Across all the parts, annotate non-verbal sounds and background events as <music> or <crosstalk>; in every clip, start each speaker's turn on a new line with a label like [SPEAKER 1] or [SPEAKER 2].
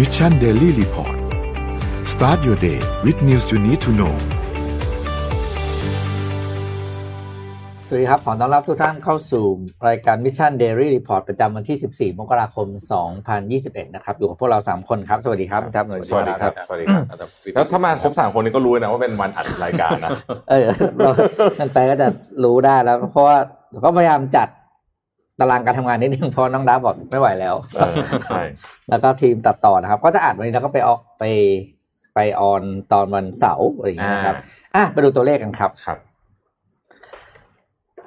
[SPEAKER 1] Mission Daily Report start your day with news you need to know
[SPEAKER 2] สวัสดีครับ ขอต้อนรับทุกท่านเข้าสู่รายการ Mission Daily Report ประจำวันที่ 14 มกราคม 2021 นะครับ อยู่กับพวกเรา 3 คนครับ สวัสดีครับคุณทับหน่วย
[SPEAKER 3] สวัสดีครับ สวัสดีครับ แล้วถ้ามาครบสามคนนี้ก็รู้เลยนะว่าเป็นวันอัดรายการนะ
[SPEAKER 2] เออ <laughs> เราแฟนๆก็จะรู้ได้แล้ว เพราะว่าเราก็พยายามจัดตารางการทำงานนิดนึงเพราะน้องดาบอกไม่ไหวแล้ว
[SPEAKER 3] เออใช่
[SPEAKER 2] แล้วก็ทีมตัดต่อนะครับ ก็จะอัดวันนี้แล้วก็ไปออกไปไปออนตอนวันเสาร์อะไรอย่างเงี้ยนะครับ อ่ะไปดูตัวเลขกันครับ
[SPEAKER 3] ครับ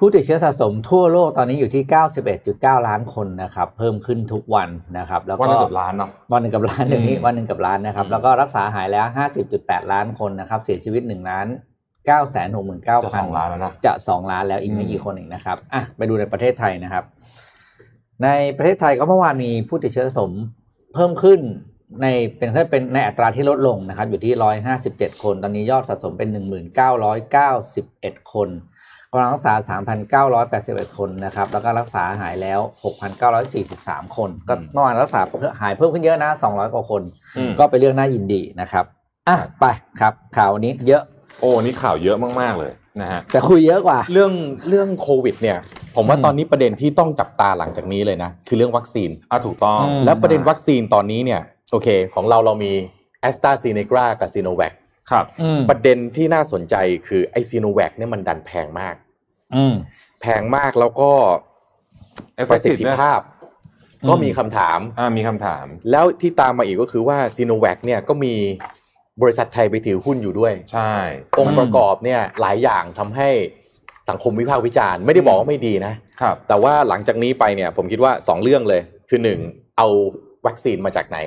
[SPEAKER 2] ผู้ติดเชื้อสะสมทั่วโลกตอนนี้อยู่ที่ 91.9 ล้านคนนะครับ เพิ่มขึ้นทุกวันนะครับ แล้ว
[SPEAKER 3] วัน
[SPEAKER 2] ก็
[SPEAKER 3] ละเกือบล้านเนาะ
[SPEAKER 2] วันหนึ่งกับล้านอย่างนี้
[SPEAKER 3] อืม
[SPEAKER 2] วันหนึ่งกับล้านนะครับ
[SPEAKER 3] อืม
[SPEAKER 2] แล้วก็รักษาหายแล้ว 50.8 ล้านคนนะครับ เสียชีวิต1ล้าน9 6 9 0
[SPEAKER 3] จะ
[SPEAKER 2] 0
[SPEAKER 3] สองล้านแล้วนะ
[SPEAKER 2] จะ 2 ล้านแล้วอีกไม่
[SPEAKER 3] อืม
[SPEAKER 2] กี่คนเองนะครับอ่ะไปดูในประเทศไทยนะครับ ในประเทศไทยก็เมื่อวานมีผู้ติดเชื้อสะสมเพิ่มขึ้นในเป็นถ้าเป็นในอัตราที่ลดลงนะครับ อยู่ที่ 157 คน ตอนนี้ยอดสะสมเป็น 1,991 คนกำลังรักษา 3,981 คนนะครับ แล้วก็รักษาหายแล้ว 6,943 คน ก็เมื่อวานรักษาหายเพิ่มขึ้นเยอะนะ 200 กว่าคน
[SPEAKER 3] อืม
[SPEAKER 2] ก็เป็นเรื่องน่ายินดีนะครับอ่ะไปครับ ข่าวนี้เยอะ
[SPEAKER 3] โอ้นี่ข่าวเยอะมาก ๆ เลยนะฮะ
[SPEAKER 2] แต่คุยเยอะกว่า
[SPEAKER 4] เรื่องเรื่องโควิดเนี่ยผมว่า
[SPEAKER 2] อืม
[SPEAKER 4] ตอนนี้ประเด็นที่ต้องจับตาหลังจากนี้เลยนะ คือเรื่องวัคซีน
[SPEAKER 3] อ่ะถูกต้อง
[SPEAKER 2] อืม
[SPEAKER 4] และประเด็นวัคซีนตอนนี้เนี่ยโอเค ของเราเรามีแอสตราซีเนกากับซีโนแวค
[SPEAKER 3] ครับ
[SPEAKER 2] อืม
[SPEAKER 4] ประเด็นที่น่าสนใจคือไอซีโนแวคเนี่ยมันดันแพงมาก
[SPEAKER 2] อืม
[SPEAKER 4] แพงมากแล้วก็ประสิท
[SPEAKER 3] Effective
[SPEAKER 4] ธิ
[SPEAKER 3] นะ
[SPEAKER 4] ภาพ
[SPEAKER 2] อืม
[SPEAKER 4] ก็มีคำถาม
[SPEAKER 3] อ่ามีคำถาม
[SPEAKER 4] แล้วที่ตามมาอีกก็คือว่าซีโนแวคเนี่ยก็มีบริษัทไทยไปถือหุ้นอยู่ด้วย
[SPEAKER 3] ใช่
[SPEAKER 4] องค์ประกอบเนี่ยหลายอย่างทำให้สังคมวิพากษ์วิจารณ์ไม่ได้บอกว่าไม่ดีนะ
[SPEAKER 3] ครับ
[SPEAKER 4] แต่ว่าหลังจากนี้ไปเนี่ยผมคิดว่า 2 เรื่องเลย คือ 1 เอาวัคซีนมาจากไหน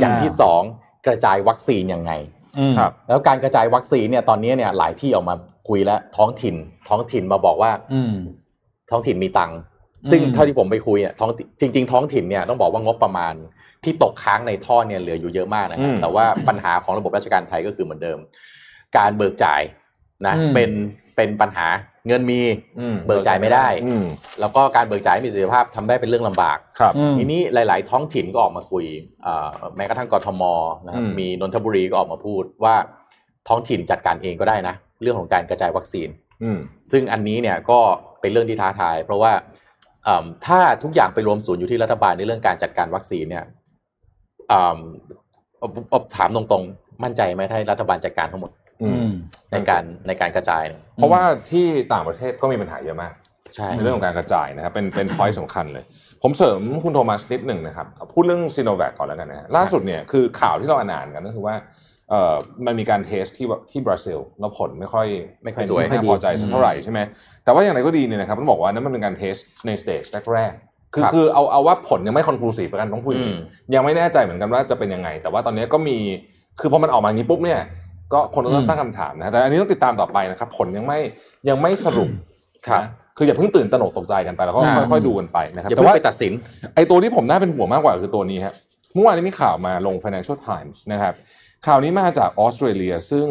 [SPEAKER 4] อย่างที่ 2 กระจายวัคซีนยังไง
[SPEAKER 2] อืม
[SPEAKER 3] ครับ
[SPEAKER 4] แล้วการกระจายวัคซีนเนี่ยตอนนี้เนี่ยหลายที่ออกมาคุยแล้วท้องถิ่น ท้องถิ่นมาบอกว่า
[SPEAKER 2] อืม
[SPEAKER 4] ท้องถิ่นมีตังค์ซึ่ง
[SPEAKER 2] อืม
[SPEAKER 4] เท่าที่ผมไปคุยเนี่ยท้องถิ่นจริง ๆ ท้องถิ่นเนี่ยต้องบอกว่างบประมาณที่ตกค้างในท่อเนี่ยเหลืออยู่เยอะมากนะครั
[SPEAKER 3] อื
[SPEAKER 4] บ
[SPEAKER 3] ม
[SPEAKER 4] แต่ว่าปัญหาของระบบราชการไทยก็คือเหมือนเดิม การเบิกจ่ายนะ
[SPEAKER 2] อืม
[SPEAKER 4] เป็นเป็นปัญหาเงินมี
[SPEAKER 3] อืม
[SPEAKER 4] เบิกจ่ายไม่ได้
[SPEAKER 3] อืม
[SPEAKER 4] แล้วก็การเบิกจ่ายไม่มีประสิทธิภาพทำได้เป็นเรื่องลำบาก
[SPEAKER 3] ครับ
[SPEAKER 2] อืม
[SPEAKER 4] ทีนี้หลาย ๆ ท้องถิ่นก็ออกมาคุยเอ่อแม้กระทั่งกทมนะครับ
[SPEAKER 3] อืม
[SPEAKER 4] มีนนทบุรีก็ออกมาพูดว่าท้องถิ่นจัดการเองก็ได้นะ เรื่องของการกระจายวัคซีน
[SPEAKER 3] อืม
[SPEAKER 4] ซึ่งอันนี้เนี่ยก็เป็นเรื่องที่ท้าทาย เพราะว่าเอิ่มถ้าทุกอย่างไปรวมศูนย์อยู่ที่รัฐบาลในเรื่องการจัดการวัคซีนเนี่ยเอิ่มเอาเอาถามตรง ๆ มั่นใจไหมถ้ารัฐบาลจัดการทั้งหมด
[SPEAKER 3] อืม
[SPEAKER 4] ในการในการกระจายเนี่ย
[SPEAKER 3] เพราะว่าที่ต่างประเทศก็มีปัญหาเยอะมาก
[SPEAKER 4] ใช่
[SPEAKER 3] ในเรื่องของการกระจายนะครับเป็นเป็น point สำคัญเลย ผมเสริมคุณโทมัสนิดหนึ่งนะครับ พูดเรื่องซีโนแวคก่อนแล้วกันนะฮะล่าสุดเนี่ยคือข่าวที่เราอ่านอ่านกันก็คือว่าเอ่อมันมีการเทสที่ว่าที่บราซิลแล้วผลไม่ค่อย
[SPEAKER 4] ไม่ค่อยสวย
[SPEAKER 3] ไม่น่าพอใจสักเท่าไหร่ใช่ไหมแต่ว่าอย่างไรก็ดีเนี่ยนะครับต้องบอกว่านั่นมันเป็นการเทสในสเตจแรกๆคือคือเอาเอาว่าผลยังไม่คอนคลูซีฟกันต้องพูดอย่าง
[SPEAKER 4] อื
[SPEAKER 3] นี้
[SPEAKER 4] ม
[SPEAKER 3] ยังไม่แน่ใจเหมือนกันว่าจะเป็นยังไง แต่ว่าตอนนี้ก็มีคือพอมันออกมาอย่างนี้ปุ๊บเนี่ยก็คนก็เริ่ม
[SPEAKER 2] อืม
[SPEAKER 3] ตั้งคำถามนะฮะแต่อันนี้ต้องติดตามต่อไปนะครับผลยังไม่ยังไม่สรุป
[SPEAKER 4] ครับ
[SPEAKER 3] นะคืออย่าเพิ่งตื่นตระหนกตกใจกันไปแล้วก็
[SPEAKER 4] อ่า
[SPEAKER 3] ค่อยๆดูกันไปนะครับ
[SPEAKER 4] อย่า
[SPEAKER 3] แต่
[SPEAKER 4] เพิ่ง
[SPEAKER 3] ว่า
[SPEAKER 4] ไปตัดสิน
[SPEAKER 3] ไอ้ตัวที่ผมน่าเป็นห่วงมากกว่าคือตัวนี้ครับเมื่อวานนี้มีข่าวมาลง Financial Times นะครับข่าวนี้มาจากออสเตรเลียซึ่ง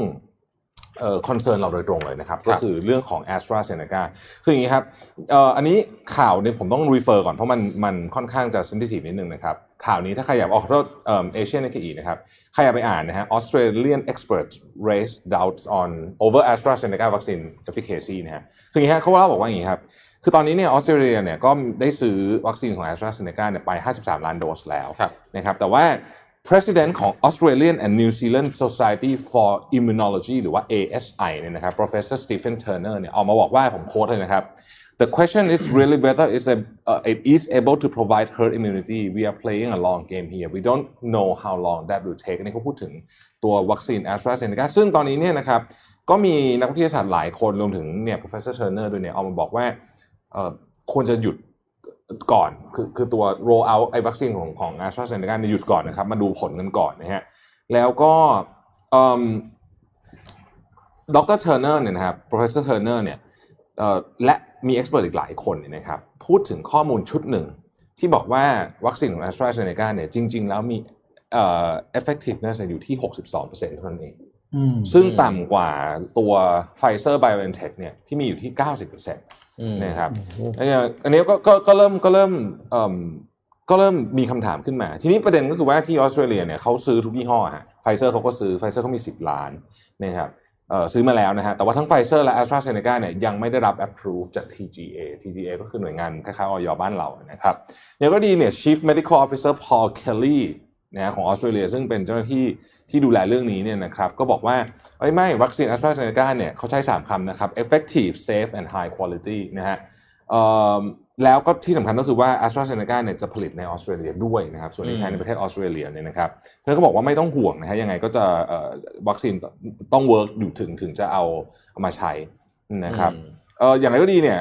[SPEAKER 3] เอ่อคอนเซิร์นเราโดยตรงเลยนะครับ
[SPEAKER 4] ครับ
[SPEAKER 3] ก็คือเรื่องของ a s t r a z e ซ e c a คืออย่างนี้ครับเอ่ออันนี้ข่าวเนี่ยผมต้องรีเฟอร์ก่อนเพราะมันมันค่อนข้างจะเซนซิทีฟนิดนึงนะครับ ข่าวนี้ถ้าใครอยากออกรถเอ่อเอเชียนกีนะครับ ใครอยากไปอ่านนะฮะ Australian experts raise doubts on over AstraZeneca vaccine efficacy นะฮะคืออย่างนี้ฮะเขาเล่าบอกว่าอย่างนี้ครับ คือตอนนี้เนี่ยออสเตรเลียเนี่ยก็ได้ซื้อวัคซีนของ AstraZeneca เนี่ยไป 53 ล้านโดสแล้ว
[SPEAKER 4] ครับ
[SPEAKER 3] นะครับแต่ว่า President ของ Australian and New Zealand Society for Immunology หรือว่า ASI เนี่ยนะครับ Professor Stephen Turner เนี่ยออกมาบอกว่าผมโค้ดเลยนะครับ The question is really whether it's a, uh, it is able to provide herd immunity. We are playing a long game here. We don't know how long that will take. อันนี่เขาพูดถึงตัววัคซีน AstraZeneca ซึ่งตอนนี้เนี่ยนะครับก็มีนักวิทยาศาสตร์หลายคนรวมถึงเนี่ย Professor Turner ด้วยเนี่ยออกมาบอกว่า เอ่อควรจะหยุดก่อนคือคือตัว roll out ไอ้วัคซีนของของ a s t r a z e ซ e c a เนี่ยหยุดก่อนนะครับ มาดูผลกันก่อนนะฮะแล้วก็ดรเทอร์เนอร์เนี่ยนะครับ professor Turner เนี่ยเอ่อและมี expert อีกหลายคนเนี่ยนะครับพูดถึงข้อมูลชุดหนึ่ง ที่บอกว่าวัคซีนของ a s t r a z e ซ e c a เนี่ยจริง ๆ แล้วมีเอ่อ effectiveness เนี่ยอยู่ที่ 62%เท่านั้นเอง
[SPEAKER 2] อืม
[SPEAKER 3] ซึ่งต่ำกว่าตัว Pfizer BioNTech เนี่ยที่มีอยู่ที่ 90% นะครับ อันเนี้ยอันเนี้ยก็ก็ก็เริ่มก็เริ่มเอิ่ม ก็เริ่มมีคำถามขึ้นมา ทีนี้ประเด็นก็คือว่าที่ออสเตรเลียเนี่ยเขาซื้อทุกยี่ห้อฮะไฟเซอร์เขาก็ซื้อไฟเซอร์เขามี 10 ล้านนะครับเอ่อซื้อมาแล้วนะฮะแต่ว่าทั้งไฟเซอร์และ a s t r a z e ซ e c a เนี่ยยังไม่ได้รับ approve จาก TGA TGA ก็คือหน่วยงานคล้ายๆออยบ้านเรานะครับอย่างก็ดีเนี่ย Chief Medical Officer Paul Kelly นะฮะของออสเตรเลียซึ่งเป็นเจ้าหน้าที่ที่ดูแลเรื่องนี้เนี่ยนะครับก็บอกว่าเอ้ยไม่วัคซีน a s t r a z e ซ e c a เนี่ยเขาใช้สามคำนะครับ effective safe and high quality นะฮะ เอิ่มแล้วก็ที่สำคัญก็คือว่า a s t r a z e ซ e c a เนี่ยจะผลิตในออสเตรเลียด้วยนะครับ ส่วนที่ใช้ในประเทศออสเตรเลียเนี่ยนะครับเพื่อนก็บอกว่าไม่ต้องห่วงนะฮะยังไงก็จะเอ่อวัคซีนต้องเวิร์กอยู่ถึงถึงจะเอาเอามาใช้นะครับ
[SPEAKER 4] อืม
[SPEAKER 3] เอออย่างไรก็ดีเนี่ย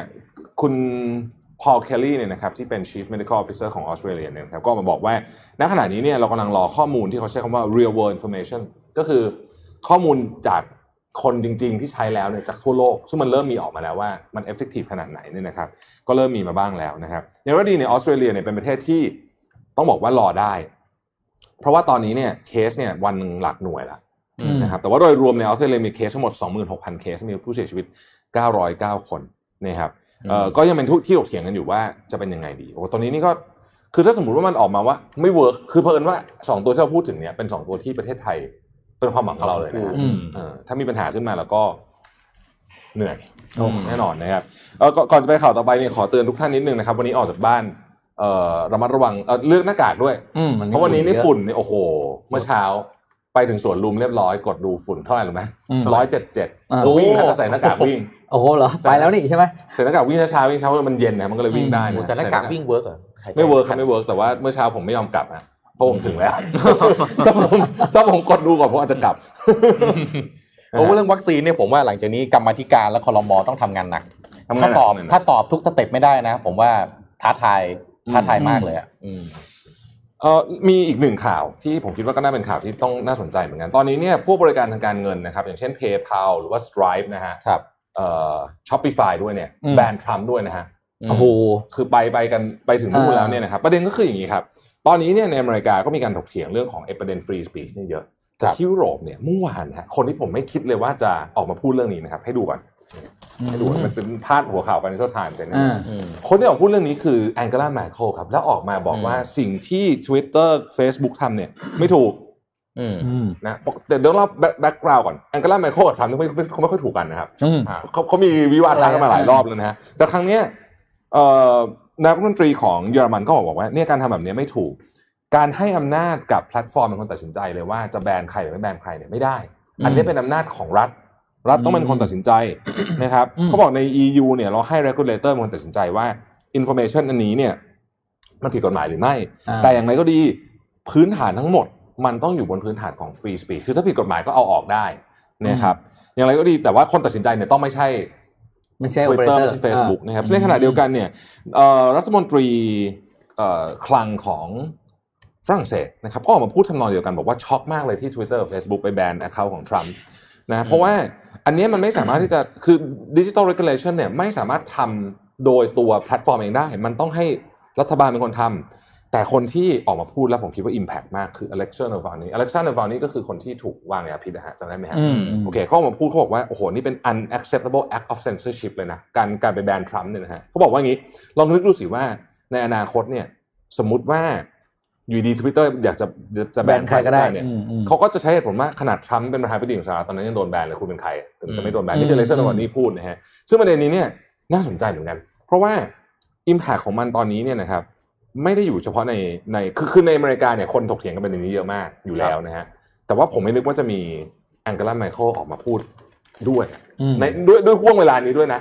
[SPEAKER 3] คุณพอลเคลลี่เนี่ยนะครับที่เป็น Chief Medical Officer ของออสเตรเลียเนี่ยนะครับก็ออกมาบอกว่าณขณะนี้เนี่ยเรากำลังรอข้อมูลที่เขาใช้คำว่า real world information ก็คือข้อมูลจากคนจริงๆที่ใช้แล้วเนี่ยจากทั่วโลก ซึ่งมันเริ่มมีออกมาแล้วว่ามัน effective ขนาดไหนเนี่ยนะครับก็เริ่มมีมาบ้างแล้วนะครับอย่างไรก็ดีเนี่ยออสเตรเลียเนี่ยเป็นประเทศที่ต้องบอกว่ารอได้ เพราะว่าตอนนี้เนี่ยเคสเนี่ยวันหนึ่งหลักหน่วยละ
[SPEAKER 2] อืม
[SPEAKER 3] นะครับแต่ว่าโดยรวมในออสเตรเลียมีเคสทั้งหมด 26,000 เคส มีผู้เสียชีวิต 909 คนนะครับเอ่อก็ยังเป็นที่ถกเถียงกันอยู่ว่าจะเป็นยังไงดีโอ้ตอนนี้นี่ก็คือถ้าสมมติว่ามันออกมาว่าไม่เวิร์คคือเพิ่นว่า 2 ตัวที่เราพูดถึงเนี่ยเป็น 2 ตัวที่ประเทศไทยเป็นความหวังของเราเลยนะครับ
[SPEAKER 2] อืม
[SPEAKER 3] เออถ้ามีปัญหาขึ้นมาแล้วก็เหนื่อยแน่นอนนะครับเอ่อก่อนก่อนจะไปข่าวต่อไปเนี่ยขอเตือนทุกท่านนิดนึงนะครับ วันนี้ออกจากบ้านเอ่อระมัดระวังเอ่อเลือกหน้ากากด้วย
[SPEAKER 2] อืมมั
[SPEAKER 3] เพราะวันนี้นี่
[SPEAKER 2] เยอะ
[SPEAKER 3] ฝุ่นนี่โอ้โห เมื่อเช้าไปถึงสวนลุมเรียบร้อยกดดูฝุ่นเท่าไหร่รู้ไหม
[SPEAKER 2] อืม
[SPEAKER 3] ร้อยเจ็ดเจ็ด
[SPEAKER 2] อ่า
[SPEAKER 3] วิ่งนะแต่ใส่หน้ากากวิ่ง
[SPEAKER 2] โอ้โหเหรอไปแล้วนี่ใช่ไหม
[SPEAKER 3] ใส่หน้ากากวิ่งเช้าๆวิ่งเช้ามันเย็นนะมันก็เลยวิ่งได้
[SPEAKER 4] หมู
[SPEAKER 3] นะ
[SPEAKER 4] สันหน้ากากวิ่งเวิร์กเหรอหายใจ
[SPEAKER 3] ไม่เวิร์คครับไม่เวิร์คแต่ว่าเมื่อเช้าผมไม่ยอมกลับฮะเพราะผมถึงแล้ว ถ้าผมถ้าผมกดดูก่อนผมอาจจะกลับ
[SPEAKER 4] เพราะว่าเรื่องวัคซีนเนี่ยผมว่าหลังจากนี้กรรมาธิการและคอรมอต้องทำงานหนัก
[SPEAKER 3] ทำงานหนัก
[SPEAKER 4] ถ้าตอบ
[SPEAKER 3] เลยนะ
[SPEAKER 4] ถ้าตอบทุกสเต็ปไม่ได้นะ ผมว่าท้าทายท้าทายมากเลยอ่ะอืม
[SPEAKER 3] เอ่อมีอีกหนึ่งข่าวที่ผมคิดว่าก็น่าเป็นข่าวที่ต้องน่าสนใจเหมือนกัน ตอนนี้เนี่ยผู้บริการทางการเงินนะครับ อย่างเช่น PayPal หรือว่า Stripe นะฮะ
[SPEAKER 4] ครับ
[SPEAKER 3] เอ่อ Shopify ด้วยเนี่ย
[SPEAKER 2] อืม
[SPEAKER 3] แบนทรัมป์ด้วยนะฮะ
[SPEAKER 4] ม
[SPEAKER 2] โอ้โห
[SPEAKER 3] คือไปไปกันไปถึงนู่น
[SPEAKER 2] อ่า
[SPEAKER 3] แล้วเนี่ยนะครับ ประเด็นก็คืออย่างนี้ครับ ตอนนี้เนี่ยในอเมริกาก็มีการถกเถียงเรื่องของไอ้ประเด็น free speech เนี่ยเยอะแต่ที่ยุโรปเนี่ยเมื่อวานฮะคนที่ผมไม่คิดเลยว่าจะออกมาพูดเรื่องนี้นะครับ ให้ดูก่อนให้ดูก่อนมันเป็นพาดหัวข่าว Financial Times เลยนะ
[SPEAKER 2] อ่า
[SPEAKER 4] อืม
[SPEAKER 3] คนที่ออกมาพูดเรื่องนี้คือแองเกลาแมคโคครับ แล้วออกมาบอกว่าสิ่งที่ Twitter Facebook ทำเนี่ยไม่ถูก
[SPEAKER 4] อืม
[SPEAKER 2] อืม
[SPEAKER 3] นะปกแต่เดี๋ยวเราแบ็กกราวก่อนแองเกลาแมคโคกับทรัมป์เนี่ยไม่ไม่เขาไม่ค่อยถูกกันนะครับ
[SPEAKER 2] อืม
[SPEAKER 4] อ่า
[SPEAKER 3] เขาเขามีวิวาทะกันมาหลายรอบแล้วนะฮะ แต่ครั้งเนี้ยเอ่อนายกรัฐมนตรีของเยอรมันก็บอกว่าเนี่ยการทำแบบเนี้ยไม่ถูก การให้อำนาจกับแพลตฟอร์มเป็นคนตัดสินใจเลยว่าจะแบนใครหรือไม่แบนใครเนี่ยไม่ได้ อันนี้เป็นอำนาจของรัฐ รัฐต้องเป็นคนตัด
[SPEAKER 2] <coughs>
[SPEAKER 3] สินใจนะครับ
[SPEAKER 2] อืม
[SPEAKER 3] เขาบอกใน EU เนี่ยเราให้ regulator เป็นคนตัดสินใจว่า information อันนี้เนี่ยมันผิดกฎหมายหรือไม่
[SPEAKER 2] อ่า
[SPEAKER 3] แต่อย่างไรก็ดีพื้นฐานทั้งหมดมันต้องอยู่บนพื้นฐานของ free speech คือถ้าผิดกฎหมายก็เอาออกได้นะครับอย่างไรก็ดีแต่ว่าคนตัดสินใจเนี่ยต้องไม่ใช่
[SPEAKER 2] ไม่ใช่
[SPEAKER 3] Twitter
[SPEAKER 2] operator
[SPEAKER 3] ไม่ใช่ Facebook นะครับ
[SPEAKER 2] อืม
[SPEAKER 3] ในขณะเดียวกันเนี่ยเอ่อรัฐมนตรีเอ่อคลังของฝรั่งเศสนะครับก็ออกมาพูดทำนองเดียวกันบอกว่าช็อกมากเลยที่ Twitter กับ Facebook ไปแบน Account ของทรัมป์นะเพราะว่าอันเนี้ยมันไม่สามารถที่จะคือดิจิทัลเร g u l a t i o n เนี่ยไม่สามารถทำโดยตัวแพลตฟอร์มเองได้ มันต้องให้รัฐบาลเป็นคนทำแต่คนที่ออกมาพูดแล้วผมคิดว่า Impact มากคือ Alexander Navalny Alexander Navalny ก็คือคนที่ถูกวางยาพิษนะฮะจำได้ไหมฮะ
[SPEAKER 2] อืมอืม
[SPEAKER 3] โอเคเขาออกมาพูดเขาบอกว่า โอ้โห นี่เป็น unacceptable act of censorship เลยนะ การการไปแบนทรัมป์เนี่ยนะฮะเขาบอกว่าอย่างนี้ ลองนึกดูสิว่าในอนาคตเนี่ย สมมุติว่าอยู่ดีทวิตเตอร์อยากจะจะจะแบนใครก็ได้เนี่ย
[SPEAKER 2] อืมอืม
[SPEAKER 3] เขาก็จะใช้เหตุผลว่าขนาดทรัมป์เป็นประธานาธิบดีของสหรัฐตอนนั้นยังโดนแบนเลยคุณเป็นใครถึงจะไม่โดนแบนนี่คือเลเซอร์นวันนี้พูดนะฮะ ซึ่งประเด็นนี้เนี่ยน่าสนใจเหมือนกัน เพราะว่า Impact ของมันตอนนี้เนี่ยนะครับไม่ได้อยู่เฉพาะในในคือคือในอเมริกาเนี่ยคนถกเถียงกันประเด็นนี้เยอะมากอยู่แล้วนะฮะแต่ว่าผมไม่นึกว่าจะมีแองเกลาไมเคิลออกมาพูดด้วย
[SPEAKER 2] อืม
[SPEAKER 3] ในด้วยด้วยห่วงเวลานี้ด้วยนะ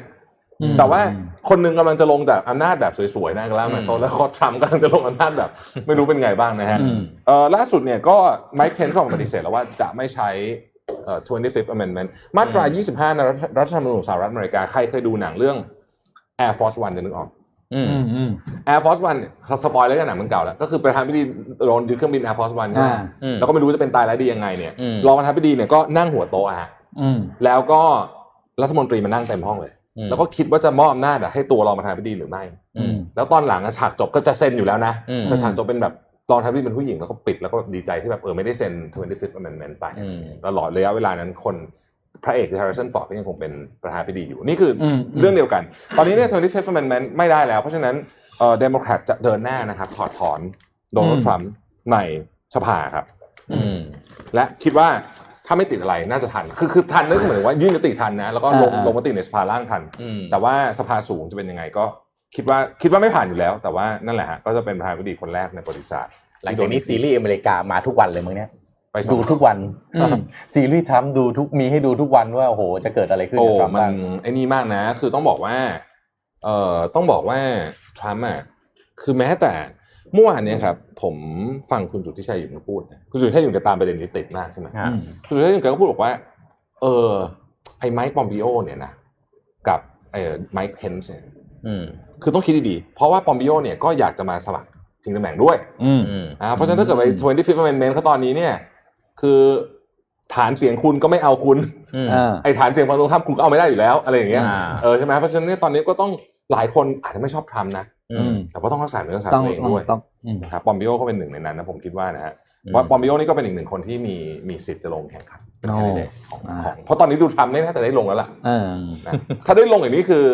[SPEAKER 2] อืม
[SPEAKER 3] แต่ว่าคนหนึงกำลังจะลงจากอำนาจแบบสวยๆนะแองเกลาไมเคิลแล้วก็ทรัมป์กำลังจะลงอำนาจแบบ ไม่รู้เป็นไงบ้างนะฮะ
[SPEAKER 2] อืม
[SPEAKER 3] เอ่อล่าสุดเนี่ยก็ไมค์เพนก็ออกมาปฏิเสธแล้วว่าจะไม่ใช้เอ่อ 25th Amendment มาตรา 25 ในรัฐรัฐธรรมนูญของสหรัฐอเมริกา ใครเคยดูหนังเรื่อง Air Force One จะนึกออก
[SPEAKER 4] อืม
[SPEAKER 2] อืมอืม
[SPEAKER 3] Air Force One เนี่ยสปอยแล้วกันหนังมันเก่าแล้ว ก็คือประธานาธิบดีโดนยึดเครื่องบิน Air Force One ใช่ไหม
[SPEAKER 2] อ่า
[SPEAKER 4] อืม
[SPEAKER 3] แล้วก็ไม่รู้จะเป็นตายร้ายดียังไงเนี่ย
[SPEAKER 4] อืม
[SPEAKER 3] รองประธานาธิบดีเนี่ยก็นั่งหัวโต๊ะอะฮะ
[SPEAKER 2] อืม
[SPEAKER 3] แล้วก็รัฐมนตรีมานั่งเต็มห้องเลย
[SPEAKER 4] อืม
[SPEAKER 3] แล้วก็คิดว่าจะมอบอำนาจอะให้ตัวรองประธานาธิบดีหรือไม่
[SPEAKER 4] อืม
[SPEAKER 3] แล้วตอนหลังอะฉากจบก็จะเซ็นอยู่แล้วนะ
[SPEAKER 4] อืม
[SPEAKER 3] แต่ฉากจบเป็นแบบตอนทัพพี่เป็นผู้หญิงแล้วก็ปิดแล้วก็แบบดีใจที่แบบเออไม่ได้เซ็น 25th amendment ไป
[SPEAKER 4] อืม
[SPEAKER 3] ตลอดระยะเวลานั้นคน พระเอกคือ Harrison Ford ก็ยังคงเป็นประธานาธิบดีอยู่ นี่คืออ
[SPEAKER 2] ม
[SPEAKER 3] เรื่องเดียวกัน ตอนนี้เนี่ย Tony Fifth Amendment ไม่ได้แล้ว เพราะฉะนั้นเอ่อ Democrat จะเดินหน้านะครับ ถอดถอนโดนั
[SPEAKER 2] อื
[SPEAKER 3] ลด์
[SPEAKER 2] ม
[SPEAKER 3] ทรัมป์ในสภาครับ
[SPEAKER 4] อืม
[SPEAKER 3] และคิดว่าถ้าไม่ติดอะไรน่าจะทัน คือคือทันนั่นก็เหมือนว่ายื่นยติทันนะ แล้วก็ลง
[SPEAKER 2] อ่าๆ
[SPEAKER 3] ลงมติในสภาล่างทัน
[SPEAKER 4] อืม
[SPEAKER 3] แต่ว่าสภาสูงจะเป็นยังไงก็คิดว่าคิดว่าไม่ผ่านอยู่แล้ว แต่ว่านั่นแหละฮะก็จะเป็นประธานาธิบดีคนแรกในประวัติศาสตร์
[SPEAKER 4] หลังจากนี้ซีรีส์อเมริกามาทุกวันเลยมึงเนี้ย
[SPEAKER 3] ไปส
[SPEAKER 4] ดู
[SPEAKER 3] อง
[SPEAKER 4] ทุกวัน
[SPEAKER 2] อืม
[SPEAKER 4] ซีรีส์ทรัมป์ดูทุกมีให้ดูทุกวันว่าโอ้โหจะเกิดอะไรขึ้น
[SPEAKER 3] โอ้
[SPEAKER 4] กับทรัมป์
[SPEAKER 3] มัน
[SPEAKER 4] บ้าง
[SPEAKER 3] ไอ้นี่มากนะ คือต้องบอกว่าเอ่อต้องบอกว่าทรัมป์อ่ะคือแม้แต่เมื่อวานเนี้ครับ ผมฟังคุณจุทธิชัยหยุ่นพูดนะคุณจุทธิชัยหยุ่นแกตามประเด็นนี้ติดมากใช่ไหม
[SPEAKER 4] ฮะ
[SPEAKER 3] สุดท้ายหนึ่งแกก็พูดบอกว่า เออ ไอ้ไมค์ปอมบิโอเนี่ยนะ กับไอ้ไมค์เพนส์เนี่ย
[SPEAKER 4] อืม
[SPEAKER 3] คือต้องคิดดีๆ เพราะว่าปอมบิโอเนี่ยก็อยากจะมาสมัครชิงตำแหน่งด้วย
[SPEAKER 2] อืม
[SPEAKER 4] อืม
[SPEAKER 3] อ่าเพราะฉะนั้นถ้าเกิดไปทเวนตี้ฟิฟเมนเมนเขาตอนนี้เนี่ย คือฐานเสียงคุณก็ไม่เอาคุณ
[SPEAKER 4] อืม
[SPEAKER 2] อ่า
[SPEAKER 3] ไอ้ฐานเสียงฝั่งตรงข้ามคุณก็เอาไม่ได้อยู่แล้ว อะไรอย่างเงี้ย
[SPEAKER 4] อ่า
[SPEAKER 3] เออใช่ไหมเพราะฉะนั้นเนี่ยตอนนี้ก็ต้องหลายคนอาจจะไม่ชอบทรัมป์นะ
[SPEAKER 4] อื
[SPEAKER 2] อื
[SPEAKER 4] ม
[SPEAKER 2] ม
[SPEAKER 3] แต่ว่าต้องรักษาเนื้อรักษา
[SPEAKER 2] ต้อง
[SPEAKER 3] ตัวเอง
[SPEAKER 2] ต้อง
[SPEAKER 3] ด้วย
[SPEAKER 2] ต้องอืม
[SPEAKER 3] นะครับปอมบิโอก็เป็นหนึ่งในนั้นนะผมคิดว่านะฮะ
[SPEAKER 4] อืม
[SPEAKER 3] ว่าปอมบิโอนี่ก็เป็นอีกหนึ่งคนที่มีมีสิทธิ์จะลงแข่งขันเป็น
[SPEAKER 2] โอ้
[SPEAKER 3] แคนดิเดต ของเพราะตอนนี้ดูทรัมป์ไม่น่าจะได้ลงแล้ว
[SPEAKER 2] <laughs>
[SPEAKER 3] ล่ะ
[SPEAKER 2] เออ
[SPEAKER 3] นะ ถ้าได้ลงอย่างนี้คือ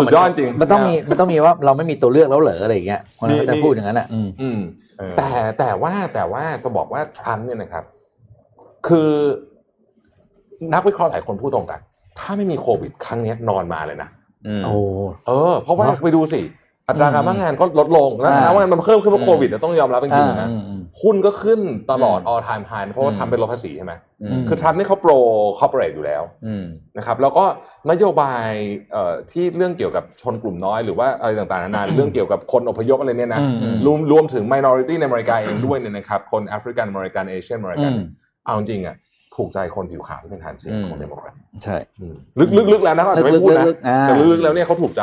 [SPEAKER 3] สุดยอดจริง
[SPEAKER 2] มันต้องมีมันต้องมีว่าเราไม่มีตัวเลือกแล้วเหรออะไรอย่างเงี้ยคนเราก็จะพูดอย่างนั้นแหละอืม
[SPEAKER 3] อืม
[SPEAKER 4] เออ
[SPEAKER 3] แต่แต่ว่าแต่ว่าจะบอกว่าทรัมป์เนี่ยนะครับ คือนักวิเคราะห์หลายคนพูดตรงกัน ถ้าไม่มีโควิดครั้งเนี้ยนอนมาเลยนะ
[SPEAKER 4] อืม
[SPEAKER 2] โอ้
[SPEAKER 3] เออเพราะว่า
[SPEAKER 2] เนอะ
[SPEAKER 3] ไปดูสิ อัตราการว่างงานก็ลดลงแล้ว
[SPEAKER 2] อ่า
[SPEAKER 3] นะว่างงานมันเพิ่มขึ้นเพราะ
[SPEAKER 4] อืม
[SPEAKER 3] โควิดนะต้องยอมรับจริงๆนะ
[SPEAKER 2] อืมอืม
[SPEAKER 3] หุ้นก็ขึ้นตลอด
[SPEAKER 4] อืม
[SPEAKER 3] all time high เพราะว่าทำเป็นลดภาษีใช่ไหม
[SPEAKER 4] อืม
[SPEAKER 3] คือทรัมป์นี่เขาโปร corporate อยู่แล้ว
[SPEAKER 4] อืม
[SPEAKER 3] นะครับแล้วก็นโยบายเอ่อที่เรื่องเกี่ยวกับชนกลุ่มน้อยหรือว่าอะไรต่างๆนานาเรื่องเกี่ยวกับคนอพยพอะไรเนี่ยนะ
[SPEAKER 2] อืมอืม
[SPEAKER 3] รวมรวมถึง minority ในอเมริกาเองด้วยเนี่ยนะครับคนแอฟริกันอเมริกันเอเชียอเมริกัน
[SPEAKER 2] อืม
[SPEAKER 3] เอาจริงๆอ่ะถูกใจคนผิวขาวที่เป็นฐานเสียง
[SPEAKER 4] อืม
[SPEAKER 3] ของเดโมแครต
[SPEAKER 2] ใช่
[SPEAKER 3] ลึกๆลึกๆแล้วนะเขาอาจจะไม่พูดนะ
[SPEAKER 2] ลึกๆอ่า
[SPEAKER 3] แต่ลึกๆแล้วเนี่ยเขาถูกใจ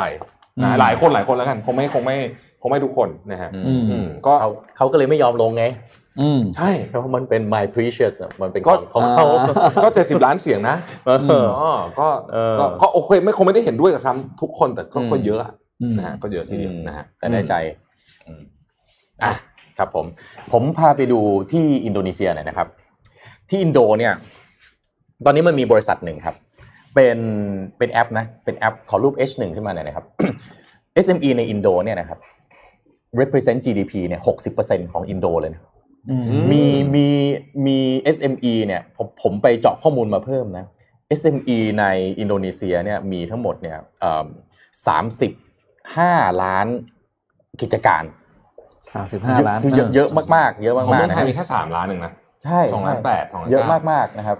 [SPEAKER 3] นะ
[SPEAKER 2] อืม
[SPEAKER 3] หลายคนหลายคนแล้วกันคงไม่คงไม่คงไม่ทุกคนนะฮะ
[SPEAKER 4] อืม
[SPEAKER 3] อืมก็
[SPEAKER 4] เขาเขาก็เลยไม่ยอมลงไง
[SPEAKER 2] อืม
[SPEAKER 3] ใช่
[SPEAKER 4] เพราะมันเป็น my precious อะมันเป็น
[SPEAKER 3] ก็
[SPEAKER 4] ของของเขา
[SPEAKER 2] อ่า
[SPEAKER 3] ก็เจ็ดสิบล้านเสียงนะ
[SPEAKER 4] เออ
[SPEAKER 3] อ๋อก็
[SPEAKER 4] เออ
[SPEAKER 3] ก็ก็โอเคไม่คงไม่ได้เห็นด้วยกับทรัมป์ทุกคนแต่ก็
[SPEAKER 4] อืม
[SPEAKER 3] ก็เยอะอะ
[SPEAKER 2] อืม
[SPEAKER 3] นะฮะก็เยอะทีเดียวนะฮะ
[SPEAKER 4] แต่ได้ใจอืมอ่ะครับผม ผมพาไปดูที่อินโดนีเซียหน่อยนะครับ ที่อินโดเนี่ย ตอนนี้มันมีบริษัทหนึ่งครับ เป็นเป็นแอปนะ เป็นแอปขอรูป H1 ขึ้นมาหน่อยนะครับ <coughs> SME ในอินโดเนี่ยนะครับ represent GDP เนี่ย60%ของอินโดเลยนะ มีมีมี SME เนี่ยผมผมไปเจาะข้อมูลมาเพิ่มนะ SME ในอินโดนีเซียเนี่ยมีทั้งหมดเนี่ยสามสิบห้าล้านกิจการ
[SPEAKER 2] สามสิบห้าล้าน
[SPEAKER 4] คือเยอะเยอะมากๆ เยอะ
[SPEAKER 3] ของ
[SPEAKER 4] มาก
[SPEAKER 3] เมือง
[SPEAKER 4] ๆนะ
[SPEAKER 3] ไท
[SPEAKER 4] ค
[SPEAKER 3] ย
[SPEAKER 4] รับ
[SPEAKER 3] มีแค่สามล้านหนึ่งนะ
[SPEAKER 4] ใช่
[SPEAKER 3] สองล้านแปดสองล้าน
[SPEAKER 4] เยอะมากๆนะครับ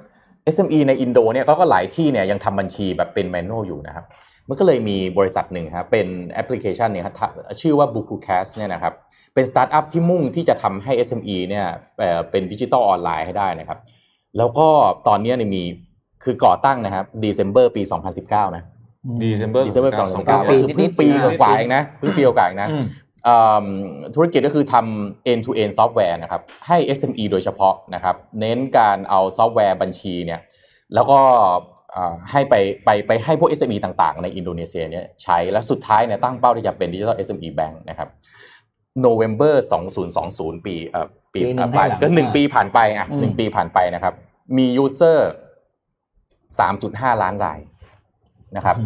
[SPEAKER 4] SME ในอินโดเนี่ยก็ก็หลายที่เนี่ยยังทำบัญชีแบบเป็นแมนนวลอยู่นะครับ มันก็เลยมีบริษัทหนึ่งครับเป็นแอปพลิเคชันเนี่ยครับชื่อว่า b u k u c a s เนี่ยนะครับ เป็นสตาร์ทอัพที่มุ่งที่จะทำให้ SME เนี่ยเอ่อเป็นดิจิตอลออนไลน์ให้ได้นะครับ แล้วก็ตอนเนี้ยเนี่ยมีคือก่อตั้งนะครับเดซ ember ปี 2019 นะ
[SPEAKER 3] ดีเซมเบอร์
[SPEAKER 4] เดซ ember 2019ก็คือเพิ่งปีกว่าๆเองนะเพิ่งปีกว่าๆเองนะ อืมธุรกิจก็คือทำ end to end ซอฟต์แวร์นะครับให้ SME โดยเฉพาะนะครับเน้นการเอาซอฟต์แวร์บัญชีเนี่ยแล้วก็อ่าให้ไปไปไปให้พวก SME ต่างๆ ในอินโดนีเซียเนี่ยใช้และสุดท้ายเนี่ยตั้งเป้าที่จะเป็นดิจิทัล SME Bank นะครับ November 2020 ปีเอ่อปี
[SPEAKER 2] ปีหนึ่ง
[SPEAKER 4] ผ่าน
[SPEAKER 2] ให้หลัง
[SPEAKER 4] ก็หนึ่งปีผ่านไปอ่ะ
[SPEAKER 2] อืม
[SPEAKER 4] หนึ่งปีผ่านไปนะครับ มียูเซอร์ 3.5 ล้านรายนะครับ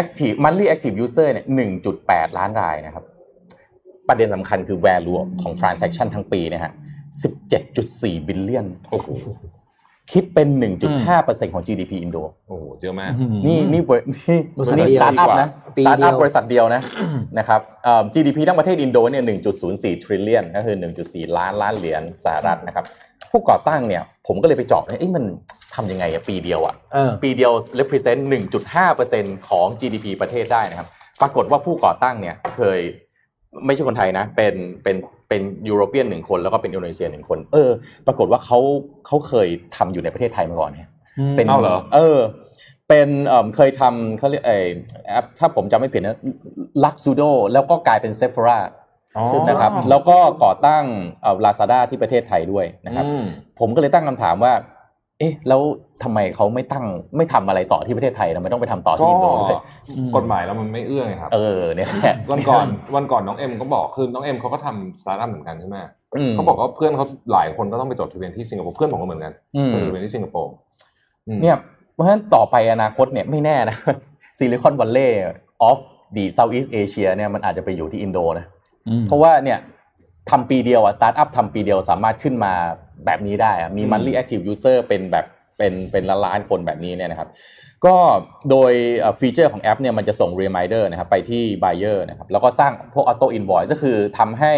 [SPEAKER 4] active monthly active user เนี่ย1.8 ล้านรายนะครับ ประเด็นสำคัญคือ value ของ transaction ทั้งปีนะฮะ17.4 บิลเลียน
[SPEAKER 3] โอ้โห
[SPEAKER 4] คิดเป็น 1.5%ของ GDP อินโด
[SPEAKER 3] โอ้โหเยอะมาก
[SPEAKER 4] นี่นี่บรินี่
[SPEAKER 2] บริษัท
[SPEAKER 4] นี่
[SPEAKER 2] เดี
[SPEAKER 4] ส
[SPEAKER 2] ยว
[SPEAKER 4] ตาร์ทอัพ
[SPEAKER 3] ดีกว่า
[SPEAKER 4] นะ
[SPEAKER 2] ปี
[SPEAKER 4] สตาร์ทอั
[SPEAKER 2] เดีย
[SPEAKER 4] พ
[SPEAKER 2] ว
[SPEAKER 4] บริษัทเดียว
[SPEAKER 3] <coughs>
[SPEAKER 4] นะ นะครับเอ่อ GDP ทั้งประเทศอินโดเนี่ย 1.04 trillion ก็คือ 1.4 ล้านล้านเหรียญสหรัฐนะครับ ผู้ก่อตั้งเนี่ย ผมก็เลยไปเจอบเนี่ยเอ้ยมันทำยังไงอะปีเดียวอะ
[SPEAKER 2] เออ
[SPEAKER 4] ปีเดียว represent 1.5%ของ GDP ประเทศได้นะครับ ปรากฏว่าผู้ก่อตั้งเนี่ยเคยไม่ใช่คนไทยนะ เป็นเป็นเป็นยุโรเปียนหนึ่งคนแล้วก็เป็นอินโดนีเซียหนึ่งคน เออ ปรากฏว่าเขาเขาเคยทำอยู่ในประเทศไทยมาก่อนเนี่ยเป็น
[SPEAKER 3] อ้าวเหรอ
[SPEAKER 4] เออ เป็นเอ่อเคยทำเขาเรียกไอแอปถ้าผมจำไม่ผิดนะลักซูโดแล้วก็กลายเป็นเซฟ h o รา
[SPEAKER 3] อ๋อ
[SPEAKER 4] นะครับ แล้วก็ก่อตั้งลาซาด้าที่ประเทศไทยด้วยนะครับ
[SPEAKER 3] อืม
[SPEAKER 4] ผมก็เลยตั้งคำถามว่า เอ๊ะ แล้วทำไมเขาไม่ตั้งไม่ทำอะไรต่อที่ประเทศไทยทำไมต้องไปทำต่อ
[SPEAKER 3] ก็
[SPEAKER 4] ที่อินโดด้วย
[SPEAKER 3] กฎหมายแล้วมันไม่เอื้อไงครับ
[SPEAKER 4] เออ เนี่ยแหละ
[SPEAKER 3] วันก่อนวันก่อนน้องเอ็มก็บอกคือน้องเอ็มเขาก็ทำสตาร์ทอัพเหมือนกันใช่ไหม
[SPEAKER 4] ม
[SPEAKER 3] เขาบอกว่าเพื่อนเขาหลายคนก็ต้องไปจดทะเบียนที่สิงคโปร์เพื่อนผมก็เหมือนกัน
[SPEAKER 4] อืม
[SPEAKER 3] ไปจดทะเบียนที่สิงคโปร์ อืม
[SPEAKER 4] เนี่ยเพราะฉะนั้นต่อไปอนาคตเนี่ยไม่แน่นะ <laughs> ซิลิคอนวัลเลย์ออฟดีเซาท์อีสเอเชียเนี่ยมันอาจจะไปอยู่ที่อินโดนะ เพราะว่าเนี่ยทำปีเดียวอะสตาร์ทอัพทำปีเดียวสามารถขึ้นมาแบบนี้ได้อะมี
[SPEAKER 3] อืม
[SPEAKER 4] monthly active user เป็นแบบเป็นเป็นล้านล้านๆคนแบบนี้เนี่ยนะครับ ก็โดยเอ่อฟีเจอร์ของแอปเนี่ยมันจะส่ง reminder นะครับไปที่ buyer นะครับแล้วก็สร้างพวก auto invoice ก็คือทำให้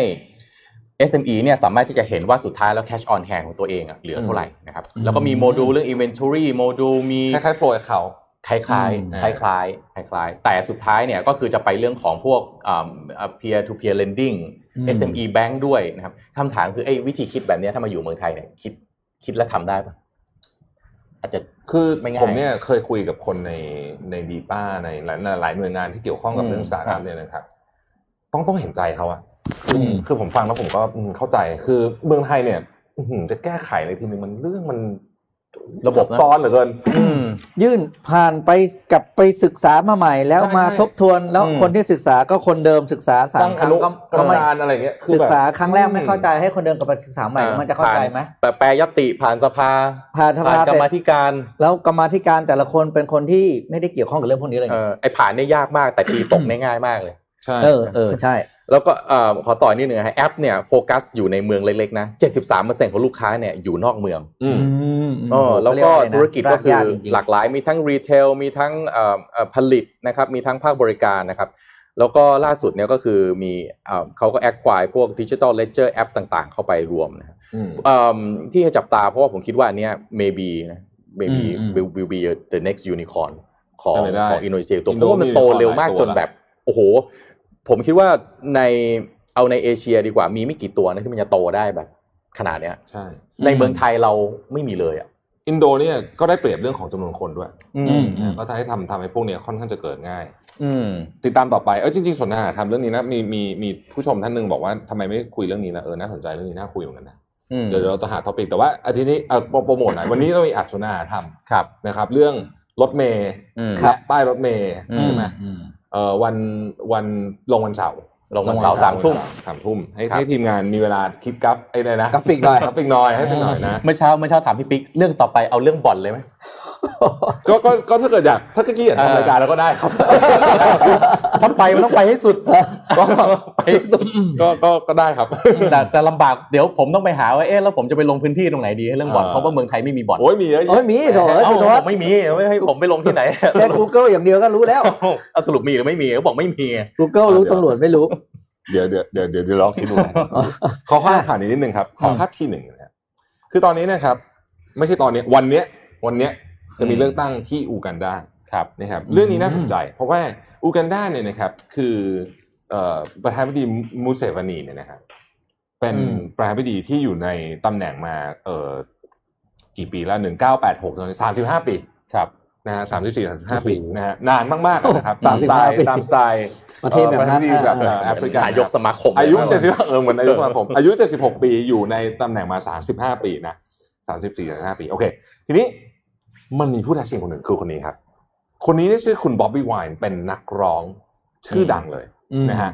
[SPEAKER 4] SME เนี่ยสามารถที่จะเห็นว่าสุดท้ายแล้ว cash on hand ของตัวเองอะเหลือเท่าไหร่นะครับ
[SPEAKER 2] อืม
[SPEAKER 4] แล้วก็มีโมดูลเรื่อง inventory โมดูลมี
[SPEAKER 3] คล้ายๆ Flow Account
[SPEAKER 4] คล้ายๆคล้าย
[SPEAKER 2] อืม
[SPEAKER 4] ๆคล้ายๆคล้ายๆ แต่สุดท้ายเนี่ยก็คือจะไปเรื่องของพวกอ่า peer to peer lending
[SPEAKER 2] อืม
[SPEAKER 4] SME bank ด้วยนะครับคำถามคือไอ้วิธีคิดแบบเนี้ยถ้ามาอยู่เมืองไทยเนี่ยคิดคิดแล้วทำได้ปะอาจจะ
[SPEAKER 3] คือ
[SPEAKER 4] ไม่ง่าย
[SPEAKER 3] ผมเนี่ยเคยคุยกับคนในในดีป้าในหลายหลายหน่วยงานที่เกี่ยวข้องกับ
[SPEAKER 4] อืม
[SPEAKER 3] เรื่องสตาร์ทอัพเนี่ยนะครับ ต้องต้องเห็นใจเขาอะ
[SPEAKER 2] อืม
[SPEAKER 3] คือผมฟังแล้วผมก็อืมเข้าใจ คือเมืองไทยเนี่ยอื้อหือจะแก้ไขอะไรทีนึงมันเรื่องมัน
[SPEAKER 4] ระบบนะ
[SPEAKER 3] ซัซ้อนเหลือเกิน
[SPEAKER 2] ยื่นผ่านไปกลับไปศึกษามาใหม่ แล้ว
[SPEAKER 3] ใช่
[SPEAKER 2] มา
[SPEAKER 3] ใช่
[SPEAKER 2] ทบทวนแล้วคนที่ศึกษาก็คนเดิมศึกษาสามครั้งก็
[SPEAKER 3] กร
[SPEAKER 2] ก็
[SPEAKER 3] รม
[SPEAKER 2] ไม่
[SPEAKER 3] การอะไรเงี้ยคือ
[SPEAKER 2] ศึ
[SPEAKER 3] แบ
[SPEAKER 2] ก
[SPEAKER 3] บ
[SPEAKER 2] ษาครั้งแรกไม่เข้าใจให้คนเดิมกลับไปศึกษาใหม่
[SPEAKER 4] อ่า
[SPEAKER 2] มันจะเข้าใจไหม
[SPEAKER 4] แปลแปรยติผ่านสภา
[SPEAKER 2] ผ่านส
[SPEAKER 4] ผ่า
[SPEAKER 2] ภาน
[SPEAKER 4] กร
[SPEAKER 2] เสร็
[SPEAKER 4] รมา
[SPEAKER 2] จ
[SPEAKER 4] ธิการ
[SPEAKER 2] แล้วกรรมาธิการแต่ละคนเป็นคนที่ไม่ได้เกี่ยวข้องกับเรื่องพวกนี้เลย
[SPEAKER 4] เอ่อไอ้ผ่านเนี่ยยากมากแต่ตีตกเนี่ยง่ายมากเลย
[SPEAKER 3] ใช่
[SPEAKER 2] เออเออใช่
[SPEAKER 4] แล้วก็เอ่อขอต่อนิดนึงนะฮะแอปเนี่ยโฟกัสอยู่ในเมืองเล็กๆนะ73%ของลูกค้าเนี่ยอยู่นอกเมือง
[SPEAKER 3] อืม
[SPEAKER 4] เออแล้วก็ธุรกิจก็คือห
[SPEAKER 2] ห
[SPEAKER 4] ลา
[SPEAKER 2] ลัก
[SPEAKER 4] กหลายมีทั้งรีเทลมีทั้งเอ่อเอ่อผลิตนะครับมีทั้งภาคบริการนะครับแล้วก็ล่าสุดเนี่ยก็คือมีเอ่อเขาก็แอดควายพวกดิจิ t a ลเล d เจอร์แอปต่างๆ เข้าไปรวมนะครับ
[SPEAKER 3] อืม
[SPEAKER 4] เอิ่มที่จะจับตาเพราะว่าผมคิดว่าอันเนี้ย maybe นะ maybe
[SPEAKER 2] อืม
[SPEAKER 4] will, will be the next unicorn ของ
[SPEAKER 3] เป็นไปได้
[SPEAKER 4] ของอินโดนีเซียตัว
[SPEAKER 3] Indo
[SPEAKER 4] เพราะว่ามันโตเร็วมาก
[SPEAKER 3] มีหลายตัว
[SPEAKER 4] จนแบบ โอ้โห ผมคิดว่าในเอาในเอเชียดีกว่ามีไม่กี่ตัวนะที่มันจะโตได้แบบขนาดเนี้ย
[SPEAKER 3] ใช่
[SPEAKER 4] ในเมืองไทยเราไม่มีเลยอ่ะ
[SPEAKER 3] อินโดเนี่ยก็ได้เปรียบเรื่องของจำนวนคนด้วย
[SPEAKER 4] อืม
[SPEAKER 2] อืม
[SPEAKER 3] ก็ถ้าให้ทำทำให้พวกเนี้ยค่อนข้างจะเกิดง่าย
[SPEAKER 4] อืม
[SPEAKER 3] ติดตามต่อไป เออจริงๆสนทนาทำเรื่องนี้นะ มีมีมีผู้ชมท่านหนึ่งบอกว่าทำไมไม่คุยเรื่องนี้นะ เออ น่าสนใจเรื่องนี้น่าคุยเหมือนกันนะ
[SPEAKER 4] อืม
[SPEAKER 3] เดี๋ยวเดี๋ยวเราจะหาท็อปิกแต่ว่าอาทิตย์นี้เออโปรโปรโมทหน่อย วันนี้เรามีอัดสนทนาท
[SPEAKER 4] ครับ
[SPEAKER 3] ำนะครับ เรื่องรถเมย์
[SPEAKER 4] อืม
[SPEAKER 2] ครับ
[SPEAKER 3] และป้ายรถเมย์
[SPEAKER 4] อืม
[SPEAKER 3] ใช่ไหมเออวันวันลงวันเสาร์
[SPEAKER 4] ลงวันเสาร์สามทุ่ม
[SPEAKER 3] สามทุ่มให้
[SPEAKER 4] ครับ
[SPEAKER 3] ให้ทีมงานมีเวลาคิดกราฟไอ้อะไรนะ
[SPEAKER 2] กราฟิกหน่อย
[SPEAKER 3] กราฟิกหน่อยให้เป็นหน่อยนะ
[SPEAKER 4] เมื่อเช้าเมื่อเช้าถามพี่ปิ๊กเรื่องต่อไปเอาเรื่องบ่อนเลยไหม
[SPEAKER 3] ก็ก็ก็ถ้าเกิดอยากถ้าเกิดอยาก
[SPEAKER 4] เออ
[SPEAKER 3] ทำรายการแล้วก็ได้ครับ
[SPEAKER 4] ถ้าไปมันต้องไปให้สุด ก็ไปให้สุด
[SPEAKER 3] ก็ก็ก็ได้ครับ
[SPEAKER 4] <laughs> แต่แต่ลำบากเดี๋ยวผมต้องไปหาว่าเอ๊ะแล้วผมจะไปลงพื้นที่ตรงไหนดีให้เรื่องบ่อน
[SPEAKER 3] เออ
[SPEAKER 4] เพราะว่าเมืองไทยไม่มีบ่อน
[SPEAKER 3] โอ้ยมีเยอะ
[SPEAKER 2] โอ้ย
[SPEAKER 3] แยะ
[SPEAKER 2] มีโถเอ้ย
[SPEAKER 4] เอ้า
[SPEAKER 2] คุณโท
[SPEAKER 4] ผ
[SPEAKER 2] ษ
[SPEAKER 4] มไม่มีไม่ให้ผมไปลงที่ไหน
[SPEAKER 2] แค่ Google อย่างเดียวก็รู้แล้ว
[SPEAKER 4] เอ้าสรุปมีหรือไม่มีเขาบอกไม่มี
[SPEAKER 2] Google รู้ตำรวจไม่รู้
[SPEAKER 3] เดี๋ยวเดี๋ยวเดี๋ยวเดี๋ยวเดี๋ยวลองคิดดูนะขอข้าข่าวนี้นิดนึงครับ ขอภาพที่หนึ่งนะครับคือตอนนี้นะครับ ไม่ใช่ตอนนี้วันเนี้ย วันเนี้ยจะมีเลือกตั้งที่อูกันดา
[SPEAKER 4] ครับ
[SPEAKER 3] นะครับ
[SPEAKER 2] อืม
[SPEAKER 3] เรื่องนี้น่าสนใจ เพราะว่าอูกันดาเนี่ยนะครับ คือเอ่อประธานาธิบดีมูเซวานีเนี่ยนะครับ เป็นประธานาธิบดีที่อยู่ในตำแหน่งมา เอ่อกี่ปีแล้วหนึ่งเก้าแปดหกตอนนี้สามสิบห้าปี
[SPEAKER 4] ครับ
[SPEAKER 3] นะฮะสามสิบสี่สามสิบห้าปีนะฮะนานมากๆนะครับ ตามสไตล์
[SPEAKER 2] 35ปี
[SPEAKER 3] ตามสไตล์
[SPEAKER 2] ประเทศแบบนั้น
[SPEAKER 3] อ่อประเทศที่แบบ
[SPEAKER 2] เออ
[SPEAKER 3] แอฟริกัน
[SPEAKER 4] นายกสมาคม
[SPEAKER 3] อายุ
[SPEAKER 4] นะ
[SPEAKER 3] เจ็ดสิบเออเหมือนนายกสมาคมอายุเจ็ดสิบหกปีอยู่ในตำแหน่งมาสามสิบห้าปีนะสามสิบสี่สามห้าปี โอเค ทีนี้มันมีผู้ท้าชิงคนหนึ่งคือคนนี้ครับ คนนี้เนี่ยชื่อคุณบ๊อบบี้ไวน์เป็นนักร้องชื่อดังเลย นะฮะ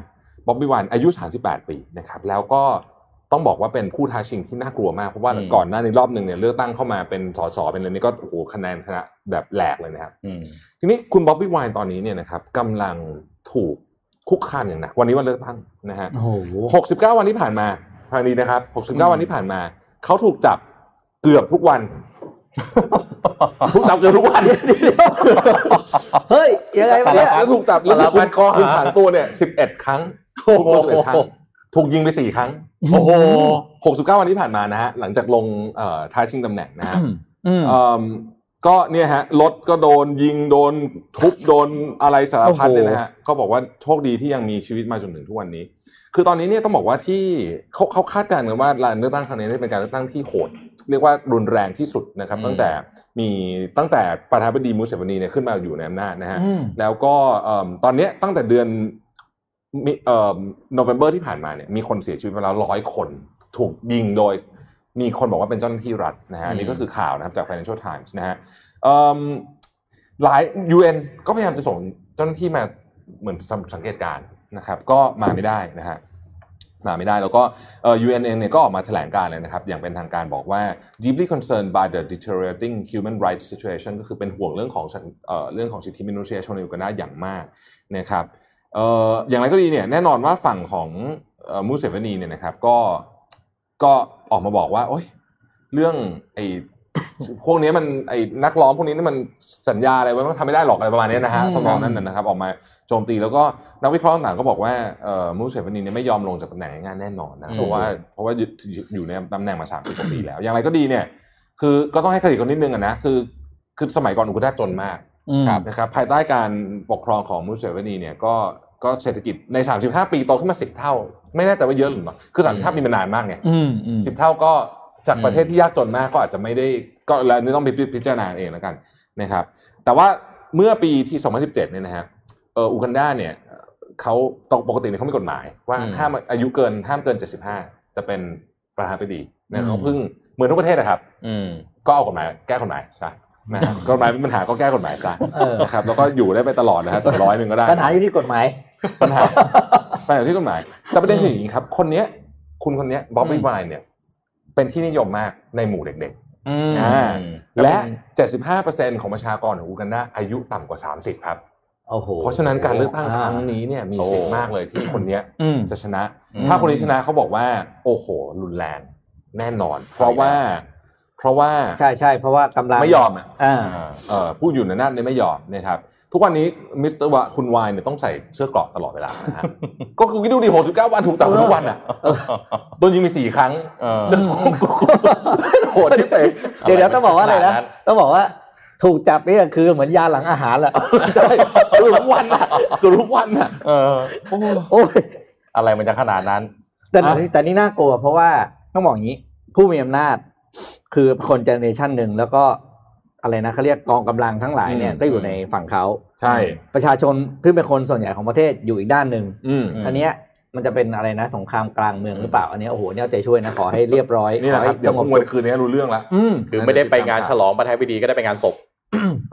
[SPEAKER 3] บ๊อบบี้วานอายุ 38 ปีนะครับแล้วก็ต้องบอกว่าเป็นผู้ท้าชิงที่น่ากลัวมาก เพราะว่า
[SPEAKER 4] อืม
[SPEAKER 3] ก่อนหน้านี้รอบหนึ่งเนี่ยเลือกตั้งเข้ามาเป็นสสเป็นอะไรนี่ก็โอ้โหคะแนนชนะแบบแหลกเลยนะครับ
[SPEAKER 4] อืม
[SPEAKER 3] ทีนี้คุณบ๊อบบี้วานตอนนี้เนี่ยนะครับกำลังถูกคุกคามอย่างหนักวันนี้วันเลือกตั้งนะฮะ
[SPEAKER 2] โอ้โห
[SPEAKER 3] 69 วันที่ผ่านมาทางนี้นะครับ 69 วันที่ผ่านมาเขาถูกจับเกือบทุกวัน <laughs> ถูกจับเกือบทุกวัน
[SPEAKER 2] เฮ้ย ยังไงวะเนี่ย
[SPEAKER 3] แล้วถูกจับแล้วถูกคุมคุมขังตัวเนี่ยสิบเอ็ดครั้งถูกคุมสิบเอ็ดครั้งถูกยิงไปสี่ครั้ง
[SPEAKER 2] โอ้โห
[SPEAKER 3] หกสิบเก้าวันที่ผ่านมานะฮะหลังจากลงเอ่อท้าชิงตำแหน่งนะฮะ
[SPEAKER 2] อืม
[SPEAKER 3] เอิ่มก็เนี่ยฮะรถก็โดนยิงโดนทุบโดนอะไรสารพัด
[SPEAKER 2] โอ้โห
[SPEAKER 3] เลยนะฮะก็บอกว่าโชคดีที่ยังมีชีวิตมาจนถึงทุกวันนี้ คือตอนนี้เนี่ยต้องบอกว่าที่เขาเขาคาดการณ์กันว่าการเลือกตั้งครั้งนี้เนี่ยเป็นการเลือกตั้งที่โหด เรียกว่ารุนแรงที่สุดนะครับ ตั้งแต่มีตั้งแต่ประธานาธิบดีมูเสเวนีเนี่ยขึ้นมาอยู่ในอำนาจนะฮะ
[SPEAKER 2] อืม
[SPEAKER 3] แล้วก็เอิ่มตอนเนี้ยตั้งแต่เดือนมิเอ่อ November ที่ผ่านมาเนี่ยมีคนเสียชีวิตไปแล้วร้อยคน ถูกยิงโดยมีคนบอกว่าเป็นเจ้าหน้าที่รัฐนะฮะอันนี่ก็คือข่าวนะครับจาก Financial Times นะฮะเอิ่มหลาย UN ก็พยายามจะส่งเจ้าหน้าที่มาเหมือนสังเกตการณ์นะครับ ก็มาไม่ได้นะฮะ มาไม่ได้แล้วก็เอ่อ UNN เนี่ยก็ออกมาแถลงการณ์เลยนะครับ อย่างเป็นทางการบอกว่า deeply concerned by the deteriorating human rights situation ก็คือเป็นห่วงเรื่องของสังเอ่อเรื่องของสิทธิมนุษยชนในยูกันดาอย่างมากนะครับเอ่ออย่างไรก็ดีเนี่ยแน่นอนว่าฝั่งของเอ่อมูเซเวนีเนี่ยนะครับก็ก็ออกมาบอกว่าโอ๊ยเรื่องไอ้ <coughs> พวกนี้มันไอ้นักร้องพวกนี้นี่มันสัญญาอะไรไว้มันทำไม่ได้หรอกอะไรประมาณเนี้ยนะฮะ
[SPEAKER 2] อืม
[SPEAKER 3] ทำนองนั้นน่ะนะครับออกมาโจมตีแล้วก็นักวิเคราะห์ต่างๆก็บอกว่าเอ่อมูเซเวนีเนี่ยไม่ยอมลงจากตำแหน่งง่ายๆแน่นอนนะเพราะว่าเพราะว่าอยู่อยู่ในตำแหน่งมาสามสิบกว่าปีแล้ว อย่างไรก็ดีเนี่ย คือก็ต้องให้เครดิตคนนิดนึงอะนะคือคือสมัยก่อนอุกุดาจนมาก
[SPEAKER 2] อืม
[SPEAKER 3] นะครับภายใต้การปกครองของมูเซเวนีเนี่ยก็ก็เศรษฐกิจใน 35 ปีโตขึ้นมา 10 เท่า ไม่แน่ใจว่าเยอะหรือเปล่าคือ 35 ปีมันนานมากไง
[SPEAKER 2] อืมอืม
[SPEAKER 3] สิบเท่าก็จาก
[SPEAKER 4] อืม
[SPEAKER 3] ประเทศที่ยากจนมากก็อาจจะไม่ได้ก็แล้วนี่ต้องไปพิจารณาเองแล้วกันนะครับ แต่ว่าเมื่อปีที่ 2017เนี่ยนะฮะเอออูกันดาเนี่ยเขาตกปกติเนี่ยเขามีกฎหมาย ว่า
[SPEAKER 4] อืม
[SPEAKER 3] ห้ามอายุเกินห้ามเกิน 75 จะเป็นประธานาธิบดีนะเขา
[SPEAKER 2] อืม
[SPEAKER 3] เพิ่งเหมือนทุกประเทศนะครับ
[SPEAKER 4] อืม
[SPEAKER 3] ก็เอากฎหมายแก้กฎหมายซะนะครับ กฎหมายเป็นปัญหาก็แก้กฎหมายซะ
[SPEAKER 2] เออ
[SPEAKER 3] นะครับแล้วก็อยู่ได้ไปตลอด
[SPEAKER 2] <laughs>
[SPEAKER 3] นะฮะจะร้อยหนึ่งก็ได้
[SPEAKER 2] ปัญหาอยู่ที่กฎหมาย
[SPEAKER 3] ปัญหา ปัญหาที่กฎหมาย แต่ประเด็นคืออย่างนี้ครับ คนเนี้ย คุณคนเนี้ยบ๊อบบี้ไวน์เนี่ย เป็นที่นิยมมากในหมู่เด็ก
[SPEAKER 2] อืม
[SPEAKER 3] อ่า ๆ และ
[SPEAKER 2] อื
[SPEAKER 3] 75%ของประชากรของอูกันดาอายุต่ำกว่า 30 ครับ
[SPEAKER 2] โอ้โห
[SPEAKER 3] เพราะฉะนั้นการเลือกตั้งครั้ง
[SPEAKER 2] อ่า
[SPEAKER 3] นี้เนี่ยมี
[SPEAKER 4] โอ้
[SPEAKER 3] สิทธิ์มากเลยที่คนเนี้ย
[SPEAKER 2] อืม
[SPEAKER 3] จะชนะ
[SPEAKER 2] อืม
[SPEAKER 3] ถ้าคนนี้ชนะเขาบอกว่า โอ้โห รุนแรงแน่นอน เพราะว่า เพราะว่า
[SPEAKER 2] ใช่ใช่เพราะว่ากำลัง
[SPEAKER 3] ไม่ยอมอ่ะ
[SPEAKER 2] อ่า
[SPEAKER 3] เอ่อผู้อยู่ในนั้นเนี่ยไม่ยอมนะครับทุกวันนี้มิสเตอร์วะคุณวายเนี่ยต้องใส่เสื้อเกราะตลอดเวลา
[SPEAKER 2] <laughs>
[SPEAKER 3] นะฮะ ก็คือคิดดูดิ69 วันถูกตัดทุกวันอ่ะโดนยิงไปสี่ครั้ง
[SPEAKER 4] เออ
[SPEAKER 3] จะโหด <laughs> ที่เตะ
[SPEAKER 2] เดี๋ยวเดี๋ยวต้องบอกว่าอะไรนะ
[SPEAKER 4] ขนาดนั้น
[SPEAKER 2] ต้องบอกว่าถูกจับนี่คือเหมือนยาหลังอาหารแหละ
[SPEAKER 3] ใช่คือทุกวันอ่ะคือทุกวันอ่ะ
[SPEAKER 4] เออ
[SPEAKER 3] โอ้
[SPEAKER 2] โอ้ย
[SPEAKER 4] อะไรมันจะขนาดนั้น
[SPEAKER 2] แต่แต่นี่แต่นี่น่ากลัว เพราะว่าต้องบอกอย่างนี้ ผู้มีอำนาจ คือคนเจเนอเรชันหนึ่งแล้วก็อะไรนะเขาเรียกกองกำลังทั้งหลายเนี่ย
[SPEAKER 4] อืม
[SPEAKER 2] ก็อยู่ในฝั่งเขา
[SPEAKER 3] ใช่
[SPEAKER 2] ประชาชนซึ่งเป็นคนส่วนใหญ่ของประเทศอยู่อีกด้านหนึ่ง
[SPEAKER 3] อืม
[SPEAKER 4] อืม
[SPEAKER 2] อันเนี้ยมันจะเป็นอะไรนะสงครามกลางเมืองหรือเปล่าอันเนี้ยโอ้โหเนี่ยเอาใจช่วยนะขอให้เรียบร้อย
[SPEAKER 3] นี่แหละค
[SPEAKER 2] ขอ
[SPEAKER 3] รับ
[SPEAKER 2] ให้
[SPEAKER 3] เดี๋ยว
[SPEAKER 2] สง
[SPEAKER 3] พรุ่
[SPEAKER 2] บ
[SPEAKER 3] งวันคืนนี้รู้เรื่องละ
[SPEAKER 2] อืม
[SPEAKER 4] คือไม่ได้ไปงานฉลองประธานาธิบดีก็ได้ไปงานศพ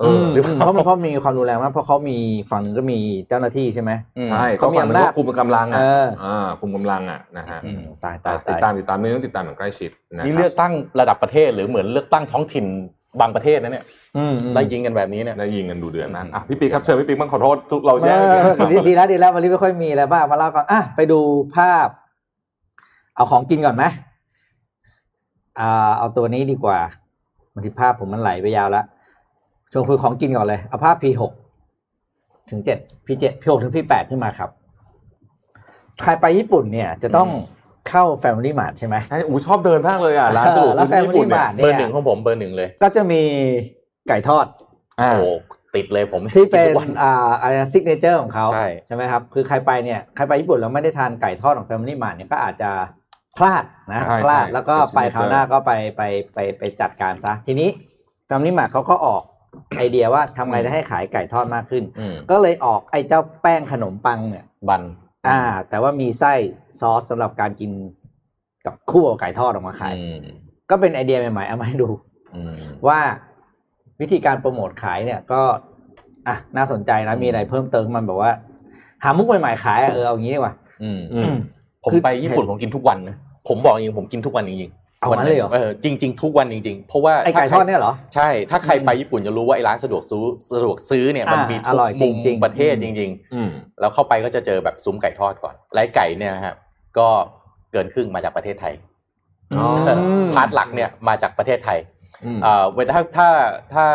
[SPEAKER 3] เออ
[SPEAKER 2] หรือเพราะมันเพราะมีความรุนแรงมากเพราะเขามีฝั่งหนึ่งก็มีเจ้าหน้าที่ใช่ไหม
[SPEAKER 3] ใช่
[SPEAKER 2] เขา
[SPEAKER 3] เขา
[SPEAKER 2] มี
[SPEAKER 3] ฝั่งหนึง
[SPEAKER 2] อำนาจ
[SPEAKER 3] ก็คุมกำลัง
[SPEAKER 2] เอ
[SPEAKER 3] อ่ะ
[SPEAKER 2] อ
[SPEAKER 3] อ่าคุมกำลังอ่ะนะฮะ
[SPEAKER 4] อืม
[SPEAKER 2] ตายตาย
[SPEAKER 3] ติด
[SPEAKER 2] ตาย
[SPEAKER 3] ตามติดตามเรื่องติดตามอย่างใกล้ชิดนะ
[SPEAKER 4] นี่
[SPEAKER 3] ค
[SPEAKER 4] เลื
[SPEAKER 3] รั
[SPEAKER 4] อกตั้งระดับประเทศหรือเหมือนเลือกตั้งท้องถิ่นบางประเทศนะเนี่ย
[SPEAKER 2] อืมอืม
[SPEAKER 4] ไล่ยิงกันแบบนี้เนี่ย
[SPEAKER 3] บได้ยิงกันดูเดือดมากอ่ะพี่ปีครับเชิญพี่ปีบ้างขอโทษทุกเราแย่
[SPEAKER 2] เออดีดีแล้วดีแล้ววันนี้ไม่ค่อยมีอะไรบ้างมาเล่าฟังอ่ะไปดูภาพ เอาของกินก่อนไหมอ่า เอาตัวนี้ดีกว่าบางทีภาพผมมันไหลไปยาวละชวนคุยของกินก่อนเลย เอาภาพ P6 ถึง7 P7 P6 ถึง P8 ขึ้นมาครับ ใครไปญี่ปุ่นเนี่ย จะต้องเข้า Family Mart ใช่ไหม
[SPEAKER 3] ใช่อูชอบเดินมากเลยอ่ะ ร้านสะดวก
[SPEAKER 2] เออ
[SPEAKER 3] ซื้อที่ญี่ปุ่น
[SPEAKER 2] แล้ว Family Mart
[SPEAKER 3] เนี่ย
[SPEAKER 4] เบอร์หนึ่งของผมเบอร์หนึ่งเลย
[SPEAKER 2] ก็จะมีไก่ทอด
[SPEAKER 3] อ่า
[SPEAKER 4] โอ้ติดเลยผม
[SPEAKER 2] ที่เป็น
[SPEAKER 4] ทุกวั
[SPEAKER 2] อ่าอะไรซิกเนเจอร์ของเขา
[SPEAKER 4] ใช่
[SPEAKER 2] ไหมครับ คือใครไปเนี่ยใครไปญี่ปุ่นแล้วไม่ได้ทานไก่ทอดของ Family Mart เนี่ยก็อาจจะพลาดนะ
[SPEAKER 3] ใช่
[SPEAKER 2] พลาด
[SPEAKER 3] ใช่
[SPEAKER 2] แล้วก็
[SPEAKER 3] เป็น
[SPEAKER 2] ไป
[SPEAKER 3] signature
[SPEAKER 2] คราวหน้าก็ไปไปไปไปจัดการซะ ทีนี้ Family Mart เขาก็ออกไอเดียว่าทำไงจะให้ขายไก่ทอดมากขึ้น
[SPEAKER 4] อืม
[SPEAKER 2] ก็เลยออกไอเจ้าแป้งขนมปังเนี่ย
[SPEAKER 4] บัน
[SPEAKER 2] อ่า แต่ว่ามีไส้ซอสสำหรับการกินกับคู่กับไก่ทอดออกมาขาย
[SPEAKER 4] อืม
[SPEAKER 2] ก็เป็นไอเดียใหม่ๆเอามาให้ดู
[SPEAKER 4] อืม
[SPEAKER 2] ว่าวิธีการโปรโมทขายเนี่ยก็อ่ะน่าสนใจนะ
[SPEAKER 4] อืม
[SPEAKER 2] มีอะไรเพิ่มเติมมันแบบว่า หามุกใหม่ๆขายอะเออเอาอย่างนี้ดีกว่า
[SPEAKER 4] อืม
[SPEAKER 3] อืม
[SPEAKER 4] ผมไปญี่ปุ่นผมกินทุกวันนะผมบอกจริงผมกินทุกวันจริง
[SPEAKER 2] เอา
[SPEAKER 4] ๆ
[SPEAKER 2] งั้นเลยเหรอ
[SPEAKER 4] อจริง ๆ ทุกวันจริง ๆ เพราะว่า
[SPEAKER 2] ไอไก่ทอดเนี่ยเหรอ
[SPEAKER 4] ใช่ ถ้าใครไปญี่ปุ่นจะรู้ว่าไอ้ร้านสะดวกซื้อสะดวกซื้อเนี่ยมัน
[SPEAKER 2] อ่า
[SPEAKER 4] มี
[SPEAKER 2] อ
[SPEAKER 4] ทุก
[SPEAKER 2] ร่อย
[SPEAKER 4] มุม
[SPEAKER 2] จริงๆ
[SPEAKER 4] ประเทศจริง
[SPEAKER 3] อืม
[SPEAKER 4] ๆ แล้วเข้าไปก็จะเจอแบบซุ้มไก่ทอดก่อนไร้ไก่เนี่ยนะครับก็เกินครึ่งมาจากประเทศไทย
[SPEAKER 2] อ
[SPEAKER 3] อ
[SPEAKER 2] ม
[SPEAKER 4] พาร์ทหลักเนี่ยมาจากประเทศไทย
[SPEAKER 3] อืม
[SPEAKER 4] เอ่อเวลาถ้าถ้าถ้า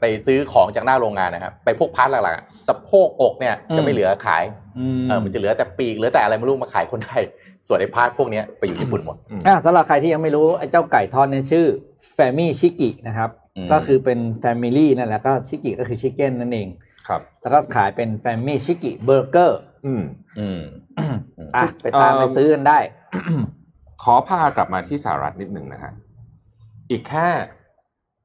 [SPEAKER 4] ไปซื้อของจากหน้าโรงงานนะครับ ไปพวกพาร์ทหลักๆอะสะโพกอกเนี่ย
[SPEAKER 2] อืม
[SPEAKER 4] จะไม่เหลือขาย
[SPEAKER 2] อืม
[SPEAKER 4] เออมันจะเหลือแต่ปีกเหลือแต่อะไรไม่รู้มาขายคนไทย ส่วนไอ้พาร์ทพวกเนี้ยไปอยู่ญี่ปุ่นหมด
[SPEAKER 2] อ่ะสำหรับใครที่ยังไม่รู้ไอเจ้าไก่ทอดเนี่ยชื่อแฟมี่ชิกินะครับ
[SPEAKER 4] อืม
[SPEAKER 2] ก็คือเป็นแฟมิลี่นั่นแหละก็ชิกิก็คือชิคเก้นนั่นเอง
[SPEAKER 3] ครับ
[SPEAKER 2] แล้วก็ขายเป็นแฟมี่ชิกิเบอร์เกอร์
[SPEAKER 3] อืม
[SPEAKER 4] อืม
[SPEAKER 2] อ่ะไปตามไปซื้อกันได้
[SPEAKER 3] ขอพากลับมาที่สหรัฐนิดหนึ่งนะฮะอีกแค่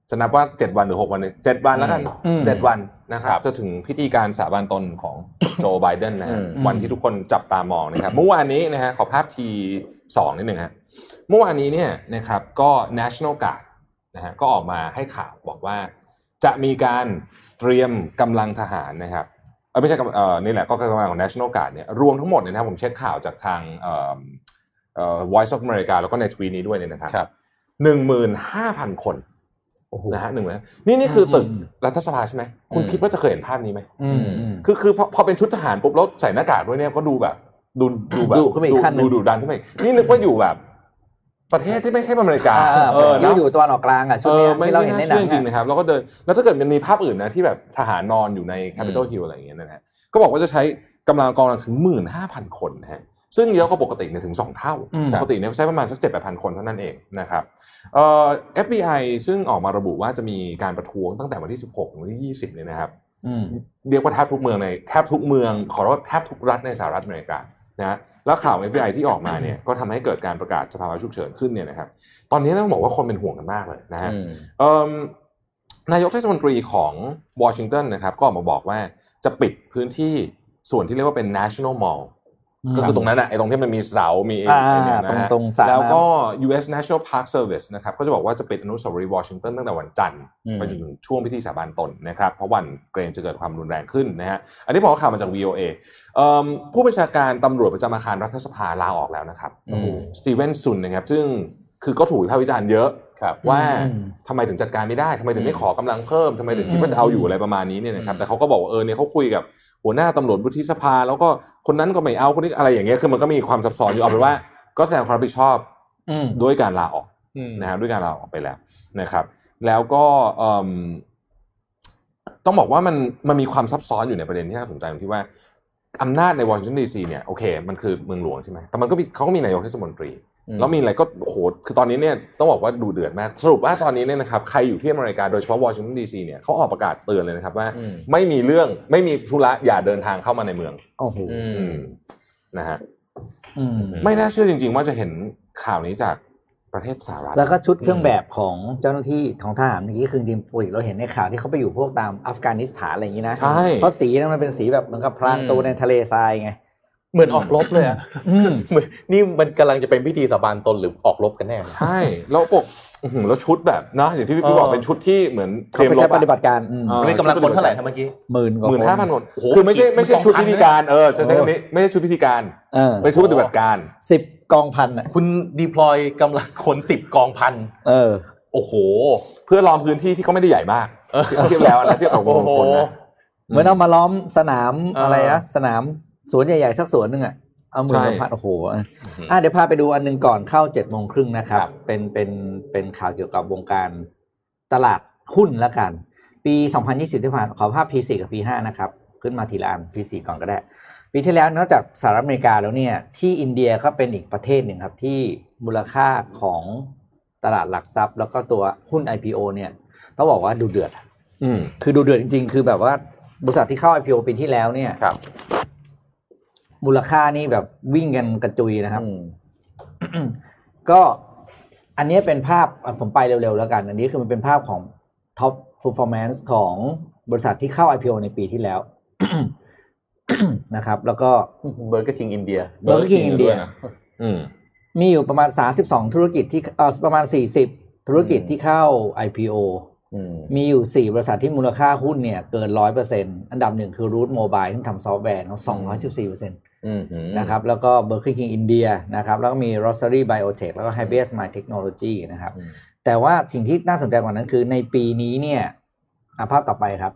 [SPEAKER 3] จะนับว่าเจ็ดวันหรือหกวันเนี่ยเจ็ดวันแล้วกัน
[SPEAKER 2] อืม
[SPEAKER 3] เจ็ดวันนะครั
[SPEAKER 4] ครับ บ
[SPEAKER 3] จะถึงพิธีการสาบานตนของ โจไบเดนนะฮะ
[SPEAKER 4] อืม
[SPEAKER 3] วันที่ทุกคนจับตามองนะครับเมื่อวานนี้นะฮะขอภาพทีสองนิดหนึ่งฮะเมื่อวานนี้เนี่ยนะครับก็ National Guard นะฮะก็ออกมาให้ข่าวบอกว่า จะมีการเตรียมกำลังทหารนะครับ เออไม่ใช่กำเออนี่แหละก็คือกำลังของ national guard เนี่ยรวมทั้งหมดเนี่ยนะครับผมเช็คข่าวจากทางเอ่อ เอ่อ Voice of America แล้วก็ในทวีตนี้ด้วยเนี่ยนะครับ
[SPEAKER 4] ครับ
[SPEAKER 3] หนึ่งหมื่นห้าพันคน
[SPEAKER 2] โอ้โห
[SPEAKER 3] นะฮะหนึ่งนี่นี่คือตึก
[SPEAKER 2] อืม
[SPEAKER 3] รัฐสภาใช่ไหมคุณ
[SPEAKER 4] อืม
[SPEAKER 3] คิดว่าจะเคยเห็นภาพนี้ไหม
[SPEAKER 2] อืมอืม
[SPEAKER 3] คือคือพอพอเป็นชุดทหารปุ๊บแล้วใส่หน้ากากด้วยเนี่ยก็ดูแบบดูดูแบบ
[SPEAKER 2] ดุขึ้นมาอีกขั้นหนึ่
[SPEAKER 3] ดู
[SPEAKER 2] ง
[SPEAKER 3] ดูดันขึ้นไปนี่นึกว่าอยู่แบบ ประเทศที่ไม่ใช่อเมริกา
[SPEAKER 2] อ่าอ่า
[SPEAKER 3] เออ
[SPEAKER 2] ที่
[SPEAKER 3] นะ
[SPEAKER 2] มันอยู่ตะวันออกกลางอ่ะช่วง
[SPEAKER 3] เออ
[SPEAKER 2] เนี้ย
[SPEAKER 3] ไม่
[SPEAKER 2] ที่เรา
[SPEAKER 3] ไม่
[SPEAKER 2] เห็นใน
[SPEAKER 3] น่า
[SPEAKER 2] หนั
[SPEAKER 3] เชื่
[SPEAKER 2] ง
[SPEAKER 3] อจริงๆ
[SPEAKER 2] อะ
[SPEAKER 3] นะครับ แล้วก็เดินแล้วถ้าเกิดมันมีภาพอื่นนะที่แบบทหารนอนอยู่ใน Capitol Hill อะไรอย่างเงี้ยนะฮะก็บอกว่าจะใช้กำลังกองกำลังถึงหมื่นห้าพันคนนะฮะซึ่งเยอะกว่าปกติเนี่ยถึงสองเท่า
[SPEAKER 2] อืม
[SPEAKER 3] ปกติเนี่ยเขาใช้ประมาณสักเจ็ดแปดพันคนเท่านั้นเองนะครับเอ่อ FBI ซึ่งออกมาระบุว่าจะมีการประท้วงตั้งแต่วันที่ 16ถึงวันที่ 20เนี่ยนะครับ
[SPEAKER 2] อืม
[SPEAKER 3] เรียกว่าแทบทุกเมืองในแทบทุกเมืองขอโทษแทบทุกรัฐในสหรัฐอเมริกานะฮะแล้วข่าว FBI ที่ออกมาเนี่ยก็ทำให้เกิดการประกาศสภาวะฉุกเฉินขึ้นเนี่ยนะครับตอนนี้ต้องบอกว่าคนเป็นห่วงกันมากเลยนะฮะ
[SPEAKER 4] อืม
[SPEAKER 3] เอิ่มนายกเทศมนตรีของวอชิงตันนะครับก็ออกมาบอกว่าจะปิดพื้นที่ส่วนที่เรียกว่าเป็น national mall ก็คือตรงนั้นอะไอ้ตรงที่มันมีเสา มีไอ้
[SPEAKER 2] อ่า
[SPEAKER 3] ไอ้เนี่ยนะฮะ
[SPEAKER 2] ตรงๆสระน้ำ
[SPEAKER 3] แล้วก็ U.S. National Park Service นะครับก็จะบอกว่าจะปิดอนุสาวรีย์วอชิงตันตั้งแต่วันจันทร์
[SPEAKER 4] อืม
[SPEAKER 3] ไปจนถึงช่วงพิธีสาบานตนนะครับ เพราะวันเกรงจะเกิดความรุนแรงขึ้นนะฮะอันนี้ผมเอาข่าวมาจาก VOA เอิ่มผู้บัญชาการตำรวจประจำอาคารรัฐสภาลาออกแล้วนะครับ
[SPEAKER 4] อืม
[SPEAKER 3] สตีเวนซุนนะครับ ซึ่งคือก็ถูกวิพากษ์วิจารณ์เยอะ
[SPEAKER 4] ครับ
[SPEAKER 3] ว่า
[SPEAKER 2] อืม
[SPEAKER 3] ทำไมถึงจัดการไม่ได้ทำไมถึง
[SPEAKER 4] อื
[SPEAKER 3] ไม่
[SPEAKER 4] ม
[SPEAKER 3] ขอกำลังเพิ่มทำไมถึงคิดว่าจะเอาอยู่อะไรประมาณนี้เนี่ยนะครับ
[SPEAKER 4] อืม
[SPEAKER 3] แต่เขาก็บอกว่าเออเนี่ยเขาคุยกับหัวหน้าตำรวจวุฒิสภา แล้วก็คนนั้นก็ไม่เอาคนนี้อะไรอย่างเงี้ยคือมันก็มีความซับซ้อนอยู่เอาเป็นว่า ก็แสดงความรับผิดชอบ
[SPEAKER 2] อืม
[SPEAKER 3] ด้วยการลาออก
[SPEAKER 4] อืม
[SPEAKER 3] นะฮะด้วยการลาออกไปแล้วนะครับ แล้วก็เอิ่มต้องบอกว่ามันมันมีความซับซ้อนอยู่ในประเด็นที่น่าสนใจตรงที่ว่าอำนาจในวอชิงตันดีซีเนี่ยโอเค มันคือเมืองหลวงใช่ไหมแต่มันก็มีเขาก็มีนายกเทศมนตรี แล้วมีอะไรก็โอ้โหคือตอนนี้เนี่ยต้องบอกว่าดูเดือดมาก สรุปว่าตอนนี้เนี่ยนะครับใครอยู่ที่อเมริกาโดยเฉพาะวอชิงตันดีซีเนี่ยเขาออกประกาศเตือนเลยนะครับว่า
[SPEAKER 4] อืม
[SPEAKER 3] ไม่มีเรื่องไม่มีธุระอย่าเดินทางเข้ามาในเมือง
[SPEAKER 2] โอ้โห
[SPEAKER 4] อื
[SPEAKER 3] อื
[SPEAKER 4] ม
[SPEAKER 3] มนะฮะ
[SPEAKER 2] อืม
[SPEAKER 4] อืม
[SPEAKER 3] ไม่น่าเชื่อจริง ๆ ว่าจะเห็นข่าวนี้จากประเทศสหรัฐ
[SPEAKER 2] แล้วก็ชุดเครื่องแบบของเจ้าหน้าที่ของทหารเมื่อกี้คือจริงๆปุ๋ยเราเห็นในข่าวที่เขาไปอยู่พวกตามอัฟกานิสถานอะไรอย่างนี้นะ
[SPEAKER 3] ใช่
[SPEAKER 2] เพราะสีนั้นมันเป็นสีแบบเหมือนกับพรางตัวในทะเลทรายไง
[SPEAKER 4] เหมือนออกรบเลยอะ
[SPEAKER 2] อืม
[SPEAKER 4] เหมือนนี่มันกำลังจะเป็นพิธีสาบานตนหรือออกรบกันแน่
[SPEAKER 3] ใช่ แล้วปกอื้อหือแล้วชุดแบบนะอย่างที่พี่ปิ๊ก
[SPEAKER 4] เอ
[SPEAKER 3] บ
[SPEAKER 4] อ
[SPEAKER 3] อกเป็นชุดที่เหมือนเต
[SPEAKER 2] เขา
[SPEAKER 3] รียม
[SPEAKER 2] ไป
[SPEAKER 3] ร
[SPEAKER 2] ใช้
[SPEAKER 3] บ
[SPEAKER 2] ปฏิบัติการอืม
[SPEAKER 4] วันนี้กำลังคนเท่าไหร่นะเมื่อกี้
[SPEAKER 2] หมื่นกว่า
[SPEAKER 3] หมื่นห้าพัน
[SPEAKER 2] ค
[SPEAKER 3] คน นคือไม่ใช่ไม่ใช่
[SPEAKER 4] กี่
[SPEAKER 3] ชุดพิธีการเออจะใช้
[SPEAKER 4] โอ้
[SPEAKER 3] คำนี้ไม่ใช่ชุดพิธีการ
[SPEAKER 2] เออ
[SPEAKER 3] เป็นชุดปฏิบัติการ
[SPEAKER 2] สิบกองพันอ่ะ
[SPEAKER 4] คุณดีพลอยกำลังขนสิบกองพัน
[SPEAKER 2] เออ
[SPEAKER 4] โอ้โห
[SPEAKER 3] เพื่อล้อมพื้นที่ที่ก็ไม่ได้ใหญ่มาก
[SPEAKER 4] เออ
[SPEAKER 3] เทียบเทียบแล้วนะเทียบกับวงคนนะ
[SPEAKER 2] เหมือนเอามาล้อมสนาม
[SPEAKER 4] เอออ
[SPEAKER 2] อะไรนะสนามสวนใหญ่ๆสักสวนหนึ่งอ่ะเอาหมื่นกว่าพันโอ้โหอ่ะอ่ะเดี๋ยวพาไปดูอันหนึ่งก่อนเข้าเจ็ดโมงครึ่งนะครับ
[SPEAKER 4] ครับ
[SPEAKER 2] เป็นเป็นเป็นข่าวเกี่ยวกับวงการตลาดหุ้นละกัน ปี 2020 ที่ผ่านขอภาพ P4 กับ P5 นะครับ ขึ้นมาทีละอัน P4 ก่อนก็ได้ ปีที่แล้วนอกจากสหรัฐอเมริกาแล้วเนี่ย ที่อินเดียก็เป็นอีกประเทศหนึ่งครับ ที่มูลค่าของตลาดหลักทรัพย์ แล้วก็ตัวหุ้น IPO เนี่ยต้องบอกว่าดูเดือด
[SPEAKER 3] อืม
[SPEAKER 2] คือดูเดือดจริง ๆ คือแบบว่าบริษัทที่เข้า IPO ปีที่แล้วเนี่ย
[SPEAKER 4] ครับ
[SPEAKER 2] มูลค่านี่แบบวิ่งกันกระจุยนะครับ
[SPEAKER 4] อืม
[SPEAKER 2] ก็อันนี้เป็นภาพอ่ะผมไปเร็วๆแล้วกัน อันนี้คือมันเป็นภาพของ Top Performance ของบริษัทที่เข้า IPO ในปีที่แล้ว <coughs> นะครับ แล้วก็
[SPEAKER 4] เบอร์เกอร์คิงอินเดีย
[SPEAKER 2] Burger King อินเดีย
[SPEAKER 3] วะอืม
[SPEAKER 2] มีอยู่ประมาณ 32 ธุรกิจที่เออประมาณ 40 ธุรกิจที่เข้า IPO
[SPEAKER 4] อืม
[SPEAKER 2] มีอยู่ 4 บริษัทที่มูลค่าหุ้นเนี่ยเกิน 100%อันดับหนึ่งคือ Root Mobile ที่ทำซอฟต์แวร์เขา214%
[SPEAKER 4] อืม
[SPEAKER 2] นะครับแล้วก็ Burger King India นะครับแล้วก็มี Rosary Biotech แล้วก็ Hybrid My Technology นะครับ
[SPEAKER 4] อืม
[SPEAKER 2] แต่ว่าสิ่งที่น่าสนใจกว่านั้นคือในปีนี้เนี่ยอ่ะภาพต่อไปครับ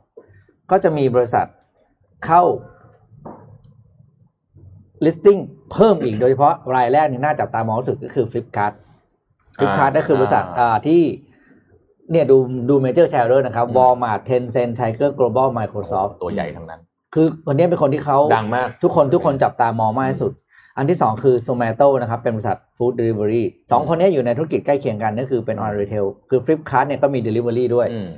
[SPEAKER 2] ก็จะมีบริษัทเข้า listing เพิ่มอีก โดยเฉพาะรายแรกนี่น่าจับตามองที่สุดก็คือ Flipkart Flipkart ก็คือบริษัทอ่าที่เนี่ยดูดูเมเจอร์แชร์เลยนะครับ Walmart Tencent Tiger Global Microsoft
[SPEAKER 4] ตัวใหญ่ทั้งนั้น
[SPEAKER 2] คือคนเนี้ยเป็นคนที่เขา
[SPEAKER 3] ดังมาก
[SPEAKER 2] ทุกคนทุกคนจับตามองมากที่สุด อันที่สองคือ Zomato นะครับ เป็นบริษัท Food Delivery สองคนเนี้ยอยู่ในธุรกิจใกล้เคียงกันนั่นคือเป็น On Retail คือ Flipkart เนี่ยก็มี Delivery ด้วย
[SPEAKER 4] อืม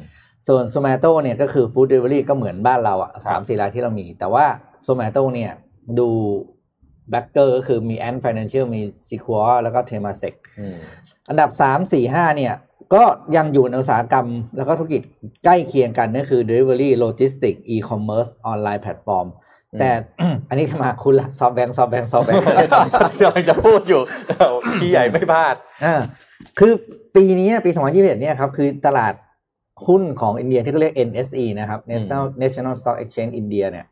[SPEAKER 2] ส่วน Zomato เนี่ยก็คือ Food Delivery ก็เหมือนบ้านเราอะสามสี่รายที่เรามี แต่ว่า Zomato เนี่ยดู Backer ก็คือมี Ant Financial มี Sequoia แล้วก็ Temasek
[SPEAKER 4] อืม
[SPEAKER 2] อันดับสามสี่ห้าเนี่ย ก็ยังอยู่ในอุตสาหกรรม แล้วก็ธุรกิจใกล้เคียงกันนั่นคือ Delivery Logistics E-commerce ออนไลน์แพลตฟอร์ม
[SPEAKER 4] อืม
[SPEAKER 2] แต่ <coughs> อันนี้มาคุณละซอฟแบงซอฟแบงซอฟแบง
[SPEAKER 3] <laughs>
[SPEAKER 4] กำลังจะพูดอยู่ พี่ใหญ่ไม่พลาด
[SPEAKER 2] คือปีนี้ปี 2021เนี่ยครับ คือตลาดหุ้นของอินเดียที่เขาเรียก NSE นะครับ National National Stock Exchange India เนี่ย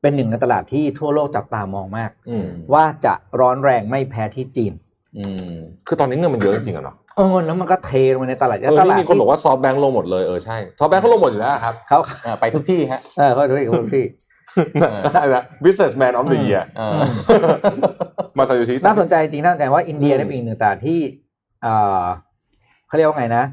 [SPEAKER 2] เป็นหนึ่งในตลาดที่ทั่วโลกจับตามองมาก
[SPEAKER 3] อืม
[SPEAKER 2] ว่าจะร้อนแรงไม่แพ้ที่จีน
[SPEAKER 4] อืม
[SPEAKER 3] คือตอนนี้เงินมันเยอะจริงๆอะเนาะ
[SPEAKER 2] เออแล้วมันก็เทลงไปในตลาด
[SPEAKER 3] เออ
[SPEAKER 2] ตลา
[SPEAKER 3] ที่
[SPEAKER 2] ด
[SPEAKER 3] มีคนบอกว่าซอฟแบงค์ลงหมดเลยเออใช่ซอฟแบงค์เขาลงหมดอยู่แล้ว <laughs> ครับ
[SPEAKER 2] เขา
[SPEAKER 4] เออไปทุกที่ฮะ
[SPEAKER 2] เออเขาดูอีกคนที่
[SPEAKER 3] ได้ละ businessman of the <laughs> year
[SPEAKER 4] เออ
[SPEAKER 3] มาซาโยชิ
[SPEAKER 2] น่าสนใจจริงน่าสนใจว่าอินเดีย
[SPEAKER 3] อืม
[SPEAKER 2] ได้เป็นอีกหนึ่งตลาดที่เอ่อเขาเรียกว่าไงนะ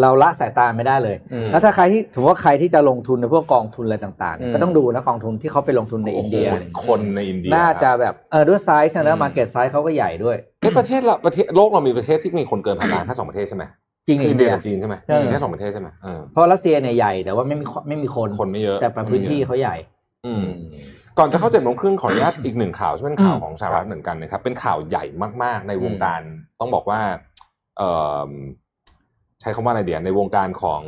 [SPEAKER 2] เราละสายตาไม่ได้เลย
[SPEAKER 4] อืม
[SPEAKER 2] แล้วถ้าใครที่ถือว่าใครที่จะลงทุนในพวกกองทุนอะไรต่าง
[SPEAKER 4] อืม
[SPEAKER 2] ๆ ก็ต้องดูนะกองทุนที่เขาไปลงทุนในอินเดีย
[SPEAKER 3] โโหคนในอินเดีย
[SPEAKER 2] น่าจะ
[SPEAKER 3] ครับ
[SPEAKER 2] แบบเออด้วยไซส์นะแล้วมาเก็ตไซส์เขาก็ใหญ่ด้วย
[SPEAKER 3] เอ๊ะประเทศเราประเทศโลกเรามีประเทศที่มีคนเกินพันล้านแค่สองประเทศใช่ไหม
[SPEAKER 2] จริง
[SPEAKER 3] คืออิ
[SPEAKER 2] อิ
[SPEAKER 3] น
[SPEAKER 2] น
[SPEAKER 3] เดี
[SPEAKER 2] เดี
[SPEAKER 3] ย
[SPEAKER 2] ย
[SPEAKER 3] กับจีนใช่ไหม
[SPEAKER 2] ใช่
[SPEAKER 3] มีแค่สองประเทศใช่ไหมเออ
[SPEAKER 2] เพราะรัสเซียเนี่ยใหญ่แต่ว่าไม่มีคนไม่มีคน
[SPEAKER 3] คนไม่เยอะ
[SPEAKER 2] แต่พื้นที่เขาใหญ่
[SPEAKER 3] อืม
[SPEAKER 4] อืม
[SPEAKER 3] ก่อนจะเข้าเจ็ดโมงครึ่งขออนุญาตอีกหนึ่งข่าวใช่ไหมเป็นข่าว
[SPEAKER 2] อืม
[SPEAKER 3] ของสหรัฐเหมือนกันนะครับ เป็นข่าวใหญ่มากๆ ในวง
[SPEAKER 4] อืม
[SPEAKER 3] การต้องบอกว่าเอ่อใช้คำว่าอะไรเดียวในวงการของ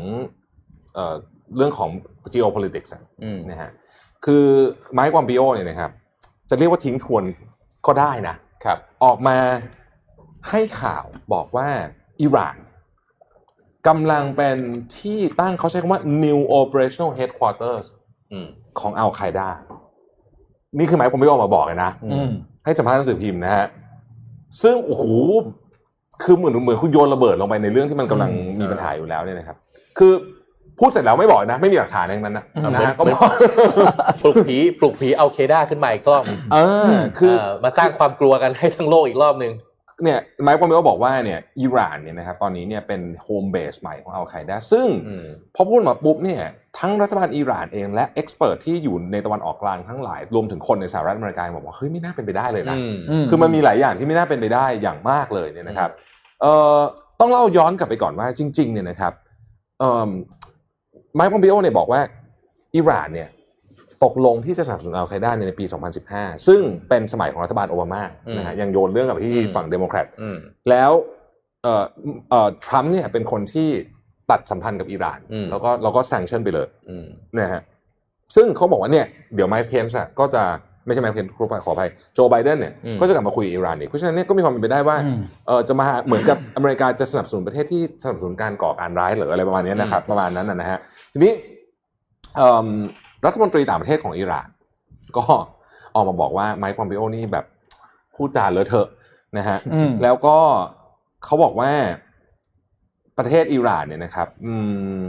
[SPEAKER 3] เอ่อเรื่องของ geopolitics อะ
[SPEAKER 4] อืม
[SPEAKER 3] นะฮะคือไมค์ปอมปิโอเนี่ยนะครับ จะเรียกว่าทิ้งทวนก็ได้นะ
[SPEAKER 4] ครับ
[SPEAKER 3] ออกมาให้ข่าวบอกว่าอิหร่านกำลังเป็นที่ตั้งเขาใช้คำว่า new operational headquarters
[SPEAKER 4] อืม
[SPEAKER 3] ของอัลไ d ดานี่คือหมายผมไม่ออกมาบอกเลยนะ
[SPEAKER 4] อืม
[SPEAKER 3] ให้สัมภาษณ์หนังสือพิมพ์นะฮะ ซึ่ง โอ้โห คือเหมือนเหมือนคุณโยนระเบิดลงไปในเรื่องที่มันกำลังมีปัญหาอยู่แล้วเนี่ยนะครับ คือพูดเสร็จแล้วไม่บอกนะ ไม่มีหลักฐานทั้งนั้นนะ
[SPEAKER 2] อืม
[SPEAKER 3] นะฮะก็บอก
[SPEAKER 4] ปลุกผีปลุกผีเอาเคด้าขึ้นมาอีกรอบ
[SPEAKER 3] เออคือ
[SPEAKER 4] เมาสร้างความกลัวกันให้ทั้งโลกอีกรอบหนึ่ง
[SPEAKER 3] เนี่ยไมค์ปอมเปโอบอกว่าเนี่ยอิหร่านเนี่ยนะครับตอนนี้เนี่ยเป็นโฮมเบสใหม่ของอัลไ d ดาซึ่ง
[SPEAKER 4] อืม
[SPEAKER 3] พอพูดมาปุ๊บเนี่ยทั้งรัฐบาลอิหร่านเองและเอ็กซ์เพรสที่อยู่ในตะวันออกกลางทั้งหลาย รวมถึงคนในสหรัฐอเมริกาบอกว่าเฮ้ยไม่น่าเป็นไปได้เลยนะ คือมันมีหลายอย่างที่ไม่น่าเป็นไปได้อย่างมากเลยเนี่ยนะครับเอ่อต้องเล่าย้อนกลับไปก่อนว่าจริงๆเนี่ยนะครับไมค์พอมเบโอเนี่ยบอกว่าอิหร่านเนี่ยตกลงที่จะสนับสนุนอัลไคด้าในปี 2015 ซึ่งเป็นสมัยของรัฐบาลโอบามานะฮะยังโยนเรื่องกับที่
[SPEAKER 4] อืม
[SPEAKER 3] ฝั่งเดโมแครต
[SPEAKER 4] อืม
[SPEAKER 3] แล้วเอ่อเอ่อทรัมป์เนี่ยเป็นคนที่ตัดสัมพันธ์กับอิหร่าน
[SPEAKER 4] อืม
[SPEAKER 3] แล้วก็เราก็สั่งเชิญไปเลย
[SPEAKER 4] อืม
[SPEAKER 3] นะฮะซึ่งเขาบอกว่าเนี่ยเดี๋ยวไมค์เพนส์อะก็จะไม่ใช่ไมค์เพนส์ขอขออภัยโจไบเดนเนี่ย
[SPEAKER 4] อืม
[SPEAKER 3] ก็จะกลับมาคุยกับอิหร่านอีกเพราะฉะนั้นเนี่ยก็มีความเป็นไปได้ว่า
[SPEAKER 2] อืม
[SPEAKER 3] เออจะมาหาเหมือนกับ อเมริกาจะสนับสนุนประเทศที่สนับสนุนการก่อการร้ายหรืออะไรประมาณเนี้ยนะครับ ประมาณนั้นนะนะฮะทีนี้เอิ่มรัฐมนตรีต่างประเทศของอิหร่าน ก็ออกมาบอกว่าไมค์พอมเปโอนี่แบบพูดจาเลอะเทอะนะฮะ
[SPEAKER 2] อืม
[SPEAKER 3] แล้วก็เขาบอกว่าประเทศอิหร่านเนี่ยนะครับ อืม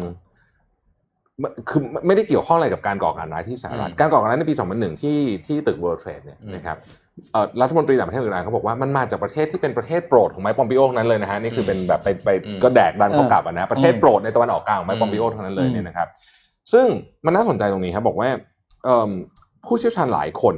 [SPEAKER 3] ไม่คือไม่ไม่ได้เกี่ยวข้องอะไรกับการก่อการร้ายที่สหรัฐ
[SPEAKER 4] อืม
[SPEAKER 3] การก่อการร้ายในปี 2001 ที่ที่ตึก World Trade เนี่ย
[SPEAKER 4] อืม
[SPEAKER 3] นะครับเอ่อรัฐมนตรีต่างประเทศอิหร่านเขาบอกว่ามันมาจากประเทศที่เป็นประเทศโปรดของไมค์ปอมปิโอทั้งนั้นเลยนะฮะนี่คือเป็นแบบไปไป
[SPEAKER 4] อืม
[SPEAKER 3] ก็แดกดันเขา
[SPEAKER 2] เออก
[SPEAKER 3] ลับอะนะประเทศ
[SPEAKER 2] อืม
[SPEAKER 3] โปรดในตะวันออกกลางของไมค์ปอมปิโอ
[SPEAKER 4] อืม
[SPEAKER 3] ทั้งนั้นเลยเนี่ยนะครับ ซึ่งมันน่าสนใจตรงนี้ครับบอกว่าเอิ่มผู้เชี่ยวชาญหลายคน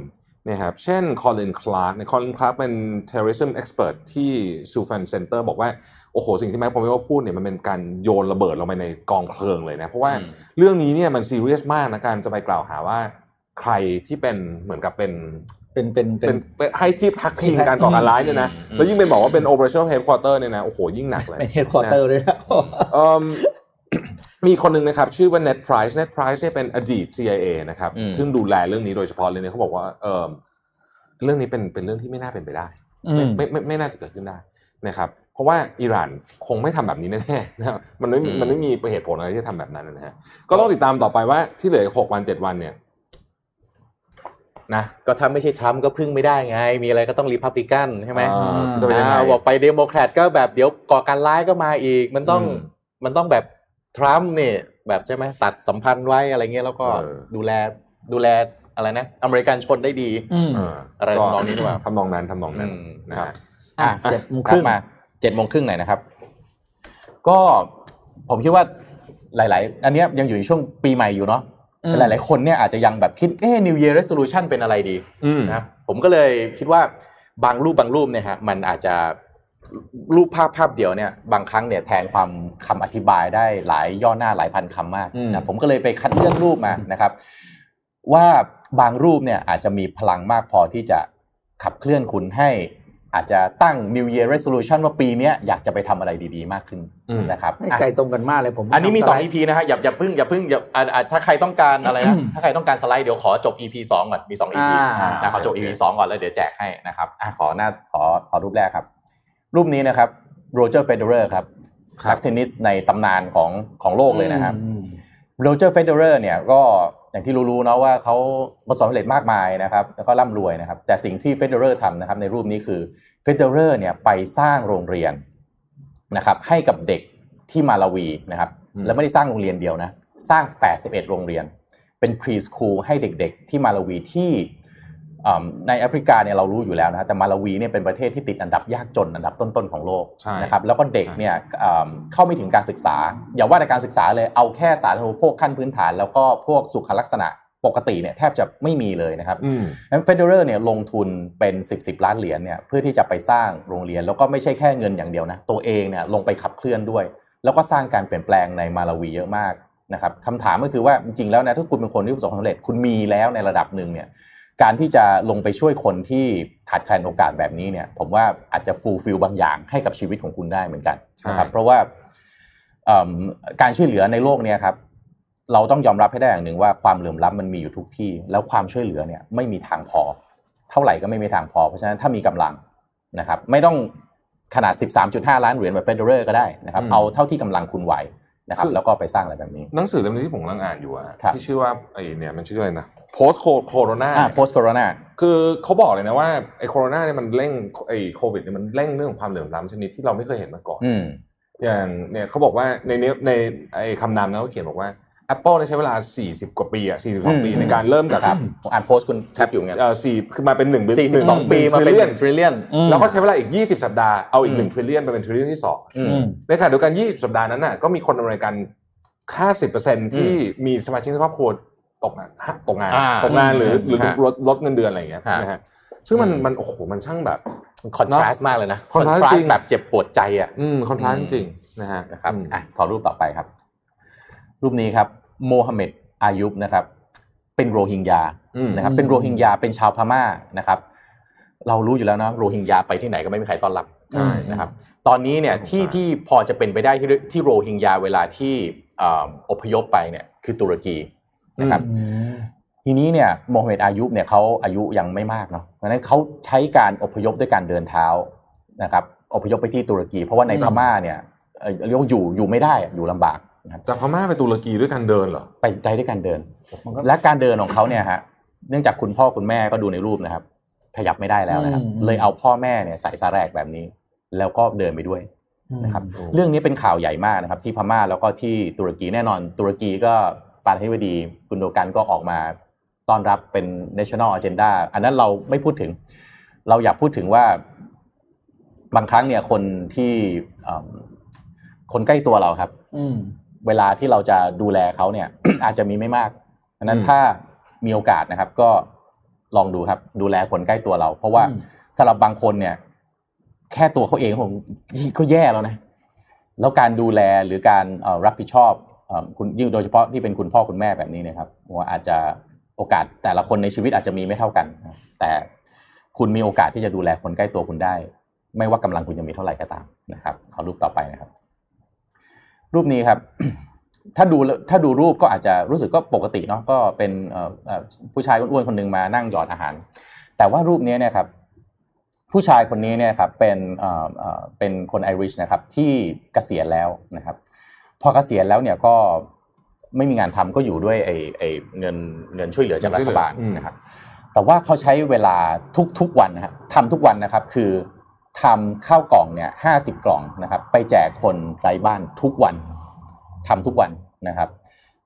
[SPEAKER 3] นะครับเช่นคอลินคลาร์กในคอลินคลาร์กเป็น terrorism expert ที่ซูฟันเซ็นเตอร์บอกว่า โอ้โห สิ่งที่แม็กพอมเวลพูดเนี่ยมันเป็นการโยนระเบิดลงไปในกองเพลิงเลยนะ เพราะว่า
[SPEAKER 4] อืม
[SPEAKER 3] เรื่องนี้เนี่ยมันซีเรียสมากนะการจะไปกล่าวหาว่าใครที่เป็นเหมือนกับเป็น
[SPEAKER 2] เป็นเป็นเป็
[SPEAKER 3] เป็น นเป็นให้ที่พักพิงการก่อการร้ายเนี่ยนะ
[SPEAKER 4] อืม
[SPEAKER 3] แล้วยิ่งเป็นบอกว่าเป็น operational headquarter เนี่ยนะโอ้โหยิ่งหนักเลย
[SPEAKER 2] เป็นเฮดคอร์เตอร์ด้วยนะ
[SPEAKER 3] เอิ่ม <coughs> มีคนหนึ่งนะครับ ชื่อว่า Ned Price Ned Price เนี่ยเป็นอดีต CIA นะครับ
[SPEAKER 4] อืม
[SPEAKER 3] ซึ่งดูแลเรื่องนี้โดยเฉพาะเลยเนี่ยเขาบอกว่าเอิ่มเรื่องนี้เป็นเป็นเรื่องที่ไม่น่าเป็นไปได้
[SPEAKER 2] อืม
[SPEAKER 3] ไม่ไม่ไม่ไม่น่าจะเกิดขึ้นได้นะครับ เพราะว่าอิหร่านคงไม่ทำแบบนี้แน่ๆ <laughs> นะครับมันไม่
[SPEAKER 4] อืม
[SPEAKER 3] มันไม่มีเหตุผลอะไรที่จะทำแบบนั้นนะฮะก็ต้องติดตามต่อไปว่าที่เหลือหกวันเจ็ดวันเนี่ย นะ
[SPEAKER 4] ก็ถ้าไม่ใช่ทรัมป์ก็พึ่งไม่ได้ไง มีอะไรก็ต้องรีพับลิกันใช่ไหม
[SPEAKER 3] เอ่อ
[SPEAKER 2] อ่า
[SPEAKER 3] จะเป็นยังไง
[SPEAKER 4] อ่าบอกไปเดโมแครตก็แบบเดี๋ยวก่อการร้ายก็มาอีก มันต้อง
[SPEAKER 3] อืม
[SPEAKER 4] มันต้องแบบทรัมป์นี่แบบใช่ไหมตัดสัมพันธ์ไว้อะไรเงี้ยแล้วก็
[SPEAKER 3] เออ
[SPEAKER 4] ดูแลดูแลอะไรนะ อเมริกันชนได้ดี
[SPEAKER 2] อืม
[SPEAKER 3] เ
[SPEAKER 4] อะไรทำนองนี้หรือเปล่า
[SPEAKER 3] ท <laughs> ำนองนั้นทำนองนั้น
[SPEAKER 4] อืม
[SPEAKER 3] นะ
[SPEAKER 4] ค
[SPEAKER 3] ค
[SPEAKER 4] รั
[SPEAKER 3] รั
[SPEAKER 4] บบ
[SPEAKER 2] อ่ะเจ็ดโมงครึ่ง
[SPEAKER 4] กลับมาเจ็ดโมงครึ่งหน่อยนะครับ ก็ผมคิดว่าหลาย ๆ อันเนี้ยยังอยู่ในช่วงปีใหม่อยู่เนาะ
[SPEAKER 2] อืม
[SPEAKER 4] หลาย ๆ คนเนี่ยอาจจะยังแบบคิดเอ๊ะ New Year Resolution เป็นอะไรดี
[SPEAKER 3] อืม
[SPEAKER 4] นะครับผมก็เลยคิดว่าบางรูปบางรูปเนี่ยฮะมันอาจจะรูปภาพภาพเดียวเนี่ยบางครั้งเนี่ยแทนความคำอธิบายได้หลายย่อหน้าหลายพันคำมาก
[SPEAKER 3] อืม
[SPEAKER 4] นะผมก็เลยไปคัดเลือกรูปมานะครับ ว่าบางรูปเนี่ยอาจจะมีพลังมากพอที่จะขับเคลื่อนคุณให้ อาจจะตั้ง New Year Resolution ว่าปีเนี้ยอยากจะไปทำอะไรดีๆ มากขึ้น
[SPEAKER 3] อืม
[SPEAKER 4] นะครับ
[SPEAKER 2] ไม่
[SPEAKER 4] อ่ะ
[SPEAKER 2] ใจตรงกันมากเลยผม
[SPEAKER 4] อันนี้มี 2 EP นะฮะอย่าอย่าเพึ่งอย่าเพึ่งอย่าอ่ะอ่ะถ้าใครต้องการอะไรนะ ถ้าใครต้องการสไลด์เดี๋ยวขอจบ EP 2 ก่อน มี 2 EP
[SPEAKER 2] อ่า
[SPEAKER 4] นะขอจบ EP 2 ก่อนแล้วเดี๋ยวแจกให้นะครับอ่ะขอหน้าขอขอรูปแรกครับ รูปนี้นะครับโรเจอร์เฟเดอร์ครับ
[SPEAKER 3] ครับ
[SPEAKER 4] นักเทนนิสในตำนานของของโลกเลยนะครับ
[SPEAKER 2] อืม
[SPEAKER 4] โรเจอร์เฟเดอเรอร์เนี่ยก็ อย่างที่รู้ๆเนาะว่าเขาประสบความสำเร็จมากมายนะครับ แล้วก็ร่ำรวยนะครับ แต่สิ่งที่เฟเดอเรอร์ทำนะครับในรูปนี้คือเฟเดอเรอร์เนี่ยไปสร้างโรงเรียนนะครับ ให้กับเด็กที่มาลาวีนะครับ
[SPEAKER 2] อืม
[SPEAKER 4] แล้วไม่ได้สร้างโรงเรียนเดียวนะ สร้าง 81 โรงเรียน เป็นพรีสคูลให้เด็กๆ ที่มาลาวีที่อ่ำในแอฟริกาเนี่ยเรารู้อยู่แล้วนะฮะแต่มาลาวีเนี่ยเป็นประเทศที่ติดอันดับยากจนอันดับต้นๆของโลก
[SPEAKER 3] ใช่
[SPEAKER 4] นะครับ แล้วก็เด็กเนี่ยอ่ำเข้าไม่ถึงการศึกษา อย่าว่าแต่การศึกษาเลยเอาแค่สาธารณูปโภคขั้นพื้นฐาน แล้วก็พวกสุขลักษณะปกติเนี่ยแทบจะไม่มีเลยนะครับ
[SPEAKER 3] อืม
[SPEAKER 4] นั้นเฟเดอเรอร์เนี่ยลงทุนเป็น 10บสล้านเหรียญเนี่ยเพื่อที่จะไปสร้างโรงเรียน แล้วก็ไม่ใช่แค่เงินอย่างเดียวนะ ตัวเองเนี่ยลงไปขับเคลื่อนด้วย แล้วก็สร้างการเปลี่ยนแปลงในมาลาวีเยอะมากนะครับคำถามก็คือว่าจริงๆแล้วนะถ้าคุณเป็นคนที่ประสบความสำเร็จคุณมีแล้วในระดับหนึ่งเนี่ยการที่จะลงไปช่วยคนที่ขาดแคลนโอกาสแบบนี้เนี่ยผมว่าอาจจะฟูลฟิลบางอย่างให้กับชีวิตของคุณได้เหมือนกันนะครับ
[SPEAKER 3] ใช่
[SPEAKER 4] เพราะว่าเอิ่มการช่วยเหลือในโลกเนี่ยครับ เราต้องยอมรับให้ได้อย่างหนึ่งว่าความเหลื่อมล้ำมันมีอยู่ทุกที่ แล้วความช่วยเหลือเนี่ยไม่มีทางพอ เท่าไหร่ก็ไม่มีทางพอ เพราะฉะนั้นถ้ามีกำลังนะครับไม่ต้องขนาด 13.5 ล้านเหรียญแบบเฟเดอเรอร์ก็ได้นะครับ
[SPEAKER 3] อืม
[SPEAKER 4] เอาเท่าที่กำลังคุณไหวนะครับ
[SPEAKER 3] คือ
[SPEAKER 4] แล้วก็ไปสร้างอะไรแบบนี้
[SPEAKER 3] หนังสือเล่มนี้ที่ผมกำลังอ่านอยู่อะ
[SPEAKER 4] ครับ
[SPEAKER 3] ที่ชื่อว่าไอ้เนี่ยมันชื่ออะไรนะ post corona
[SPEAKER 4] อ่า post corona
[SPEAKER 3] คือเขาบอกเลยนะว่าไอ้โคโรนาเนี่ยมันเร่งไอ้โควิดเนี่ยมันเร่งเรื่องของความเหลื่อมล้ำชนิดที่เราไม่เคยเห็นมาก่อน
[SPEAKER 4] อืม
[SPEAKER 3] อย่างเนี่ยเขาบอกว่าในเนี้ยในไอ้คำนำนะเขาเขียนบอกว่า Apple เนี่ยใช้เวลา 40 กว่าปีอะ42 ปี
[SPEAKER 4] อืม
[SPEAKER 3] ในการเริ่มจาก
[SPEAKER 4] ครับผมอ่าน post คุณทับอยู่ไง
[SPEAKER 3] เอ่อสี่คือมาเป็นหนึ่งหนึ่
[SPEAKER 4] สี่สิบสองปีมาเป็น
[SPEAKER 3] หง
[SPEAKER 4] 1 trillion
[SPEAKER 2] อืม
[SPEAKER 3] แล้วก็ใช้เวลาอีก 20 สัปดาห์ เอาอีก
[SPEAKER 4] อืม
[SPEAKER 3] หนึ่งทริลเลียนไปเป็นทริลเลียนที่สอง
[SPEAKER 4] อื
[SPEAKER 2] อื
[SPEAKER 4] ม
[SPEAKER 2] ม
[SPEAKER 3] ในขณะเดียวกัน 20 สัปดาห์นั้นน่ะก็มีคนอเมริกัน 50%ที่มีสมาชิกในครอบครัวตกงานตกงาน
[SPEAKER 4] อ่า
[SPEAKER 3] ตกงานหรือ
[SPEAKER 4] อืม
[SPEAKER 3] หรือ
[SPEAKER 4] ฮะ
[SPEAKER 3] ลดลดเงินเดือนอะไรอย่างเงี้ย
[SPEAKER 4] ฮะ
[SPEAKER 3] นะฮะซึ่งมัน
[SPEAKER 4] อืม
[SPEAKER 3] มันโอ้โหมันช่างแบบ
[SPEAKER 4] คอนทราสต์มากเลยนะ
[SPEAKER 3] contrast จริง
[SPEAKER 4] แบบเจ็บปวดใจอ่ะ
[SPEAKER 3] อืมคอนทราสต์
[SPEAKER 4] อื
[SPEAKER 3] จ
[SPEAKER 4] ม
[SPEAKER 3] ริงๆนะฮะ
[SPEAKER 4] นะครับ
[SPEAKER 3] อืม
[SPEAKER 4] อ่ะขอรูปต่อไปครับ รูปนี้ครับโมฮัมเหม็ดอายุบนะครับ เป็นโรฮิงญา
[SPEAKER 3] อืม
[SPEAKER 4] นะครับ เป็นโรฮิงญาเป็นชาวพม่านะครับ เรารู้อยู่แล้วนะโรฮิงญาไปที่ไหนก็ไม่มีใครต้อนรับ
[SPEAKER 3] ใช่
[SPEAKER 2] อืม
[SPEAKER 4] นะครับ ตอนนี้เนี่ยที่ที่พอจะเป็นไปได้ที่ที่โรฮิงญาเวลาที่เอ่ออพยพไปเนี่ยคือตุรกีนะครับ
[SPEAKER 2] อืม
[SPEAKER 4] ทีนี้เนี่ยโมฮัมเหม็ดอายุบเนี่ยเขาอายุยังไม่มากเนาะเพราะฉะนั้นเขาใช้การอพยพด้วยการเดินเท้านะครับอพยพไปที่ตุรกี เพราะว่าในพม่าเนี่ยเอ่อเรียกว่าอยู่อยู่ไม่ได้อะอยู่ลำบากนะครับ
[SPEAKER 3] จากพม่าไปตุรกีด้วยการเดินเหรอ
[SPEAKER 4] ไปได้ด้วยการเดิน และการเดินของเขาเนี่ยฮะเนื่องจากคุณพ่อคุณแม่ก็ดูในรูปนะครับ ขยับไม่ได้แล้วนะครับ
[SPEAKER 2] อืม
[SPEAKER 4] เลยเอาพ่อแม่เนี่ยใส่สาแรกแบบนี้ แล้วก็เดินไปด้วย นะครับ เรื่องนี้เป็นข่าวใหญ่มากนะครับที่พม่าแล้วก็ที่ตุรกีแน่นอน ตุรกีก็ประธานาธิบดีกุนโดกันก็ออกมาต้อนรับเป็น national agenda อันนั้นเราไม่พูดถึง เราอยากพูดถึงว่าบางครั้งเนี่ยคนที่เอิ่มคนใกล้ตัวเราครับ
[SPEAKER 2] อืม
[SPEAKER 4] เวลาที่เราจะดูแลเขาเนี่ย <clears throat> อาจจะมีไม่มากดังนั้น
[SPEAKER 3] อืม
[SPEAKER 4] ถ้ามีโอกาสนะครับ ก็ลองดูครับ ดูแลคนใกล้ตัวเรา เพราะว่า
[SPEAKER 2] อืม
[SPEAKER 4] สำหรับบางคนเนี่ย แค่ตัวเขาเองผมก็แย่แล้วนะ แล้วการดูแลหรือการเอ่อรับผิดชอบเอ่อคุณยิ่งโดยเฉพาะที่เป็นคุณพ่อคุณแม่แบบนี้เนะครับผมว่าอาจจะโอกาสแต่ละคนในชีวิตอาจจะมีไม่เท่ากันนะแต่คุณมีโอกาสที่จะดูแลคนใกล้ตัวคุณได้ ไม่ว่ากำลังคุณจะมีเท่าไหร่ก็ตามนะครับ ขอรูปต่อไปนะครับ รูปนี้ครับ <coughs> ถ้าดูแล้วถ้าดูรูปก็อาจจะรู้สึกก็ปกติเนาะก็เป็นเอ่อเอ่อผู้ชายอ้วนๆคนหนึ่งมานั่งหยอดอาหาร แต่ว่ารูปนี้เนี่ยครับ ผู้ชายคนนี้เนี่ยครับเป็นเอ่อเอ่อเป็นคนไอริชนะครับ ที่เกษียณแล้วนะครับ พอเกษียณแล้วเนี่ยก็ไม่มีงานทำก็อยู่ด้วยไอ้ไอ้เงินเงินช่วยเหลือจากรัฐบาล
[SPEAKER 3] อืม
[SPEAKER 4] นะครับ แต่ว่าเขาใช้เวลาทุกๆวันนะครับทำทุกวันนะครับ คือทำข้าวกล่องเนี่ยห้าสิบกล่องนะครับ ไปแจกคนไร้บ้านทุกวันทำทุกวันนะครับ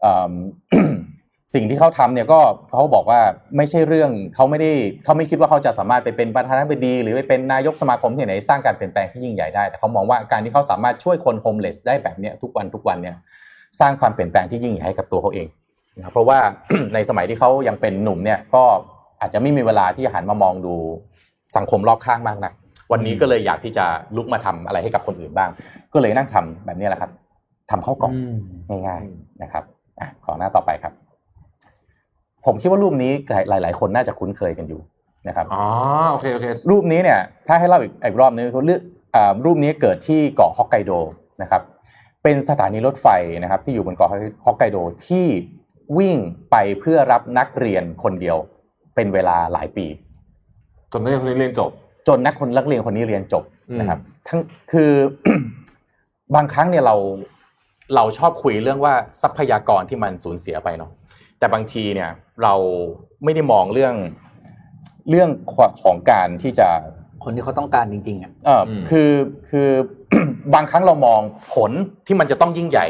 [SPEAKER 4] เอิ่ม <clears throat> สิ่งที่เขาทำเนี่ยก็เขาบอกว่าไม่ใช่เรื่องเขาไม่ได้เขาไม่คิดว่าเขาจะสามารถไปเป็นประธานาธิบดี หรือไปเป็นนายกสมาคมที่ไหนสร้างการเปลี่ยนแปลงที่ยิ่งใหญ่ได้แต่เขามองว่าการที่เขาสามารถช่วยคนโฮมเลสได้แบบเนี้ยทุกวันทุกวันเนี่ยสร้างความเปลี่ยนแปลงที่ยิ่งใหญ่ให้กับตัวเขาเอง นะครับเพราะว่า <clears throat> ในสมัยที่เขายังเป็นหนุ่มเนี่ยก็อาจจะไม่มีเวลาที่จะหันมามองดูสังคมรอบข้างมากนักวันนี้ก็เลยอยากที่จะลุกมาทำอะไรให้กับคนอื่นบ้าง ก็เลยนั่งทำแบบนี้แหละครับทำข้าวกล่อง ง่ายๆนะครับอ่ะขอหน้าต่อไปครับ ผมคิดว่ารูปนี้หลาย ๆ คนน่าจะคุ้นเคยกันอยู่นะครับ
[SPEAKER 3] อ๋อโอเคโอเค
[SPEAKER 4] รูปนี้เนี่ยถ้าให้เล่าอีกอีกรอบนึงคือเรื่องอ่ารูปนี้เกิดที่เกาะฮอกไกโดนะครับ เป็นสถานีรถไฟนะครับ ที่อยู่บนเกาะฮอกไกโดที่วิ่งไปเพื่อรับนักเรียนคนเดียว เป็นเวลาหลายปี
[SPEAKER 3] จนเรื่องคนนี้เรียนจบ
[SPEAKER 4] จนนักคนนักเรียนคนนี้เรียนจบ
[SPEAKER 3] อืม
[SPEAKER 4] นะครับ ทั้งคือ <coughs> บางครั้งเนี่ยเราเราชอบคุยเรื่องว่าทรัพยากรที่มันสูญเสียไปเนาะ แต่บางทีเนี่ยเราไม่ได้มองเรื่องเรื่องของการที่จะ
[SPEAKER 2] คนที่เขาต้องการจริงๆอ่ะ
[SPEAKER 4] เอออ
[SPEAKER 3] ม
[SPEAKER 4] คือคือ <coughs> บางครั้งเรามองผลที่มันจะต้องยิ่งใหญ่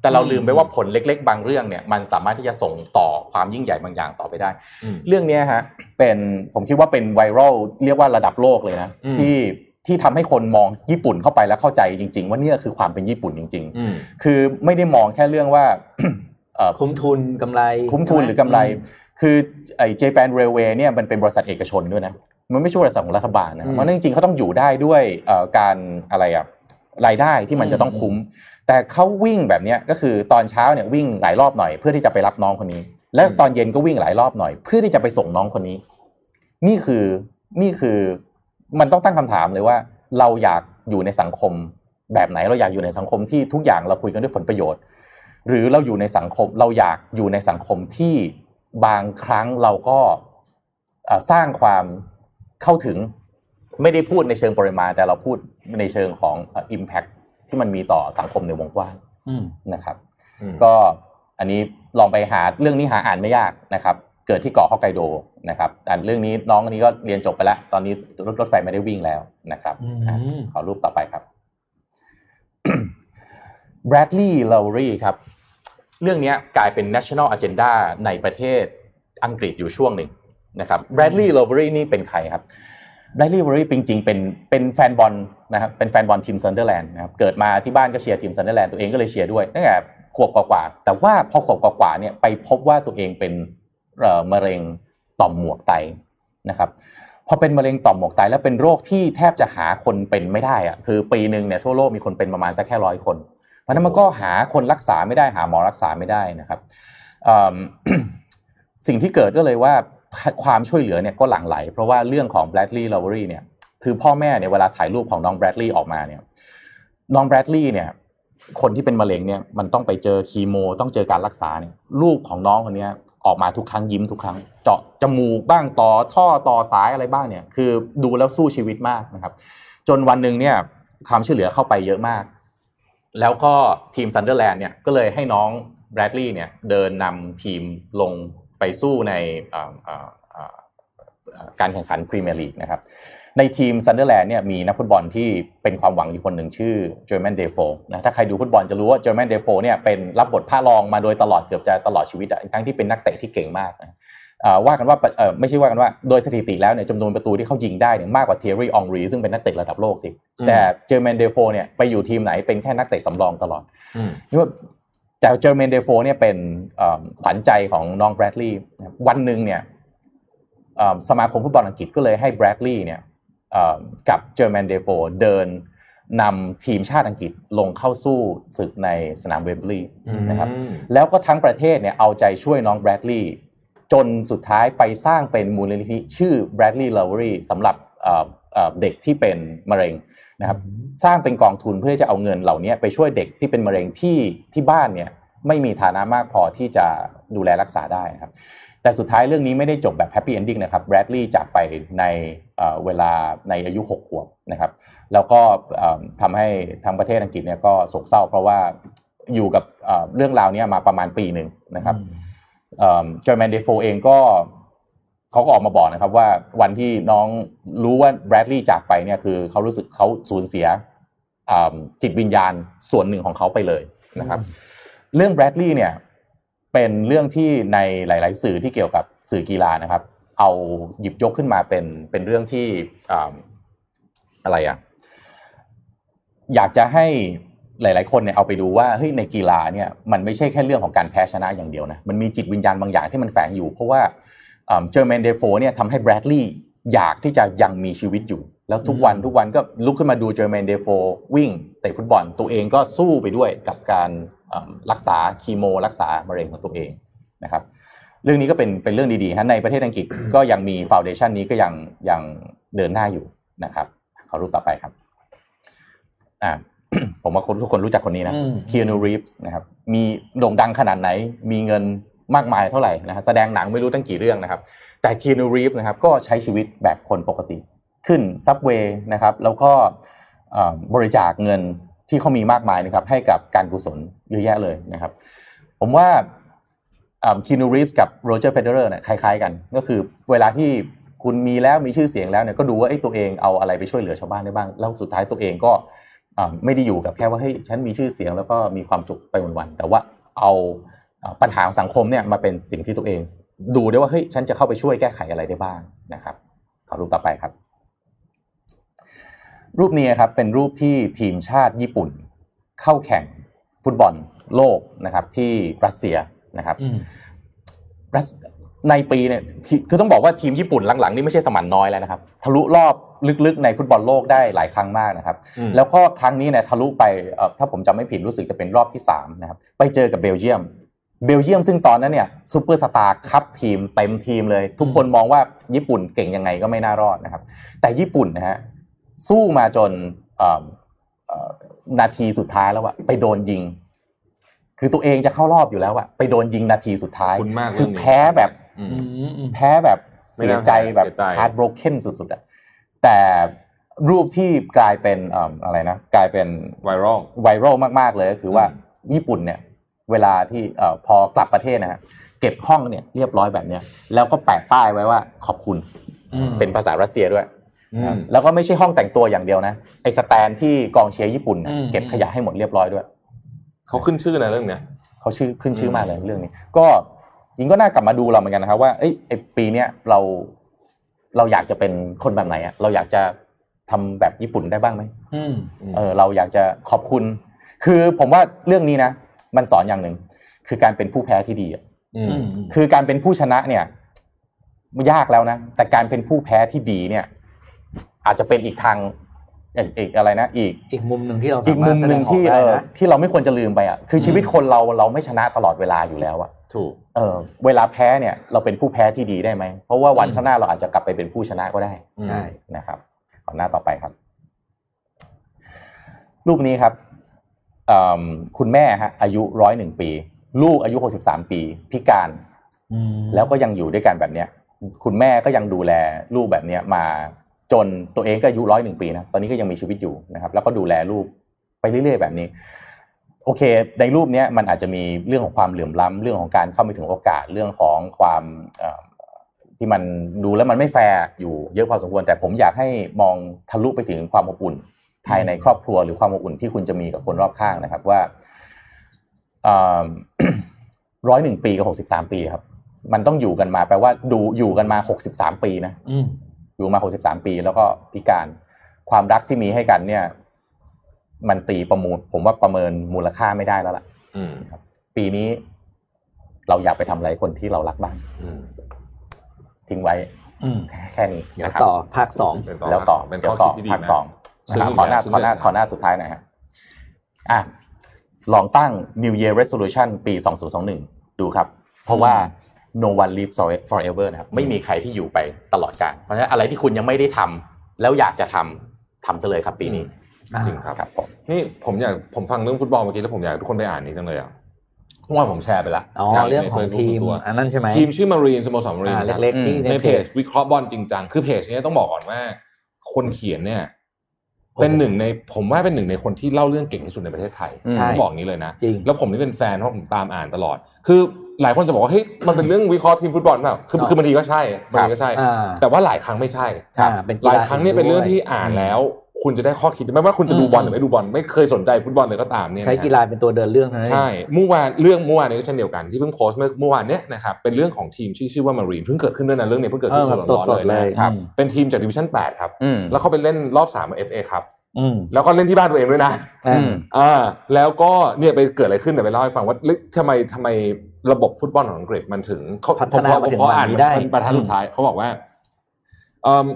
[SPEAKER 4] แต่เราลืมไปว่าผลเล็ก ๆ บางเรื่องเนี่ยมันสามารถที่จะส่งต่อความยิ่งใหญ่บางอย่างต่อไปได้
[SPEAKER 3] อืม
[SPEAKER 4] เรื่องเนี้ยฮะเป็นผมคิดว่าเป็นไวรัลเรียกว่าระดับโลกเลยนะ
[SPEAKER 3] อืม
[SPEAKER 4] ที่ที่ทำให้คนมองญี่ปุ่นเข้าไปแล้วเข้าใจจริง ๆ ว่าเนี่ยคือความเป็นญี่ปุ่นจริง
[SPEAKER 3] อืม
[SPEAKER 4] ๆ คือไม่ได้มองแค่เรื่องว่า <coughs> เอ่อ
[SPEAKER 2] คุ้มทุนกำไร
[SPEAKER 4] คุ้มทุนหรื
[SPEAKER 2] ใช่ไ
[SPEAKER 4] อกำไร คือไอ้เจแปนเรลเวย์เนี่ยมันเป็นบริษัทเอกชนด้วยนะ มันไม่ใช่บริษัทของรัฐบาลนะ
[SPEAKER 2] อืม
[SPEAKER 4] เพราะฉะนั้นจริงๆเขาต้องอยู่ได้ด้วยเอ่อการอะไรอะรายได้ที่มันจะต้องคุ้ม แต่เขาวิ่งแบบเนี้ยก็คือตอนเช้าเนี่ยวิ่งหลายรอบหน่อยเพื่อที่จะไปรับน้องคนนี้ แล้ว
[SPEAKER 3] อืม
[SPEAKER 4] ตอนเย็นก็วิ่งหลายรอบหน่อย เพื่อที่จะไปส่งน้องคนนี้ นี่คือนี่คือมันต้องตั้งคำถามเลยว่า เราอยากอยู่ในสังคมแบบไหนเราอยากอยู่ในสังคมที่ทุกอย่างเราคุยกันด้วยผลประโยชน์ หรือเราอยู่ในสังคมเราอยากอยู่ในสังคมที่บางครั้งเราก็เอ่อสร้างความเข้าถึง ไม่ได้พูดในเชิงปริมาณ แต่เราพูดในเชิงของเอ่อ Impact ที่มันมีต่อสังคมในวงกว้าง
[SPEAKER 2] อืม
[SPEAKER 4] นะครับ
[SPEAKER 3] อืม
[SPEAKER 4] ก็อันนี้ลองไปหาเรื่องนี้หาอ่านไม่ยากนะครับ เกิดที่เกาะฮอกไกโดนะครับอ่านเรื่องนี้น้องคนนี้ก็เรียนจบไปแล้ว ตอนนี้รถรถไฟไม่ได้วิ่งแล้วนะครับ
[SPEAKER 2] อื
[SPEAKER 4] อ่ะ
[SPEAKER 2] ม
[SPEAKER 4] <coughs> ขอรูปต่อไปครับ Bradley Lowry ครับ เรื่องเนี้ยกลายเป็น national agenda ในประเทศอังกฤษอยู่ช่วงหนึ่งนะครับ Bradley Lowry นี่เป็นใครครับ Bradley Lowry จริงๆเป็นเป็นแฟนบอลนะครับเป็นแฟนบอลทีมซันเดอร์แลนด์นะครับเกิดมาที่บ้านก็เชียร์ทีมซันเดอร์แลนด์ตัวเองก็เลยเชียร์ด้วยตั้งแต่ขวบกว่าๆแต่ว่าพอขวบกว่าๆเนี่ยไปพบว่าตัวเองเป็นเอ่อมะเร็งต่อมหมวกไตนะครับ พอเป็นมะเร็งต่อมหมวกไตแล้วเป็นโรคที่แทบจะหาคนเป็นไม่ได้อะคือปีหนึ่งเนี่ยทั่วโลกมีคนเป็นประมาณสักแค่ร้อยคน เพราะฉะนั้นมันก็หาคนรักษาไม่ได้หาหมอรักษาไม่ได้นะครับเอิ่ม <coughs> สิ่งที่เกิดก็เลยว่าความช่วยเหลือเนี่ยก็หลั่งไหล เพราะว่าเรื่องของ Bradley l o w r y เนี่ยคือพ่อแม่เนี่ยเวลาถ่ายรูปของน้อง Bradley ออกมาเนี่ยน้อง Bradley เนี่ยคนที่เป็นมะเร็งเนี่ยมันต้องไปเจอคีโม ต้องเจอการรักษาเนี่ยรูปของน้องคนเนี้ยออกมาทุกครั้งยิ้มทุกครั้ง เจาะจมูกบ้างต่อท่อต่อสายอะไรบ้างเนี่ยคือดูแล้วสู้ชีวิตมากนะครับ จนวันหนึ่งเนี่ยความช่วยเหลือเข้าไปเยอะมาก แล้วก็ทีมซันเดอร์แลนด์เนี่ยก็เลยให้น้องแบรดลีย์เนี่ยเดินนำทีมลงไปสู้ในเอ่อเอ่อเอ่อเอ่อการแข่งขันพรีเมียร์ลีกนะครับ ในทีมซันเดอร์แลนด์เนี่ยมีนักฟุตบอลที่เป็นความหวังอยู่คนหนึ่งชื่อเจอร์แมนเดโฟนะถ้าใครดูฟุตบอลจะรู้ว่าเจอร์แมนเดโฟเนี่ยเป็นรับบทผ้ารองมาโดยตลอดเกือบจะตลอดชีวิตอะทั้งที่เป็นนักเตะที่เก่งมากนะ เอ่อว่ากันว่าเอ่อไม่ใช่ว่ากันว่าโดยสถิติแล้วเนี่ยจำนวนประตูที่เขายิงได้เนี่ยมากกว่าเทอรี่อองรีซึ่งเป็นนักเตะระดับโลกสิ
[SPEAKER 3] อืม
[SPEAKER 4] แต่เจอร์แมนเดโฟเนี่ยไปอยู่ทีมไหนเป็นแค่นักเตะสำรองตลอด
[SPEAKER 3] อืม
[SPEAKER 4] นี่ว่าแต่เจอร์แมนเดโฟเนี่ยเป็นเอ่อขวัญใจของน้องแบรดลีย์นะครับวันหนึ่งเนี่ยเอ่อสมาคมฟุตบอลอังกฤษก็เลยให้แบรดลีย์เนี่ยเอ่อกับเจอร์แมนเดโฟเดินนำทีมชาติอังกฤษลงเข้าสู้ศึกในสนามเวมบลีย์นะครับ แล้วก็ทั้งประเทศเนี่ยเอาใจช่วยน้องแบรดลีย์จนสุดท้ายไปสร้างเป็นมูลนิธิชื่อ Bradley Lowery สำหรับเอ่อเอ่อเด็กที่เป็นมะเร็งนะครับสร้างเป็นกองทุนเพื่อจะเอาเงินเหล่านี้ไปช่วยเด็กที่เป็นมะเร็งที่ที่บ้านเนี่ยไม่มีฐานะมากพอที่จะดูแลรักษาได้นะครับ แต่สุดท้ายเรื่องนี้ไม่ได้จบแบบแฮปปี้เอนดิ้งนะครับแบรดลีย์จากไปในเอ่อเวลาในอายุ 6 ขวบนะครับ แล้วก็เอ่อทำให้ทางประเทศอังกฤษเนี่ยก็โศกเศร้า เพราะว่าอยู่กับเอ่อเรื่องราวเนี้ยมาประมาณปีหนึ่งนะครับจอร์แมนเดโฟเองก็เขาก็ออกมาบอกนะครับว่าวันที่น้องรู้ว่าแบรดลีย์จากไปเนี่ยคือเขารู้สึกเขาสูญเสียเอ่อจิตวิญญาณส่วนหนึ่งของเขาไปเลยนะครับ เรื่องแบรดลีย์เนี่ยเป็นเรื่องที่ในหลาย ๆ สื่อที่เกี่ยวกับสื่อกีฬานะครับ เอาหยิบยกขึ้นมาเป็นเป็นเรื่องที่อ่าอะไรอะอยากจะให้หลาย ๆ คนเนี่ยเอาไปดูว่าเฮ้ยในกีฬาเนี่ยมันไม่ใช่แค่เรื่องของการแพ้ชนะอย่างเดียวนะมันมีจิตวิญญาณบางอย่างที่มันแฝงอยู่ เพราะว่าเจอร์แมนเดโฟเนี่ยทำให้แบรดลีย์อยากที่จะยังมีชีวิตอยู่ แล้วทุกวันทุกวันก็ลุกขึ้นมาดูเจอร์แมนเดโฟวิ่งเตะฟุตบอลตัวเองก็สู้ไปด้วยกับการเอิ่มรักษาคีโม รักษามะเร็งของตัวเองนะครับ เรื่องนี้ก็เป็นเป็นเรื่องดีๆฮะในประเทศอังกฤษ ก็ยังมีฟาวเดชันนี้ก็ยังยังเดินหน้าอยู่นะครับขอรูปต่อไปครับอ่า <coughs> ผมว่าคนทุกคนรู้จักคนนี้นะ
[SPEAKER 2] อืม
[SPEAKER 4] k e a n u Reeves นะครับ มีโด่งดังขนาดไหน มีเงินมากมายเท่าไหร่นะฮะแสดงหนังไม่รู้ตั้งกี่เรื่องนะครับ แต่ k e a n u Reeves นะครับ ก็ใช้ชีวิตแบบคนปกติ ขึ้นซับเวย์นะครับ แล้วก็เอ่อบริจาคเงินที่เขามีมากมายนะครับ ให้กับการกุศลเยอะแยะเลยนะครับ ผมว่า คีนูรีฟส์กับโรเจอร์เฟเดอเรอร์เนี่ยคล้ายๆกัน ก็คือเวลาที่คุณมีแล้วมีชื่อเสียงแล้วเนี่ยก็ดูว่าไอ้ยตัวเองเอาอะไรไปช่วยเหลือชาวบ้านได้บ้าง แล้วสุดท้ายตัวเองก็อ่าไม่ได้อยู่กับแค่ว่าเฮ้ยฉันมีชื่อเสียงแล้วก็มีความสุขไปวันๆแต่ว่าเอาอ่าปัญหาของสังคมเนี่ยมาเป็นสิ่งที่ตัวเอง ดูได้วยว่าเฮ้ยฉันจะเข้าไปช่วยแก้ไขอะไรได้บ้างนะครับขอรูปต่อไปครับ รูปนี้ครับเป็นรูปที่ทีมชาติญี่ปุ่น เข้าแข่งฟุตบอลโลกนะครับที่รัสเซียนะครับ
[SPEAKER 2] อืม
[SPEAKER 4] รัสในปีเนี่ยที่คือต้องบอกว่าทีมญี่ปุ่นหลังๆนี่ไม่ใช่สมันน้อยแล้วนะครับ ทะลุรอบลึกๆในฟุตบอลโลกได้หลายครั้งมากนะครับ
[SPEAKER 3] อืม
[SPEAKER 4] แล้วก็ครั้งนี้เนี่ยทะลุไปเอ่อถ้าผมจำไม่ผิดรู้สึกจะเป็นรอบที่3นะครับไปเจอกับเบลเยียม เบลเยียมซึ่งตอนนั้นเนี่ยซูเปอร์สตาร์คัพทีมเต็มทีมเลย ทุกคนมองว่าญี่ปุ่นเก่งยังไงก็ไม่น่ารอดนะครับ แต่ญี่ปุ่นนะฮะสู้มาจนเอ่อเอ่อนาทีสุดท้ายแล้วอะไปโดนยิง คือตัวเองจะเข้ารอบอยู่แล้วอะไปโดนยิงนาทีสุดท้าย
[SPEAKER 3] คุณมาก
[SPEAKER 4] คื
[SPEAKER 3] เรื่
[SPEAKER 4] อ
[SPEAKER 3] องนี้
[SPEAKER 4] แพ้แบบ
[SPEAKER 3] อืม
[SPEAKER 2] อืมอืม
[SPEAKER 4] แพ้แบบ
[SPEAKER 3] ไม่
[SPEAKER 4] เสีย
[SPEAKER 3] น่า
[SPEAKER 4] ใจแบบ
[SPEAKER 3] เสียใจ
[SPEAKER 4] ฮาร์ดบรกเ n นสุดๆอะแต่รูปที่กลายเป็นเอิ่มอะไรนะ กลายเป็น
[SPEAKER 3] ไวรัล
[SPEAKER 4] ไวรัลมากๆเลยก็คือว่าญี่ปุ่นเนี่ย เวลาที่เอ่อพอกลับประเทศนะฮะเก็บห้องเนี่ยเรียบร้อยแบบเนี้ยแล้วก็แปะป้ายไว้ว่าขอบคุณ
[SPEAKER 2] อืม
[SPEAKER 4] เป็นภาษารัสเซียด้วย
[SPEAKER 3] อืม
[SPEAKER 4] แล้วก็ไม่ใช่ห้องแต่งตัวอย่างเดียวนะไอสแตนที่กองเชียร์ญี่ปุ่นน่ะ
[SPEAKER 2] อืม
[SPEAKER 4] เก็บขยะให้หมดเรียบร้อยด้วย
[SPEAKER 3] เขาขึ้นชื่อนะเรื่องเนี้ย
[SPEAKER 4] เขาชื่อขึ้นชื่อ
[SPEAKER 3] อืม
[SPEAKER 4] มากเลยเรื่องนี้ ก็ยิงก็น่ากลับมาดูเราเหมือนกันนะครับว่าเอ้ยไอ้ปีเนี้ยเราเราอยากจะเป็นคนแบบไหนอะเราอยากจะทำแบบญี่ปุ่นได้บ้างไหม
[SPEAKER 2] อืม
[SPEAKER 4] เออเราอยากจะขอบคุณ คือผมว่าเรื่องนี้นะ มันสอนอย่างหนึ่งคือการเป็นผู้แพ้ที่ดีอะ
[SPEAKER 3] อืม
[SPEAKER 4] คือการเป็นผู้ชนะเนี่ยยากแล้วนะแต่การเป็นผู้แพ้ที่ดีเนี่ย อาจจะเป็นอีกทางเอกเอกอะไรนะอีก
[SPEAKER 2] อีกมุมหนึ่งที่เรา
[SPEAKER 4] อี
[SPEAKER 2] สาก มา
[SPEAKER 4] มุ
[SPEAKER 2] รถ
[SPEAKER 4] ม
[SPEAKER 2] แส
[SPEAKER 4] ห
[SPEAKER 2] ด
[SPEAKER 4] นึ่
[SPEAKER 2] ง
[SPEAKER 4] ง
[SPEAKER 2] ออก
[SPEAKER 4] ที่
[SPEAKER 2] ได้
[SPEAKER 4] เออ
[SPEAKER 2] นะ
[SPEAKER 4] ที่เราไม่ควรจะลืมไปอ่ะคือชีวิตคนเราเราไม่ชนะตลอดเวลาอยู่แล้วอ่ะ
[SPEAKER 3] ถูก
[SPEAKER 4] เออเวลาแพ้เนี่ยเราเป็นผู้แพ้ที่ดีได้ไหม เพราะว่าวันข้างหน้าเราอาจจะกลับไปเป็นผู้ชนะก็ได้
[SPEAKER 2] ใช่
[SPEAKER 4] นะครับขอหน้าต่อไปครับ รูปนี้ครับเอิ่มคุณแม่ฮะอายุร้อยหนึ่งปี ลูกอายุหกสิบสามปี พิการ
[SPEAKER 2] อืม
[SPEAKER 4] แล้วก็ยังอยู่ด้วยกันแบบเนี้ย คุณแม่ก็ยังดูแลลูกแบบเนี้ยมาจนตัวเองก็อายุร้อยหนึ่งปีนะตอนนี้ก็ยังมีชีวิตอยู่นะครับ แล้วก็ดูแลลูกไปเรื่อยๆแบบนี้ โอเค ในรูปเนี้ยมันอาจจะมีเรื่องของความเหลื่อมล้ำเรื่องของการเข้าไม่ถึงโอกาสเรื่องของความเอ่อที่มันดูแล้วมันไม่แฟร์อยู่เยอะพอสมควร แต่ผมอยากให้มองทะลุไปถึงความอบอุ่น ภายในครอบครัวหรือความอบอุ่นที่คุณจะมีกับคนรอบข้างนะครับว่า <coughs> ร้อยหนึ่ง ปีกับหกสิบสามปีครับ มันต้องอยู่กันมาแปลว่าดูอยู่กันมาหกสิบสามปีนะ
[SPEAKER 2] อืม
[SPEAKER 4] อยู่มา 63 ปีแล้วก็พิการความรักที่มีให้กันเนี่ย มันตีประมูล ผมว่าประเมินมูลค่าไม่ได้แล้วล่ะ
[SPEAKER 3] อืม
[SPEAKER 4] ปีนี้เราอยากไปทำอะไรคนที่เรารักบ้าง
[SPEAKER 3] อืม
[SPEAKER 4] ทิ้งไว้
[SPEAKER 2] อืม
[SPEAKER 4] แค่แค่นี้
[SPEAKER 2] เดี๋ยว
[SPEAKER 4] นะครับ
[SPEAKER 2] ต่อภาคสอง
[SPEAKER 3] เป็น
[SPEAKER 4] แล้วต่อ
[SPEAKER 3] เป็น
[SPEAKER 4] เดี๋ย
[SPEAKER 3] ข้อ
[SPEAKER 4] ว
[SPEAKER 3] คิด
[SPEAKER 4] ต่อ
[SPEAKER 3] ที่ดี
[SPEAKER 4] ภาค
[SPEAKER 3] นะ
[SPEAKER 4] สองนะครับขอหน้า
[SPEAKER 3] ซึ่ง
[SPEAKER 4] ขอหน้า
[SPEAKER 3] ซึ่ง
[SPEAKER 4] ขอหน้าสุดท้ายหน่อยฮะอ่ะลองตั้ง New Year Resolution ปี 2021 ดูครับ เพราะว่า no one lives forever นะครับ ไม่มีใครที่อยู่ไปตลอดกาลเพราะฉะนั้นอะไรที่คุณยังไม่ได้ทำแล้วอยากจะทำทำซะเลยครับปีนี้
[SPEAKER 2] อ่า
[SPEAKER 3] จริงครับ
[SPEAKER 4] ครับผม
[SPEAKER 3] นี่ผมอยากผมฟังเรื่องฟุตบอลเมื่อกี้แล้วผมอยากให้ทุกคนไปอ่านนี้จังเลยอ่ะเมื่อวานผมแชร์ไปละ
[SPEAKER 2] อ๋อ
[SPEAKER 3] ใช่
[SPEAKER 2] เรื่องของ
[SPEAKER 3] ใน Facebook
[SPEAKER 2] ทีม
[SPEAKER 3] ส่วนตัว
[SPEAKER 2] อันนั้นใช่ไหม
[SPEAKER 3] ทีมชื่อมารีนสโมสรมารีน
[SPEAKER 2] อ่า
[SPEAKER 3] นะครับ
[SPEAKER 2] เล็กๆที่
[SPEAKER 3] ในเพจวิเคราะห์บอลจริงจังคือเพจเนี้ยต้องบอกก่อนว่า คนเขียนเนี่ย เป็นหนึ่งในผมว่าเป็นหนึ่งในคนที่เล่าเรื่องเก่งที่สุดในประเทศไทย
[SPEAKER 2] ใช่
[SPEAKER 3] ต้องบอกอย่างนี้เลยนะ
[SPEAKER 2] จริง
[SPEAKER 3] แล้วผมนี่เป็นแฟนเพราะผมตามอ่านตลอด คือหลายคนจะบอกว่าเฮ้ยมันเป็นเรื่องวิเคราะห์ทีมฟุตบอลเปล่าคือ
[SPEAKER 2] ครับ
[SPEAKER 3] คือบางทีก็ใช่บางทีก็ใช่
[SPEAKER 2] อ่า
[SPEAKER 3] แต่ว่าหลายครั้งไม่ใช่
[SPEAKER 2] อ่าเป็นกี
[SPEAKER 3] ห
[SPEAKER 2] ฬ
[SPEAKER 3] ลายครั้งเนี่ยเป็นเรื่องที่
[SPEAKER 2] ด้วย
[SPEAKER 3] อ่านแล้ว คุณจะได้ข้อคิดไม่ว่าคุณจะดู
[SPEAKER 2] อืม
[SPEAKER 3] บอลหรือไม่ดูบอลไม่เคยสนใจฟุตบอลเลยก็ตามเนี่ยนะ
[SPEAKER 2] ใช้กีฬาเป็นตัวเดินเรื่องเท่านั้นเอง
[SPEAKER 3] ใช่เมื่อวานเรื่องเมื่อวานเนี้ก็เช่นเดียวกันที่เพิ่งโพสต์เมื่อเมื่อวานเนี้ยนะครับเป็นเรื่องของทีมที่ชื่อว่ามารีนเพิ่งเกิดขึ้นด้วยนะเรื่องนี้เพิ่งเกิด
[SPEAKER 2] เออ
[SPEAKER 3] ขึ้
[SPEAKER 2] น แบบ
[SPEAKER 3] สด
[SPEAKER 2] ส
[SPEAKER 3] ๆ
[SPEAKER 2] ด
[SPEAKER 3] เล
[SPEAKER 2] ๆเลย ย
[SPEAKER 3] นะเป็นทีมจากดิวิชั่น8ครับ
[SPEAKER 4] อืม
[SPEAKER 3] แล้วเขาไปเล่นรอบสามเอฟเอครับ
[SPEAKER 2] อืม
[SPEAKER 3] แล้วก็เล่นที่บ้านตัวเองด้วยนะ
[SPEAKER 2] อื
[SPEAKER 4] อื
[SPEAKER 2] ม
[SPEAKER 4] ม
[SPEAKER 3] อ่าแล้วก็เนี่ยไปเกิดอะไรขึ้นเดี๋ยวไปเล่าให้ฟังว่าเอ๊ะทำไมทำไมระบบฟุตบอลของอังกฤษมันถึงเขา
[SPEAKER 2] พัฒนา
[SPEAKER 3] ผม
[SPEAKER 2] มา
[SPEAKER 3] ผม
[SPEAKER 2] ถึง
[SPEAKER 3] ขอ
[SPEAKER 2] วัน
[SPEAKER 3] อ่าน
[SPEAKER 2] นี้ได้
[SPEAKER 3] มันบรรทัดสุดท้ายเขาบอกว่าเอิ่ม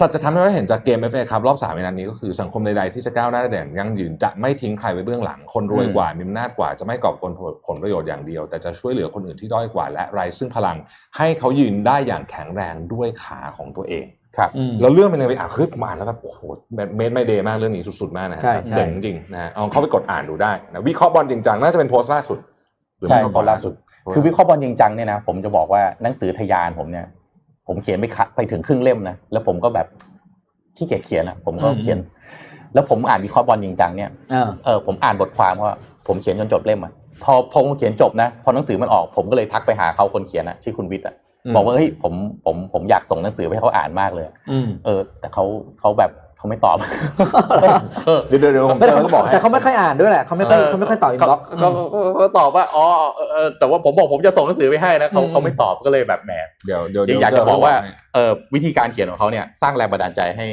[SPEAKER 3] สัจธรรมที่เราเห็นจากเกม FA ครับรอบสามในนั้นนี้ก็คือสังคมใดๆที่จะก้าวหน้าได้อย่างยั่งยืนจะไม่ทิ้งใครไว้เบื้องหลัง คนรวย
[SPEAKER 4] อืม
[SPEAKER 3] กว่ามีอำนาจกว่าจะไม่กอบกลผลประโยชน์อย่างเดียว แต่จะช่วยเหลือคนอื่นที่ด้อยกว่า และไร้ซึ่งพลังให้เขายืนได้อย่างแข็งแรงด้วยขาของตัวเอง
[SPEAKER 4] ครับ
[SPEAKER 2] อืม
[SPEAKER 3] แล้วเรื่องเป็นยังไงไปอ่านคือผมอ่านแล้วแบบโอ้โหเมดไม่เดย์มากเรื่องนี้สุดๆมากนะฮะ
[SPEAKER 2] ใช่ใช่
[SPEAKER 3] เจ๋งจริงนะฮะเอาเข้าไปกดอ่านดูได้นะวิเคราะห์บอลจริงจังน่าจะเป็นโพสต์ล่าสุดหรือ
[SPEAKER 4] ใช่
[SPEAKER 3] ไม่ก็
[SPEAKER 4] ค
[SPEAKER 3] ก่อน น
[SPEAKER 4] ล่า
[SPEAKER 3] ล่า
[SPEAKER 4] สุ
[SPEAKER 3] สุ
[SPEAKER 4] ด
[SPEAKER 3] ด
[SPEAKER 4] คือวิเคราะห์บอลจริงจังเนี่ยนะผมจะบอกว่าหนังสือทะยานผมเนี่ย ผมเขียนไปคะไปถึงครึ่งเล่มนะแล้วผมก็แบบขี้เกียจเขียนอะผมก็
[SPEAKER 2] อืม
[SPEAKER 4] เขียน แล้วผมอ่านวิเคราะห์บอลจริงจังเนี่ย
[SPEAKER 2] อ่า
[SPEAKER 4] เออผมอ่านบทความว่าผมเขียนจนจบเล่มอะ พอพงเขียนจบนะ พอหนังสือมันออก ผมก็เลยทักไปหาเขาคนเขียนอะชื่อคุณวิทย์อะ
[SPEAKER 3] ม
[SPEAKER 4] บอกว่าเฮ้ยผมผมผมอยากส่งหนังสือไปให้เขาอ่านมากเลยอะ
[SPEAKER 2] อืม
[SPEAKER 4] เออ แต่เขาเขาแบบเขาไม่ตอบ <laughs> เออ
[SPEAKER 3] เดี๋ยวเดี๋ยวเดี๋ยวผม
[SPEAKER 2] แต่
[SPEAKER 3] เติม
[SPEAKER 2] เขา
[SPEAKER 3] แล้วบอกให้
[SPEAKER 2] แต่เขาไม่ค่อยอ่านด้วยแหละเขาไม่ค่อย
[SPEAKER 4] เออ
[SPEAKER 2] เขาไม่ค่อยตอบอิน
[SPEAKER 4] เขา
[SPEAKER 2] บ็อกซ์
[SPEAKER 4] เขาเขาเขาตอบว่าอ๋อเออเออแต่ว่าผมบอกผมจะส่งหนังสือไปให้นะเขา
[SPEAKER 2] อืม
[SPEAKER 4] เขาไม่ตอบก็เลยแบบแหม
[SPEAKER 3] เดี๋ยวเดี๋ยว
[SPEAKER 4] จริงๆอ
[SPEAKER 3] เดี๋
[SPEAKER 4] ยาว กจะบอกว่า
[SPEAKER 3] เติมแล้วให้
[SPEAKER 4] เออวิธีการเขียนของเขาเนี่ยสร้างแรงบันดาลใจให้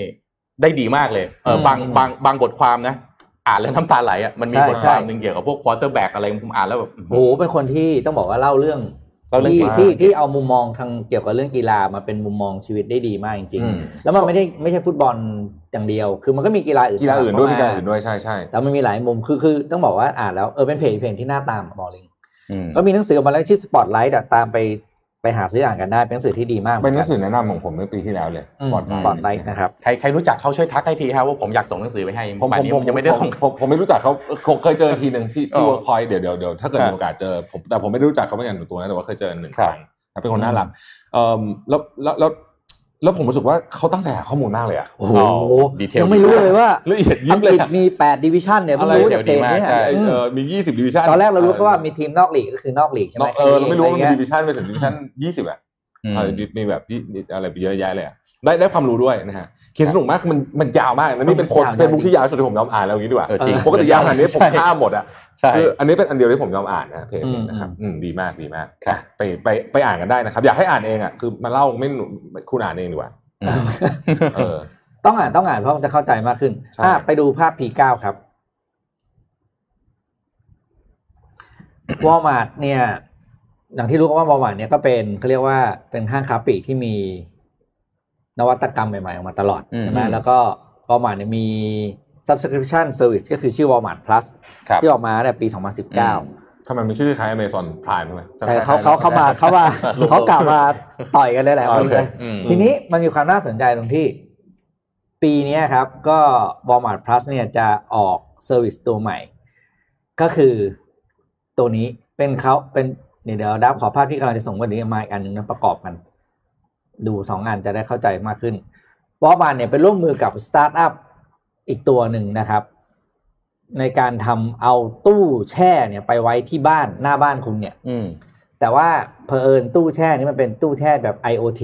[SPEAKER 4] ได้ดีมากเลยเอออ
[SPEAKER 2] ม
[SPEAKER 4] บางบางบางบทความนะ อ่านแล้วน้ำตาไหลอ่ะมันมี
[SPEAKER 2] ใช่
[SPEAKER 4] บทความ
[SPEAKER 2] ใช่
[SPEAKER 4] หนึ่งเกี่ยวกับพวกควอเตอร์แบ็กอะไรผมอ่านแล้วแบบ
[SPEAKER 2] โอ้โหเป็นคนที่ต้องบอกว่าเล่าเรื่อง
[SPEAKER 3] เล่าเรื่อง
[SPEAKER 2] ที่
[SPEAKER 3] กีฬา
[SPEAKER 2] ที่ที่เอามุมมองทางเกี่ยวกับเรื่องกีฬามาเป็นมุมมองชีวิตได้ดีมากจริง
[SPEAKER 3] อืม
[SPEAKER 2] ๆ แล้วมันไม่ได้ไม่ใช่ฟุตบอลอย่างเดียว คือมันก็มีกีฬาอื่น
[SPEAKER 3] กีฬาอื่นด้วยมีกีฬา
[SPEAKER 2] เข้
[SPEAKER 3] อื่นด้วยใช่ใช่
[SPEAKER 2] แต่มันมีหลายมุมคือคือต้องบอกว่าอ่านแล้วเออเป็นเพจเพจที่น่าตามอะบอกเลย
[SPEAKER 4] อืม
[SPEAKER 2] ก็มีหนังสือออกมาแล้วชื่อ Spotlight อะตามไปไปหาซื้ออ่านกันได้ เป็นหนังสือที่ดีมาก
[SPEAKER 3] เป็นหนังสือแนะนำของผมเมื่อปีที่แล้วเลย
[SPEAKER 2] สปอตไลท์นะครับ
[SPEAKER 4] ใครใครรู้จักเขาช่วยทักให้ทีฮะว่าผมอยากส่งหนังสือไปให้
[SPEAKER 3] ผม
[SPEAKER 4] ป่า
[SPEAKER 3] ผม
[SPEAKER 4] นนี้
[SPEAKER 3] ผม
[SPEAKER 4] ยังไม่ได้ส่ง
[SPEAKER 3] ผมผมผมไม่รู้จักเขาผมเคยเจอทีหนึ่งที่ที่
[SPEAKER 4] อ๋อ
[SPEAKER 3] เวิร์กพอยต์เดี๋ยวเดี๋ยวเดี๋ยวถ้าเกิด
[SPEAKER 4] ครับ
[SPEAKER 3] มีโอกาสเจอผมแต่ผมไม่ได้รู้จักเขาเป็นอย่างตัวนะแต่ว่าเคยเจอหนึ่ง
[SPEAKER 4] ค
[SPEAKER 3] ครับ รั้งนะเป็นคนน่ารักเอ่อแล้วแล้วแล้วแล้วผมรู้สึกว่าเขาตั้งใจหาข้อมูลมากเลยอะ
[SPEAKER 2] โอ้โห
[SPEAKER 4] ดีเทล
[SPEAKER 2] ยังไม่รู้เลยว่า
[SPEAKER 3] ละเอียดยิ
[SPEAKER 2] อั
[SPEAKER 3] บ
[SPEAKER 2] ง
[SPEAKER 3] เลย
[SPEAKER 2] กฤษ
[SPEAKER 3] อะ
[SPEAKER 2] มี8ดิวิชั่นเนี่ยเพิ่งรู้
[SPEAKER 3] อะไร
[SPEAKER 2] จากเพจเนี่ย
[SPEAKER 4] เดี๋ยวดีมากใช่
[SPEAKER 3] ไอ้
[SPEAKER 2] อืม
[SPEAKER 3] เอ่อมี 20ดิวิชั่น
[SPEAKER 2] ตอนแรกเรารู้ก็ว่ามีทีมนอกลีกก็คือนอกลีกใช่ไหม
[SPEAKER 3] เออเราไม่รู้ว่ามันมี
[SPEAKER 2] อะเงี้
[SPEAKER 3] ดิ
[SPEAKER 2] ย
[SPEAKER 3] วิชั่นไปถึงดิวิชั่น20อะ
[SPEAKER 4] อืม
[SPEAKER 3] เออมีแบบที่อะไรเยอะแยะเลยอะได้ได้ความรู้ด้วยนะฮะเขียนสนุกมากคือมันมันยาวมากแล้วนี่เป็นโพสเฟซบุ๊กที่ยาวสุดที่ผมยอมอ่านแล้วอย่างนี้ดีกว่า
[SPEAKER 4] เออจริง
[SPEAKER 3] ปกติยาวขนาดนี้ผม
[SPEAKER 4] ใช่
[SPEAKER 3] ข้ามหมดอะ
[SPEAKER 4] ใช่
[SPEAKER 3] คืออันนี้เป็นอันเดียวที่ผมยอมอ่านนะเพจนี้นะครับอืมดีมากดีมากอ่ะไปไปไปอ่านกันได้นะครับ อยากให้อ่านเองอ่ะคือมาเล่าไม่หนุคุณอ่านเองดีกว่า
[SPEAKER 4] อืม
[SPEAKER 3] เออ
[SPEAKER 2] ต้องอ่านต้องอ่านเพราะมันจะเข้าใจมากขึ้น
[SPEAKER 3] ใช่
[SPEAKER 2] อ่ะไปดูภาพ P9 ครับวอลมาร์ทเนี่ย อย่างที่รู้กันว่าวอลมาร์ทเนี่ยก็เป็นเขาเรียกว่าเป็นห้างค้าปลีกที่มีนวัตกรรมใหม่ๆออกมาตลอด
[SPEAKER 4] อืม
[SPEAKER 2] ใช่ไหมแล้วก็วอลมาร์ทเนี่ยมี subscription service ก็คือชื่อ Walmart Plus
[SPEAKER 4] ครับ
[SPEAKER 2] ที่ออกมาเนี่ยปี 2019
[SPEAKER 3] ทำไมมันชื่อคล้าย Amazon Prime ใช่ไหม
[SPEAKER 2] แต่เขาเขาเขามาเขามา
[SPEAKER 4] โลโก้
[SPEAKER 2] เขากล่าวมาต่อยกันเลยแหละ
[SPEAKER 3] โอ
[SPEAKER 2] คน
[SPEAKER 3] เค
[SPEAKER 2] เลย
[SPEAKER 4] อืม
[SPEAKER 2] ทีนี้มันมีความน่าสนใจตรงที่ ปีเนี้ยครับ ก็ Walmart Plus เนี่ยจะออกเซอร์วิสตัวใหม่ ก็คือตัวนี้เป็นเขาเป็นเดี๋ยวเดี๋ยวดับขอภาพที่กำลังจะส่งวันนี้มาอีกอันหนึ่งนะประกอบกัน ดูสองอันจะได้เข้าใจมากขึ้นวอลมาร์เนี่ยไปร่วมมือกับสตาร์ทอัพอีกตัวหนึ่งนะครับ ในการทำเอาตู้แช่เนี่ยไปไว้ที่บ้านหน้าบ้านคุณเนี่ย
[SPEAKER 4] อืม
[SPEAKER 2] แต่ว่าเพอเอิญตู้แช่นี่มันเป็นตู้แช่แบบ IoT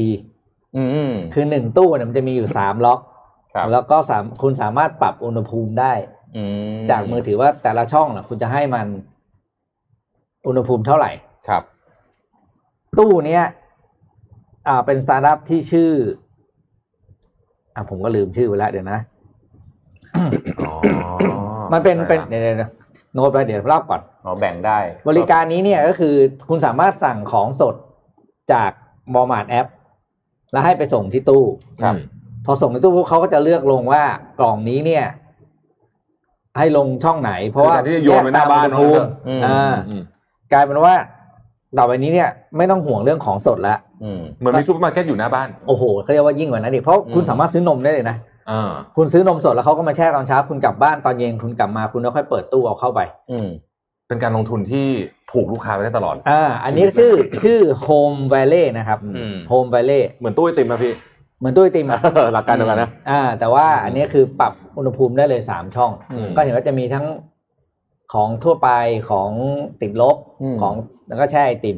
[SPEAKER 4] อืมอืม
[SPEAKER 2] คือหนึ่งตู้เนี่ยมันจะมีอยู่สามล็อก
[SPEAKER 4] ครับ
[SPEAKER 2] แล้วก็สามคุณสามารถปรับอุณหภูมิได้
[SPEAKER 4] อืม
[SPEAKER 2] จากมือถือว่าแต่ละช่องน่ะคุณจะให้มันอุณหภูมิเท่าไหร่
[SPEAKER 4] ครับ
[SPEAKER 2] ตู้เนี้ยอ่าเป็นสตาร์ทอัพที่ชื่อ อ่าผมก็ลืมชื่อไปแล้วเดี๋ยวนะ
[SPEAKER 3] อ๋อ
[SPEAKER 2] มันเป็น
[SPEAKER 3] ใช่
[SPEAKER 2] เป็น
[SPEAKER 3] ละ
[SPEAKER 2] เดี๋ยวเดี๋ยวเดี๋ยวโน้ตไปเดี๋ยวเล่าก่อน
[SPEAKER 4] เราแบ่งได้
[SPEAKER 2] บริการนี้เนี่ยก็คือคุณสามารถสั่งของสดจากบอมาร์ทแอป แล้วให้ไปส่งที่ตู้
[SPEAKER 3] ครับ
[SPEAKER 2] พอส่งในตู้ปุ๊บเขาก็จะเลือกลงว่ากล่องนี้เนี่ย ให้ลงช่องไหน เพราะว่า
[SPEAKER 3] คือแทนที่จะโยนไว้หน้าบ้าน
[SPEAKER 2] แยกตมอุณหภูมิ
[SPEAKER 4] อืม
[SPEAKER 2] อ่า
[SPEAKER 3] อืม
[SPEAKER 2] กลายเป็นว่าต่อไปนี้เนี่ย ไม่ต้องห่วงเรื่องของสดละ
[SPEAKER 4] อืม
[SPEAKER 3] เหมือนมีซูเปอร์มาร์เก็ตอยู่หน้าบ้าน
[SPEAKER 2] โอ้โหเขาเรียกว่ายิ่งกว่านั้นอีกเพราะคุณ
[SPEAKER 4] อืม
[SPEAKER 2] สามารถซื้อนมได้เลยนะ
[SPEAKER 3] เออ
[SPEAKER 2] คุณซื้อนมสดแล้วเขาก็มาแช่ตอนเช้าคุณกลับบ้านตอนเย็นคุณกลับมาคุณก็ค่อยเปิดตู้เอาเข้าไป
[SPEAKER 4] อืม
[SPEAKER 3] เป็นการลงทุนที่ผูกลูกค้าไว้ได้ตลอด
[SPEAKER 2] อ่า อันนี้ชื่อชื่อ Home Valley นะครับ
[SPEAKER 3] อื
[SPEAKER 4] ม
[SPEAKER 2] โฮม Valley
[SPEAKER 3] เหมือนตู้ไอติมนะพี่
[SPEAKER 2] เหมือนตู้ไอติมอะ
[SPEAKER 3] เออหลักการเดียวกันนะ
[SPEAKER 2] อ่าแต่ว่าอันนี้คือปรับอุณหภูมิได้เลยสามช่อง
[SPEAKER 3] อืม
[SPEAKER 2] ก็เห็นว่าจะมีทั้งของทั่วไปของติดลบ
[SPEAKER 4] อืม
[SPEAKER 2] ของแล้วก็แช่ไอติม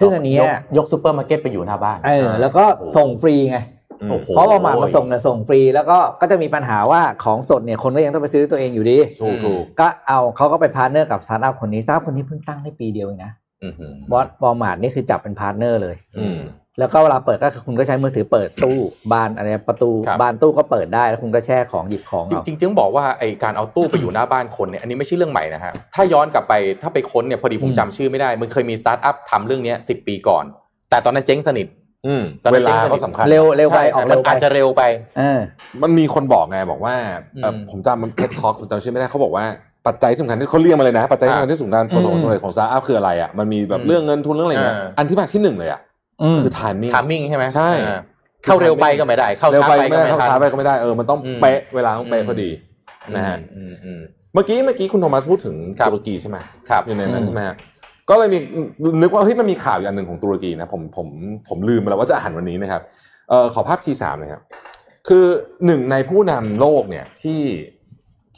[SPEAKER 2] ซึ่งอันเนี้ย
[SPEAKER 4] ยกยกซูเปอร์มาร์เก็ตไปอยู่หน้าบ้าน
[SPEAKER 2] เออแล้วก็ส่งฟรีไง
[SPEAKER 3] อืม
[SPEAKER 4] โอ้โห
[SPEAKER 2] เพราะประมาณมาส่งเนี่ยส่งฟรี แล้วก็ก็จะมีปัญหาว่าของสดเนี่ยคนก็ยังต้องไปซื้อตัวเองอยู่ดี
[SPEAKER 3] ถูกถูก
[SPEAKER 2] ก็เอาเขาก็ไปพาร์ทเนอร์กับสตาร์ทอัพคนนี้สตาร์ทอัพคนนี้เพิ่งตั้งได้ปีเดียวเองนะ
[SPEAKER 4] อืมอืม
[SPEAKER 2] บอสบอมาร์ทนี่คือจับเป็นพาร์ทเนอร์เลย
[SPEAKER 3] อืม
[SPEAKER 2] แล้วก็เวลาเปิดก็คือคุณก็ใช้มือถือเปิดตู้บานอะไรประตู
[SPEAKER 4] ครับ
[SPEAKER 2] บานตู้ก็เปิดได้แล้วคุณก็แช่ของหยิบของเอา
[SPEAKER 4] จริงๆจึงบอกว่าไอการเอาตู้ไปอยู่หน้าบ้านคนเนี่ยอันนี้ไม่ใช่เรื่องใหม่นะฮะถ้าย้อนกลับไปถ้าไปค้นเนี่ยพอดีผม
[SPEAKER 2] อืม
[SPEAKER 4] จำชื่อไม่ได้ มันเคยมีสตาร์ทอัพทำเรื่องเนี้สิบปีก่อน แต่ตอนนั้นเจ๊งสนิท
[SPEAKER 3] อืม
[SPEAKER 4] ตอนนั้
[SPEAKER 3] เวน ลาก็สำคัญ
[SPEAKER 2] เร็วเร็วไป
[SPEAKER 4] ใช่
[SPEAKER 2] ออก
[SPEAKER 4] มั
[SPEAKER 2] เร็ว
[SPEAKER 4] น
[SPEAKER 2] ไป
[SPEAKER 4] อาจจะเร็วไป
[SPEAKER 2] เออ
[SPEAKER 3] มันมีคนบอกไงบอกว่าเอ่อ
[SPEAKER 4] อืม
[SPEAKER 3] ผมจำมันเท็ดทอกผมจำชื่อไม่ได้เขาบอกว่าปัจจัยที่สำคัญที่เขาเรียกมาเลยนะปัจจัยที่สำคัญที่สุดการประสบความสำเร็จของสตาร์ทอัพคืออะไรอ่ะมันมีแบบ
[SPEAKER 4] อืม
[SPEAKER 3] เรื่องเงินทุนเรื่องอะไรเงี้ย
[SPEAKER 4] เอออั
[SPEAKER 3] อันที่มาที่หนึ่งเลยอ่ะ
[SPEAKER 2] อืม
[SPEAKER 3] คือ timing
[SPEAKER 4] ทามมิ่งใช่ไหม
[SPEAKER 3] ใช่
[SPEAKER 4] อ่าเข้าเร็วไปก็ไม่ได้ เข้า
[SPEAKER 3] เร็ว
[SPEAKER 4] ช้า
[SPEAKER 3] ไป
[SPEAKER 4] ไป
[SPEAKER 3] ไม่
[SPEAKER 4] ก็
[SPEAKER 3] ได้
[SPEAKER 4] ไม่
[SPEAKER 3] เข้า
[SPEAKER 4] ทัน
[SPEAKER 3] ช้าไปก็ไม่ได้เออมันต้อง
[SPEAKER 4] อืม
[SPEAKER 3] เป๊ะเวลาต้องเป๊ะ
[SPEAKER 4] อืม
[SPEAKER 3] พอดีนะฮะ
[SPEAKER 4] อืมอืม
[SPEAKER 3] เมื่อกี้เมื่อกี้คุณโทมัสพูดถึง
[SPEAKER 4] ครับ
[SPEAKER 3] ตุรกีใช่ไหม
[SPEAKER 4] ครับ
[SPEAKER 3] อยู่ในนั้น
[SPEAKER 2] อืม
[SPEAKER 3] ใช่ไหมฮะก็เลยมีนึกว่าเฮ้ยมันมีข่าวอย่างหนึ่งของตุรกีนะผมผมผมลืมไปแล้วว่าจะอ่านวันนี้นะครับเออขอภาพทีสามเลยครับคือหนึ่งในผู้นำโลกเนี่ยที่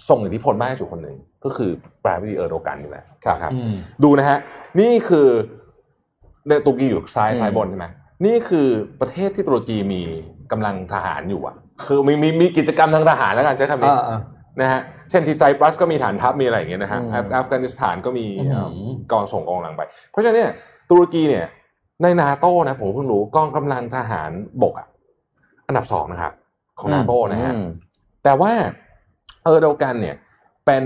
[SPEAKER 3] ทรงอิทธิพลมากที่สุดคนหนึ่งก็คือปราวิดีเออร์โดกันนี่แหละนะครับ
[SPEAKER 2] อืม
[SPEAKER 3] ดูนะฮะ นี่คือเนี่ยตุรกีอยู่ซ้าย
[SPEAKER 2] อืม
[SPEAKER 3] ซ้ายบนใช่ไหมนี่คือประเทศที่ตุรกีมีกำลังทหารอยู่อ่ะ คือมีมีมีกิจกรรมทางทหารแล้วกันใช้คำนี้
[SPEAKER 2] อ่าอ่า
[SPEAKER 3] นะฮะเช่นที่ไซปรัสก็มีฐานทัพมีอะไรอย่างเงี้ยนะฮะ
[SPEAKER 2] อืม
[SPEAKER 3] อัฟอัฟกานิสถานก็มี
[SPEAKER 2] อื้อหือก
[SPEAKER 3] องส่งกองหลังไป เพราะฉะนั้นเนี่ยตุรกีเนี่ยในนาโต้นะผมเพิ่งรู้กองกำลังทหารบกอ่ะอันดับสองนะครับ ของนาโต้นะฮะ
[SPEAKER 4] อืม
[SPEAKER 3] แต่ว่าเออร์โดกันเนี่ย เป็น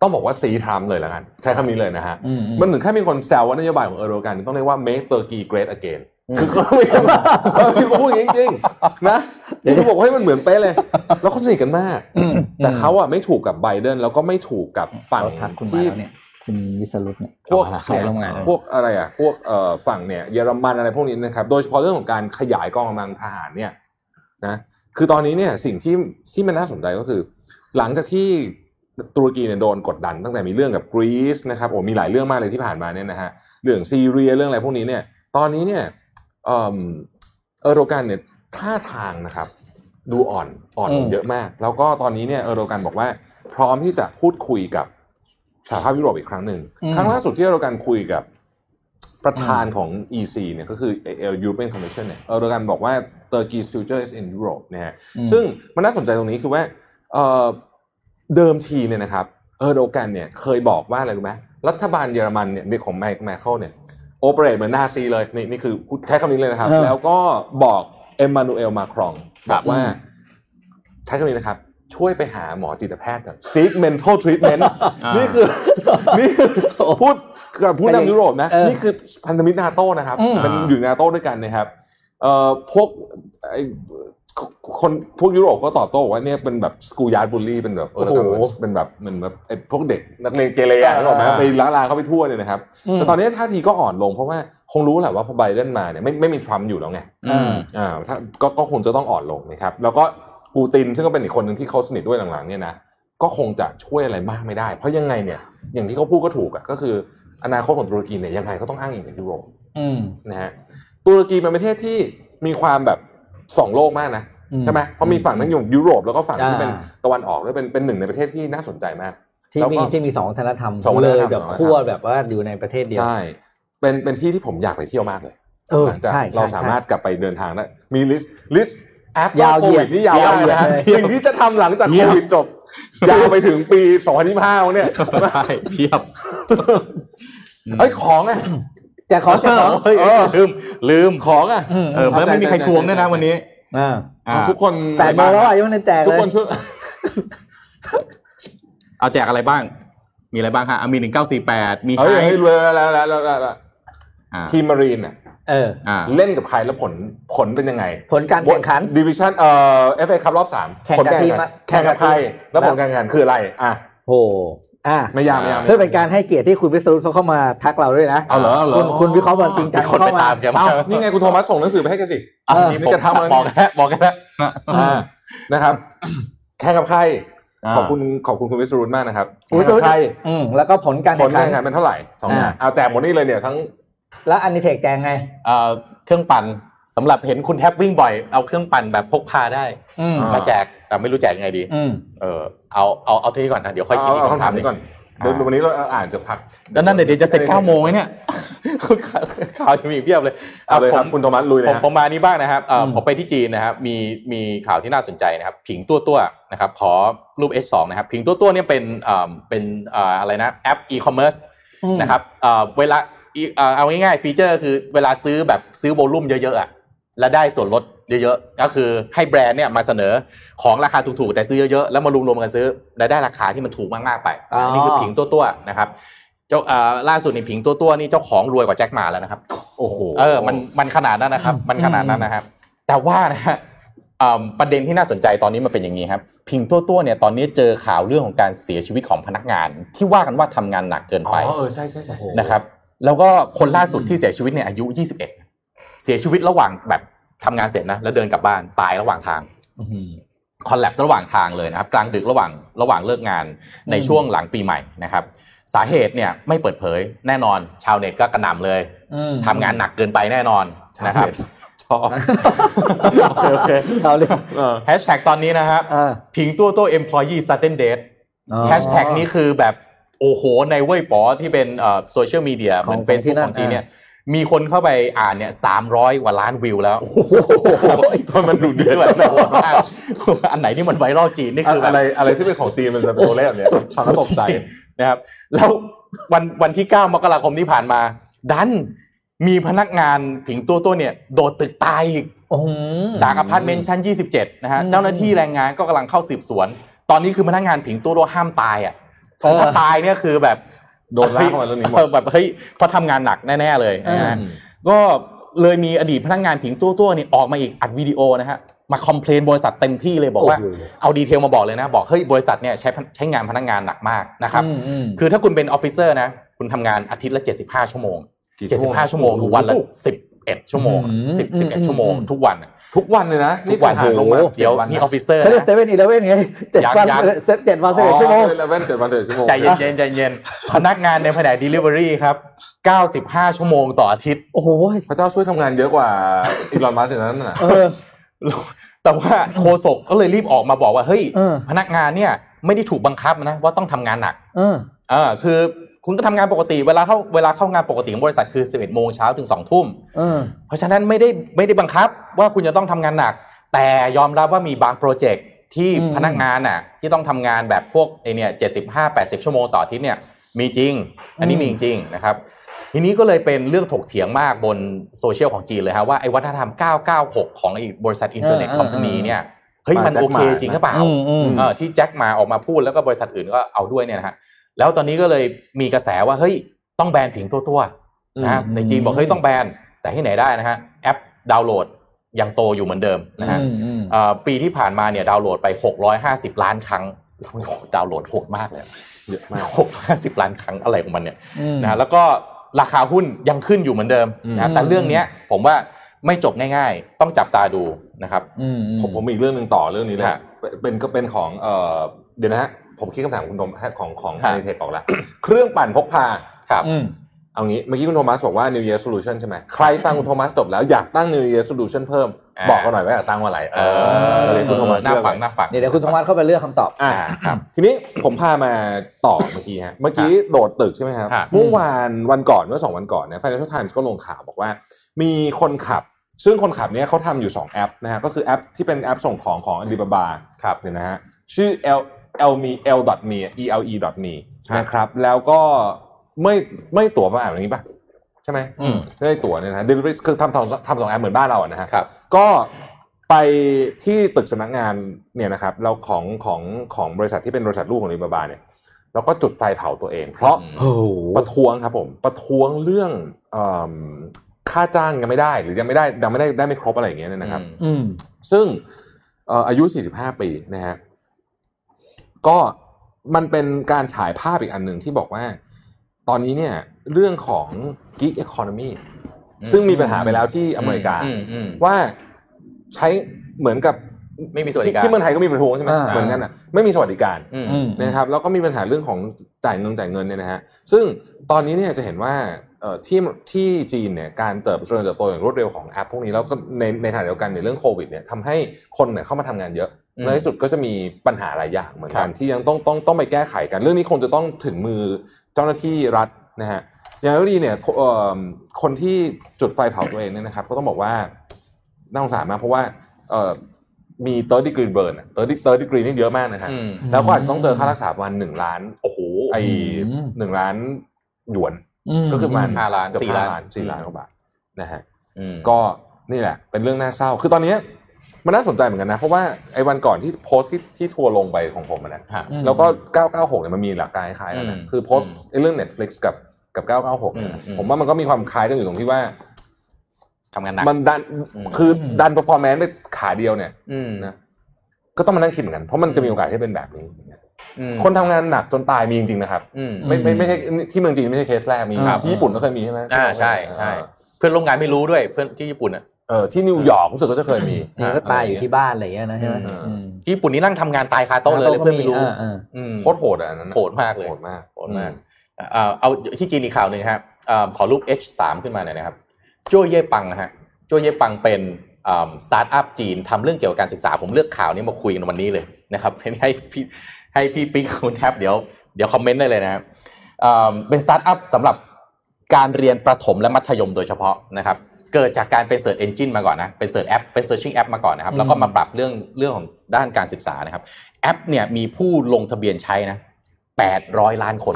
[SPEAKER 3] ต้องบอกว่าซีทรัมป์เลยละกัน ใช้คำนี้เลยนะฮะ
[SPEAKER 2] อืม
[SPEAKER 3] มันถึงแค่มีคนแซวว่านโยบายของเออร์โดกันต้องเรียกว่า make Turkey great again
[SPEAKER 4] อืม
[SPEAKER 3] คือเขาไม่ได้ว่าเออคือเขาพูดอย่างนี้จริงๆ
[SPEAKER 2] <laughs>
[SPEAKER 3] นะคือเขาบอกให้ยมันเหมือนเป๊ะเลย แล้วเขาสนิทกันมาก
[SPEAKER 2] อืม
[SPEAKER 3] แต่เขาอะไม่ถูกกับไบเดนแล้วก็ไม่ถูกกับฝั่ง
[SPEAKER 2] เราทักคุณมา
[SPEAKER 3] ที่
[SPEAKER 2] แล้วเนี่ย คุณวิสรุตเนี่ย
[SPEAKER 3] พวก
[SPEAKER 2] เขาลงมา
[SPEAKER 3] พวกอะไรอะพวกเอ่อฝั่งเนี่ยเยอรมันอะไรพวกนี้นะครับ โดยเฉพาะเรื่องของการขยายกองกำลังทหารเนี่ยนะคือตอนนี้เนี่ยสิ่งที่ที่มันน่าสนใจก็คือ หลังจากที่ตุรกีเนี่ยโดนกดดันตั้งแต่มีเรื่องกับกรีซนะครับโอ้มีหลายเรื่องมากเลยที่ผ่านมาเนี่ยนะฮะเรื่องซีเรียเรื่องอะไรพวกนี้เนี่ย ตอนนี้เนี่ยเอิ่มเออร์โดกันเนี่ยท่าทางนะครับ ดูอ่อนอ่อนลงเยอะมาก แล้วก็ตอนนี้เนี่ยเออร์โดกันบอกว่า พร้อมที่จะพูดคุยกับสหภาพยุโรปอีกครั้งหนึ่งครั้งล่าสุดที่เออร์โดกันคุยกับประธานของ EC เนี่ยก็คือ European Commission เนี่ยเออร์โดกันบอกว่า Turkey's future is in Europe นะฮะ ซึ่งมันน่าสนใจตรงนี้คือว่าเอ่อเดิมทีเนี่ยนะครับเออร์โดแกนเนี่ยเคยบอกว่าอะไรรู้ไหมรัฐบาลเยอรมันเนี่ยของไมค์แมคเคิลเนี่ยโอเปเรตเหมือนนาซีเลยนี่นี่คือพูดใช้คำนี้เลยนะครับ แล้วก็บอกเอ็มมานูเอลมาครองบอกว่า ใช้คำนี้นะครับ ช่วยไปหาหมอจิตแพทย์หน่อย seek mental treatment
[SPEAKER 4] อ่านี่
[SPEAKER 3] นี่คือ นี่คือพูดกับผู้นำยุโรปนะ
[SPEAKER 2] เออ
[SPEAKER 3] นี่คือพันธมิตรนาโต้นะครับ
[SPEAKER 2] อืม
[SPEAKER 3] เป็นอยู่ในนาโต้ด้วยกันนะครับเอ่อพวกไอ้คนพวกยุโรปก็ตอบโต้บอกว่าเนี่ยเป็นแบบสกูยาร์ดบูลลี่เป็นแบบเออแล้วก็เหมือนเป็นแบบเหมือนแบบไอ้พวกเด็กนักเลงเกเรอะนึกออกไหมไปล้างลาเขาไปทั่วเนี่ยนะครับ แต่ตอนนี้ท่าทีก็อ่อนลงเพราะว่าคงรู้แหละว่าพอไบเดนมาเนี่ยไม่ไม่มีทรัมป์อยู่แล้วไง
[SPEAKER 2] อืม
[SPEAKER 3] อ่าถ้าก็ก็คงจะต้องอ่อนลงนะครับ แล้วก็ปูตินซึ่งก็เป็นอีกคนหนึ่งที่เขาสนิทด้วยหลังๆเนี่ยนะก็คงจะช่วยอะไรมากไม่ได้ เพราะยังไงเนี่ยอย่างที่เขาพูดก็ถูกอะก็คืออนาคตของตุรกีเนี่ยยังไงก็ต้องอ้างอิงจากยุโรป
[SPEAKER 2] อืม
[SPEAKER 3] นะฮะตุรกีเป็นประเทศที่มีความแบบสองโลกมากนะ
[SPEAKER 2] อืม
[SPEAKER 3] ใช่ไหมเพราะมีฝั่งทั้งยุโรปแล้วก็ฝั่งที่
[SPEAKER 2] อ่า
[SPEAKER 3] เป็นตะวันออกด้วยเป็นเป็นหนึ่งในประเทศที่น่าสนใจมาก
[SPEAKER 2] ที่
[SPEAKER 3] แล้ว
[SPEAKER 2] มี
[SPEAKER 3] ก็
[SPEAKER 2] ที่มีสองวัฒนธรรม
[SPEAKER 3] สองวัฒ
[SPEAKER 2] เล
[SPEAKER 3] น
[SPEAKER 2] ย
[SPEAKER 3] ธรรม
[SPEAKER 2] แบบ
[SPEAKER 3] สองวัฒนธรรม
[SPEAKER 2] คั่วแบบว่าอยู่ในประเทศเดียว
[SPEAKER 3] ใช่เป็นเป็นที่ที่ผมอยากไปเที่ยวมากเลย
[SPEAKER 2] เออ
[SPEAKER 3] หลังจาก
[SPEAKER 2] ใช่ใช่
[SPEAKER 3] เราสามารถ
[SPEAKER 2] ใช่
[SPEAKER 3] กลับไปเดินทางได้มีลิสต์ลิสต์แอป
[SPEAKER 2] ยาวเห
[SPEAKER 3] โค
[SPEAKER 2] ยีย
[SPEAKER 3] วิ
[SPEAKER 2] ด
[SPEAKER 3] ดนี่ยาวย
[SPEAKER 2] าว
[SPEAKER 3] มากนะฮะ
[SPEAKER 2] เหยียดเลย
[SPEAKER 3] สิ่งที่จะทำหลังจากโควิดจบ ยาวไปถึงปี 2025เนี่ย
[SPEAKER 4] ใช่เทียบ
[SPEAKER 3] ไอ้ยของอ่ะ
[SPEAKER 2] แต่ขอแต่ขอ
[SPEAKER 4] เฮ้ยลืมลืม
[SPEAKER 3] ของอ่ะ
[SPEAKER 2] อืม
[SPEAKER 4] เออเพราะไม่มีใครทวงด้วยนะวันนี้
[SPEAKER 2] อ่า
[SPEAKER 4] อ่า
[SPEAKER 3] ทุกคน
[SPEAKER 2] แปดโมงแล้วอ่ะยังไม่ได้แจก
[SPEAKER 3] ทุก
[SPEAKER 2] เลย
[SPEAKER 3] คนช่วย
[SPEAKER 4] เอาแจกอะไรบ้าง มีอะไรบ้างฮะอ่ะมีหนึ่งเก้าสี่แปดมี
[SPEAKER 3] เฮ้ย
[SPEAKER 4] ไฮ
[SPEAKER 3] เฮ้ยรวยแล้วแล้วแล้วแล้วแล้ว
[SPEAKER 4] อ่า
[SPEAKER 3] ทีมมารีนอ่ะ
[SPEAKER 2] เออ
[SPEAKER 4] อ่า
[SPEAKER 3] เล่นกับใครแล้วผลผลเป็นยังไง
[SPEAKER 2] ผลการแข่งขัน
[SPEAKER 3] ดิวิชั่นเอ่อเอฟเอคัพรอบสาม
[SPEAKER 2] แข่ง
[SPEAKER 3] ผ
[SPEAKER 2] กับ
[SPEAKER 3] ลาร
[SPEAKER 2] ที
[SPEAKER 3] แข่
[SPEAKER 2] ม
[SPEAKER 3] ง
[SPEAKER 2] อะ
[SPEAKER 3] ขันแข่งกับใคร แล้ว
[SPEAKER 2] แล้
[SPEAKER 3] ผ
[SPEAKER 2] ว
[SPEAKER 3] ลการแข่งขันคืออะไรอ่ะ
[SPEAKER 2] โหอ่ะ
[SPEAKER 3] ไม่ยากไม่ยากไม่ยาก
[SPEAKER 2] เพื่อเป็นการให้เกียรติที่คุณวิสรุตเขาเข้ามาทักเราด้วยนะ
[SPEAKER 3] เอาเหรอเอาเหรอ
[SPEAKER 2] คุณคุณวิเคราะห์บอลจริงจัง
[SPEAKER 4] มีคนไป
[SPEAKER 2] เข้ามา
[SPEAKER 4] ตามแกมา
[SPEAKER 3] เอ้านี่ไงคุณโทมัสส่งหนังสือไปให้แกสิ
[SPEAKER 2] เออ
[SPEAKER 3] นี่จะทำอะไร
[SPEAKER 4] บอกแค่บอกแค่
[SPEAKER 3] อ่านะครับ แข่งกับใคร
[SPEAKER 4] อ่า
[SPEAKER 3] ขอบคุณขอบคุณคุณวิสรุตมากนะครับ
[SPEAKER 2] อุ๊
[SPEAKER 3] แข่
[SPEAKER 2] ย
[SPEAKER 3] งกับใคร
[SPEAKER 2] อืมแล้วก็ผลการ
[SPEAKER 3] ผ
[SPEAKER 2] แข่
[SPEAKER 3] ล
[SPEAKER 2] งขั
[SPEAKER 3] กา
[SPEAKER 2] น
[SPEAKER 3] รแข่งขันเป็นเท่าไหร่สองอย่าง
[SPEAKER 2] อ่า
[SPEAKER 3] เอาแจกหมดนี่เลยเนี่ยทั้ง
[SPEAKER 2] แล้วอันนี้เทคแจกไง
[SPEAKER 4] เอ่อเครื่องปั่นสำหรับเห็นคุณแท็บวิ่งบ่อยเอาเครื่องปั่นแบบพกพาได้
[SPEAKER 2] อืม
[SPEAKER 4] มาแจกแต่ไม่รู้แจกยังไงดี
[SPEAKER 2] อืม
[SPEAKER 4] เออเอาเอาเอาทีนี้ก่อนนะเดี๋ยวค่อยคิด
[SPEAKER 3] เอา
[SPEAKER 4] อี
[SPEAKER 3] เอา
[SPEAKER 4] ก
[SPEAKER 3] คำถา
[SPEAKER 4] คำถาม มห
[SPEAKER 3] นี้
[SPEAKER 4] นี้
[SPEAKER 3] ก่
[SPEAKER 4] ก่
[SPEAKER 3] อ
[SPEAKER 4] อน น
[SPEAKER 3] เดี๋ยววันนี้เราอ่านจากพัก
[SPEAKER 4] แล้วนั่นเดี๋ยวจะเสร็จ9ก้าโมงไหมเนี่ย <laughs> ข่าวยังมีอีกเพียบเลย
[SPEAKER 3] เอาเลยครับ
[SPEAKER 4] ผม
[SPEAKER 3] คุณโทมัสลุยเลย
[SPEAKER 4] ผม
[SPEAKER 3] ฮะ
[SPEAKER 4] ผมมานี้บ้างนะครับเอ่ออ
[SPEAKER 2] ม
[SPEAKER 4] ผมไปที่จีนนะครับมีมีข่าวที่น่าสนใจนะครับ ผิงตัวตัวนะครับ ขอรูป S2 นะครับ ผิงตัวตัวเนี่ยเป็นเอ่อเป็นเอ่ออะไรนะแอปอีคอมเมิร์ซ
[SPEAKER 2] อืม
[SPEAKER 4] นะครับเอ่อเวลาอีเอ่อเอาง่ายๆฟีเจอร์คือเวลาซื้อแบบซื้อโวลุ่มเยอะๆอ่ะแล้วได้ส่วนลดเยอะๆ ก็คือให้แบรนด์เนี่ยมาเสนอของราคาถูกๆ แต่ซื้อเยอะๆ แล้วมารวมๆกันซื้อและได้ราคาที่มันถูกมากๆไป
[SPEAKER 2] อ๋ออั
[SPEAKER 4] นนี้คือผิงตัวตัวๆนะครับเจ้าเอ่อล่าสุดในผิงตัวตัวๆนี่เจ้าของรวยกว่าแจ็คหมาแล้วนะครับ
[SPEAKER 3] โอ้โห
[SPEAKER 4] เออ มัน มันขนาดนั้นนะครับ มันขนาดนั้นนะครับ แต่ว่านะฮะเอิ่มประเด็นที่น่าสนใจตอนนี้มันเป็นอย่างนี้ครับ พิงตัวตัวเนี่ย ตอนนี้เจอข่าวเรื่องของการเสียชีวิตของพนักงาน ที่ว่ากันว่าทำงานหนักเกิน
[SPEAKER 3] อ๋
[SPEAKER 4] ไป
[SPEAKER 3] อเออใช่ใช่ใช่ใช่
[SPEAKER 4] นะครับ แล้วก็คนล่าสุดที่เสียชีวิตเนี่ยอายุ 21 เสียชีวิตระหว่างแบบทำงานเสร็จนะ แล้วเดินกลับบ้าน ตายระหว่างทาง
[SPEAKER 2] อืม
[SPEAKER 4] คอลแลบระหว่างทางเลยนะครับ กลางดึกระหว่างระหว่างเลิกงานใน
[SPEAKER 2] อืม
[SPEAKER 4] ช่วงหลังปีใหม่นะครับ สาเหตุเนี่ยไม่เปิดเผยแน่นอนชาวเน็ตก็กระหน่ำเลย
[SPEAKER 2] อืม
[SPEAKER 4] ทำงานหนักเกินไปแน่นอนนะครับ
[SPEAKER 3] ชอบ
[SPEAKER 4] <laughs> โอเคโอเค
[SPEAKER 2] เราเลย
[SPEAKER 3] เออ
[SPEAKER 4] แฮชแท็กตอนนี้นะครับ
[SPEAKER 2] เออ
[SPEAKER 4] ผิงตัวตัว employee sudden death
[SPEAKER 2] อ๋อ
[SPEAKER 4] แฮชแท็กนี้คือแบบโอ้โหในเว่ยป๋อที่เป็นโซเชียลมีเดียเหมือน
[SPEAKER 2] ของ
[SPEAKER 4] เฟซ
[SPEAKER 2] ที่
[SPEAKER 4] บุ๊ก
[SPEAKER 2] นั่
[SPEAKER 4] ข
[SPEAKER 2] น
[SPEAKER 4] องจีน
[SPEAKER 2] อ่า
[SPEAKER 4] เนี่ยมีคนเข้าไปอ่านเนี่ยสามร้อยกว่าล้านวิวแล้ว
[SPEAKER 3] มันดูเดือด
[SPEAKER 4] แบบโหดมาก <laughs> อันไหนที่มันไวรัลจีนนี่คือแบบ
[SPEAKER 3] อะไรอะไรที่เป็นของจีนมันจะโตแล้วเนี่ยฟังแล้วตกใจ
[SPEAKER 4] นะครับแล้ววันวันที่ 9 มกราคมที่ผ่านมา ดันมีพนักงานผิงตัวตัวเนี่ย โดดตึกตายอีก
[SPEAKER 2] โอ้โห
[SPEAKER 4] จากอพาร์ตเมนต์ชั้น 27 นะฮะ
[SPEAKER 2] อืม
[SPEAKER 4] เจ้าหน้าที่แรงงานก็กำลังเข้าสืบสวน ตอนนี้คือพนักงานผิงตัวตัวห้ามตายอ่ะถ้าตายเนี่ยคือแบบ
[SPEAKER 3] โดนลากเข้ามาแล้วนี่หมด
[SPEAKER 4] เออแบบเฮ้ยเพราะทำงานหนักแน่ ๆ เลยนะฮะ ก็เลยมีอดีตพนักงานผิงตัวตัวนี่ออกมาอีกอัดวิดีโอนะฮะมาคอมเพลนบริษัทเต็มที่เลยบอกว่า
[SPEAKER 2] โอ้โห
[SPEAKER 4] เอาดีเทลมาบอกเลยนะ บอกเฮ้ยบริษัทเนี่ยใช้พนใช้งานพนักงานหนักมากนะครับ
[SPEAKER 2] อืมอืม
[SPEAKER 4] คือถ้าคุณเป็นออฟฟิเซอร์นะคุณทำงานอาทิตย์ละ 75 ชั่วโมง
[SPEAKER 3] กี่ชั่วโมง
[SPEAKER 4] 75 ชั่วโมงคือวันละ 11 ชั่วโมง
[SPEAKER 2] อืม
[SPEAKER 4] 10
[SPEAKER 2] อืม
[SPEAKER 4] 11 ชั่วโมง ทุกวันอะ
[SPEAKER 3] ทุกวันเลยนะ
[SPEAKER 4] ทุกวัน
[SPEAKER 3] หารลงมา
[SPEAKER 4] เดี๋ยวนี่ออฟฟิเซอร์
[SPEAKER 2] เขาเรียกเซเว่นอีเลเว่นไงเจ็ด
[SPEAKER 4] ยัง
[SPEAKER 2] วัน
[SPEAKER 4] ยัง
[SPEAKER 2] เจ็ดเจ็ดวันสิบเอ็ดชั่วโมง
[SPEAKER 3] เลเว่นเจ็ดวันเจ็ดชั่วโมง
[SPEAKER 4] ใจเย็นๆใจเย็นๆพนักงานในแผนก Delivery ครับ 95 ชั่วโมงต่ออาทิตย์ <laughs>
[SPEAKER 2] โอ้โห
[SPEAKER 3] พระเจ้าช่วยทำงานเยอะกว่าอีลอนมัสก์อย่างนั้นน่ะ
[SPEAKER 2] เออ
[SPEAKER 4] แต่ว่าโฆษกก็เลยรีบออกมาบอกว่าเฮ้ย
[SPEAKER 2] เออ
[SPEAKER 4] พนักงานเนี่ยไม่ได้ถูกบังคับนะว่าต้องทำงานหนัก
[SPEAKER 2] เออ
[SPEAKER 4] เออคือคุณก็ทำงานปกติเวลาเข้าเวลาเข้างานปกติของบริษัทคือ 11โมงเช้าถึง2ทุ่ม
[SPEAKER 2] เออ
[SPEAKER 4] เพราะฉะนั้นไม่ได้ไม่ได้บังคับว่าคุณจะต้องทำงานหนัก แต่ยอมรับว่ามีบางโปรเจกต์ที่
[SPEAKER 2] อืม
[SPEAKER 4] พนักงานน่ะที่ต้องทำงานแบบพวกไอเนี่ยเจ็ดสิบห้าแปดสิบชั่วโมงต่ออาทิตย์เนี่ยมีจริง อันนี้มีจริงนะครับ ทีนี้ก็เลยเป็นเรื่องถกเถียงมากบนโซเชียลของจีนเลยฮะว่าไอ้วัฒนธรรม 996 ของไอ้บริษัทอินเทอร์เน็ต
[SPEAKER 2] เออเออ
[SPEAKER 4] คอมพานีเนี่ยเฮ้ยมัน
[SPEAKER 3] มาจาก
[SPEAKER 4] โอเค
[SPEAKER 3] มา
[SPEAKER 4] จริงหรือเปล่า
[SPEAKER 2] อืมอืม
[SPEAKER 4] เออที่แจ็คมาออกมาพูดแล้วก็บริษัทอื่นก็เอาด้วยเนี่ยนะฮะแล้วตอนนี้ก็เลยมีกระแสว่าเฮ้ยต้องแบนผิงตัวตัวๆนะฮะ
[SPEAKER 2] อืม
[SPEAKER 4] ในจีนบอกเฮ้ยต้องแบนแต่ที่ไหนได้นะฮะแอปดาวน์โหลดยังโตอยู่เหมือนเดิมนะฮะ
[SPEAKER 2] อืมอืม
[SPEAKER 4] เอ่อปีที่ผ่านมาเนี่ยดาวน์โหลดไป 650 ล้านครั้ง <laughs> โอ้โหดาวน์โหลดโหดมากเลย
[SPEAKER 3] เยอะมาก
[SPEAKER 4] 650 ล้านครั้งอะไรของมันเนี่ย นะฮะแล้วก็ราคาหุ้นยังขึ้นอยู่เหมือนเดิมนะ
[SPEAKER 2] อื
[SPEAKER 4] ฮะ
[SPEAKER 2] ม
[SPEAKER 4] แต่เรื่องเนี้ยผมว่าไม่จบง่ายๆ ต้องจับตาดูนะครับ
[SPEAKER 2] อืมอื
[SPEAKER 3] ผมผมมีอีกเรื่องหนึ่งต่อเรื่องนี้เลย
[SPEAKER 4] ฮะ
[SPEAKER 3] เป็นเป็นก็เป็นของเอ่อเดี๋ยวนะฮะผมคิดคำถามคุณโทมัสของของ
[SPEAKER 4] ฮะ
[SPEAKER 3] ในเทคออกแล้ว เครื่องปั่นพกพา
[SPEAKER 4] ครับ
[SPEAKER 2] อืม
[SPEAKER 3] เอางี้เมื่อกี้คุณโทมัสบอกว่า New Year Solution ใช่ไหมใครฟังคุณโทมัสจบแล้วอยากตั้ง New Year Solution เพิ่ม บอกกันหน่อยว่าอยากตั้งว่าอะไรเอ
[SPEAKER 4] เอ
[SPEAKER 3] อ
[SPEAKER 4] อ
[SPEAKER 3] เดี๋ยวคุณโทมัส
[SPEAKER 4] หน้า
[SPEAKER 3] เลือก
[SPEAKER 4] ฝังหน้าฝัง
[SPEAKER 2] เดี๋ยวเดี๋ยวคุณธงวัฒน์เข้าไปเลือกคำตอบ
[SPEAKER 3] อ่า
[SPEAKER 4] ครับ
[SPEAKER 3] ทีนี้ผมพามาต่อเมื่อกี้ฮะเมื่อกี้โดดตึกใช่ไหมครับ
[SPEAKER 4] ฮะ
[SPEAKER 3] เมื่อวานวันก่อนเมื่อสองวันก่อนเนี่ย Financial Times ก็ลงข่าวบอกว่า มีคนขับ ซึ่งคนขับเนี่ยเขาทำอยู่สองแอปนะฮะก็คือแอปที่เป็นแอปส่งของของ Alibaba
[SPEAKER 4] ครับ
[SPEAKER 3] เนี่ยนะฮะชื่อ l l m e l m e e l e m e
[SPEAKER 4] ครับ
[SPEAKER 3] นะครับ แล้วก็ไม่ไม่ตั๋วมาอ่านแบบนี้ป่ะ ใช่ไหม
[SPEAKER 4] อืม
[SPEAKER 3] ไม่ได้ตั๋วเนี่ยนะ delivery คือทำทำทำสองแอปเหมือนบ้านเราอะนะฮะ
[SPEAKER 4] ครับ
[SPEAKER 3] ก็ไปที่ตึกสำนักงานเนี่ยนะครับเราของของของบริษัทที่เป็นบริษัทลูกของลีบาบาเนี่ยแล้วก็จุดไฟเผาตัวเอง เพราะ
[SPEAKER 4] อืม
[SPEAKER 2] โอ้โห
[SPEAKER 3] ประท้วงครับผม ประท้วงเรื่องเอิ่มค่าจ้างยังไม่ได้ หรือยังไม่ได้ยังไม่ได้ได้ไม่ครบอะไรอย่างเงี้ยเนี่ยนะครับ
[SPEAKER 2] อืม
[SPEAKER 3] ซึ่งเอ่ออายุ 45 ปีนะฮะ ก็มันเป็นการฉายภาพอีกอันหนึ่งที่บอกว่า ตอนนี้เนี่ยเรื่องของ gig economy
[SPEAKER 4] อืม
[SPEAKER 3] ซึ่งมีปัญหาไปแล้วที่อเมริกา
[SPEAKER 4] อืมอืม
[SPEAKER 3] ว่าใช้เหมือนกับ
[SPEAKER 4] ไม่มีสวัสดิการ
[SPEAKER 3] ที่ที่เมืองไทยก็มีประท้วงใช่ไหม
[SPEAKER 2] อ่า
[SPEAKER 3] เหมือนกันอ่ะไม่มีสวัสดิการ
[SPEAKER 4] อืม
[SPEAKER 2] อืม
[SPEAKER 3] นะครับแล้วก็มีปัญหาเรื่องของจ่ายเงินจ่ายเงินเนี่ยนะฮะซึ่งตอนนี้เนี่ยจะเห็นว่าเอ่อที่ที่จีนเนี่ยการเติบโตเติบโตอย่างรวดเร็วของแอปพวกนี้แล้วก็ในในขณะเดียวกันในยเรื่องโควิดเนี่ยทำให้คนเนี่ยเข้ามาทำงานเยอะในที่สุดก็จะมีปัญหาหลายอย่างเหมือนกันที่ยังต้องต้องต้องไปแก้ไขกัน เรื่องนี้คงจะต้องถึงมือเจ้าหน้าที่รัฐนะฮะอย่างไรก็ดีเนี่ยเอ่อคนที่จุดไฟเผาตัวเองเนี่ยนะครับก็ต้องบอกว่าน่าสงสารมากเพราะว่าเอ่อมี30 degree burn อะ30 30 degree นี่เยอะมากนะฮะ
[SPEAKER 4] อืม
[SPEAKER 3] แล้วก็อาจจะต้องเจอค่ารักษาประมาณหนึ่งล้าน
[SPEAKER 4] โอ้โห
[SPEAKER 3] ไอ
[SPEAKER 2] อืม
[SPEAKER 3] หนึ่งล้านหยวน
[SPEAKER 2] ม
[SPEAKER 3] ก็คือประมาณ
[SPEAKER 4] ห้าล้าน
[SPEAKER 3] เกือบ
[SPEAKER 4] สี่
[SPEAKER 3] ห้
[SPEAKER 4] ล้าน
[SPEAKER 3] สี่ล้านกว่าบาทนะฮะ
[SPEAKER 4] อืม
[SPEAKER 3] ก็นี่แหละ เป็นเรื่องน่าเศร้า คือตอนเนี้ยมันน่าสนใจเหมือนกันนะ เพราะว่าไอ้วันก่อนที่โพสต์ที่ที่ทัวร์ลงไปของผมอะนะ
[SPEAKER 4] ฮะ
[SPEAKER 2] อืม
[SPEAKER 3] แล้วก็ 996เนี่ยมันมีหลักการคล้ายกันนะ
[SPEAKER 4] อืม
[SPEAKER 3] คือโพสต์ไอ้เรื่อง Netflix กับกับ 996เนี่ยนะ
[SPEAKER 4] อืมอืม
[SPEAKER 3] ผมว่ามันก็มีความคล้ายกันอยู่ตรงที่ว่า
[SPEAKER 4] ทำงานหนัก
[SPEAKER 3] มันดัน
[SPEAKER 4] อืม
[SPEAKER 3] คืออ
[SPEAKER 2] ม
[SPEAKER 3] ดันเปอร์ฟอร์แมนซ์ไปขาเดียวเนี่ย
[SPEAKER 4] อืม
[SPEAKER 3] นะก็ต้องมานั่งคิดเหมือนกันเพราะมันจะมีโอกาสที่เป็นแบบนี้
[SPEAKER 4] อืม
[SPEAKER 3] คนทำงานหนักจนตายมีจริงๆนะครับ
[SPEAKER 4] อืม
[SPEAKER 3] ไม่
[SPEAKER 2] อืม
[SPEAKER 3] ไม่ไม่ใช่ที่เมืองจีนไม่ใช่เคสแรกมี
[SPEAKER 2] ครับ
[SPEAKER 3] ที่ญี่ปุ่นก็เคยมีใช่ไหม
[SPEAKER 4] อ่าใช่ใช่ เพื่อนร่วมงานไม่รู้ด้วยเพื่อนที่ญี่ปุ่นอ่ะ
[SPEAKER 3] เออที่นิวยอร์กรู้สึกก็จะเคยมี
[SPEAKER 2] นี่ก็ตายอยู่ที่บ้านอะไรอย่างเงี้ยนะใช่ไหม
[SPEAKER 4] อืม
[SPEAKER 2] อืม
[SPEAKER 4] ที่ญี่ปุ่นนี่นั่งทำงานตายคาโต๊ะเลยแล้วเพื่อนไม่รู้
[SPEAKER 2] อ่าอ่า
[SPEAKER 4] อืม
[SPEAKER 3] โคตรโหดอ่ะอันนั้นน่ะ
[SPEAKER 4] โหดมากเลย
[SPEAKER 3] โหดมาก
[SPEAKER 4] โหดมากเอ่อเอาที่จีนอีกข่าวหนึ่งครับเอ่อขอรูป H3 ขึ้นมาหน่อยนะครับจ้วเย่ปังนะฮะจ้วเย่ปังเป็นสตาร์ทอัพจีนทำเรื่องเกี่ยวกับการศึกษา <laughs> ผมเลือกข่าวนี้มาคุยกันวันนี้เลยนะครับให้ให้พี่ ให้พี่ปิ๊กกับคุณแท็บเดี๋ยวเดี๋ยวคอมเมนต์ได้เลยนะครับเอ่อเป็นสตาร์ทอัพสำหรับการเรียนประถมและมัธยมโดยเฉพาะนะครับ เกิดจากการเป็นเสิร์ชเอนจินมาก่อนนะ เป็นเสิร์ชแอป เป็นเสิร์ชชิ่งแอปมาก่อนนะครับ แล้วก็มาปรับเรื่องเรื่องของด้านการศึกษานะครับ แอปเนี่ยมีผู้ลงทะเบียนใช้นะ800 ล้านคน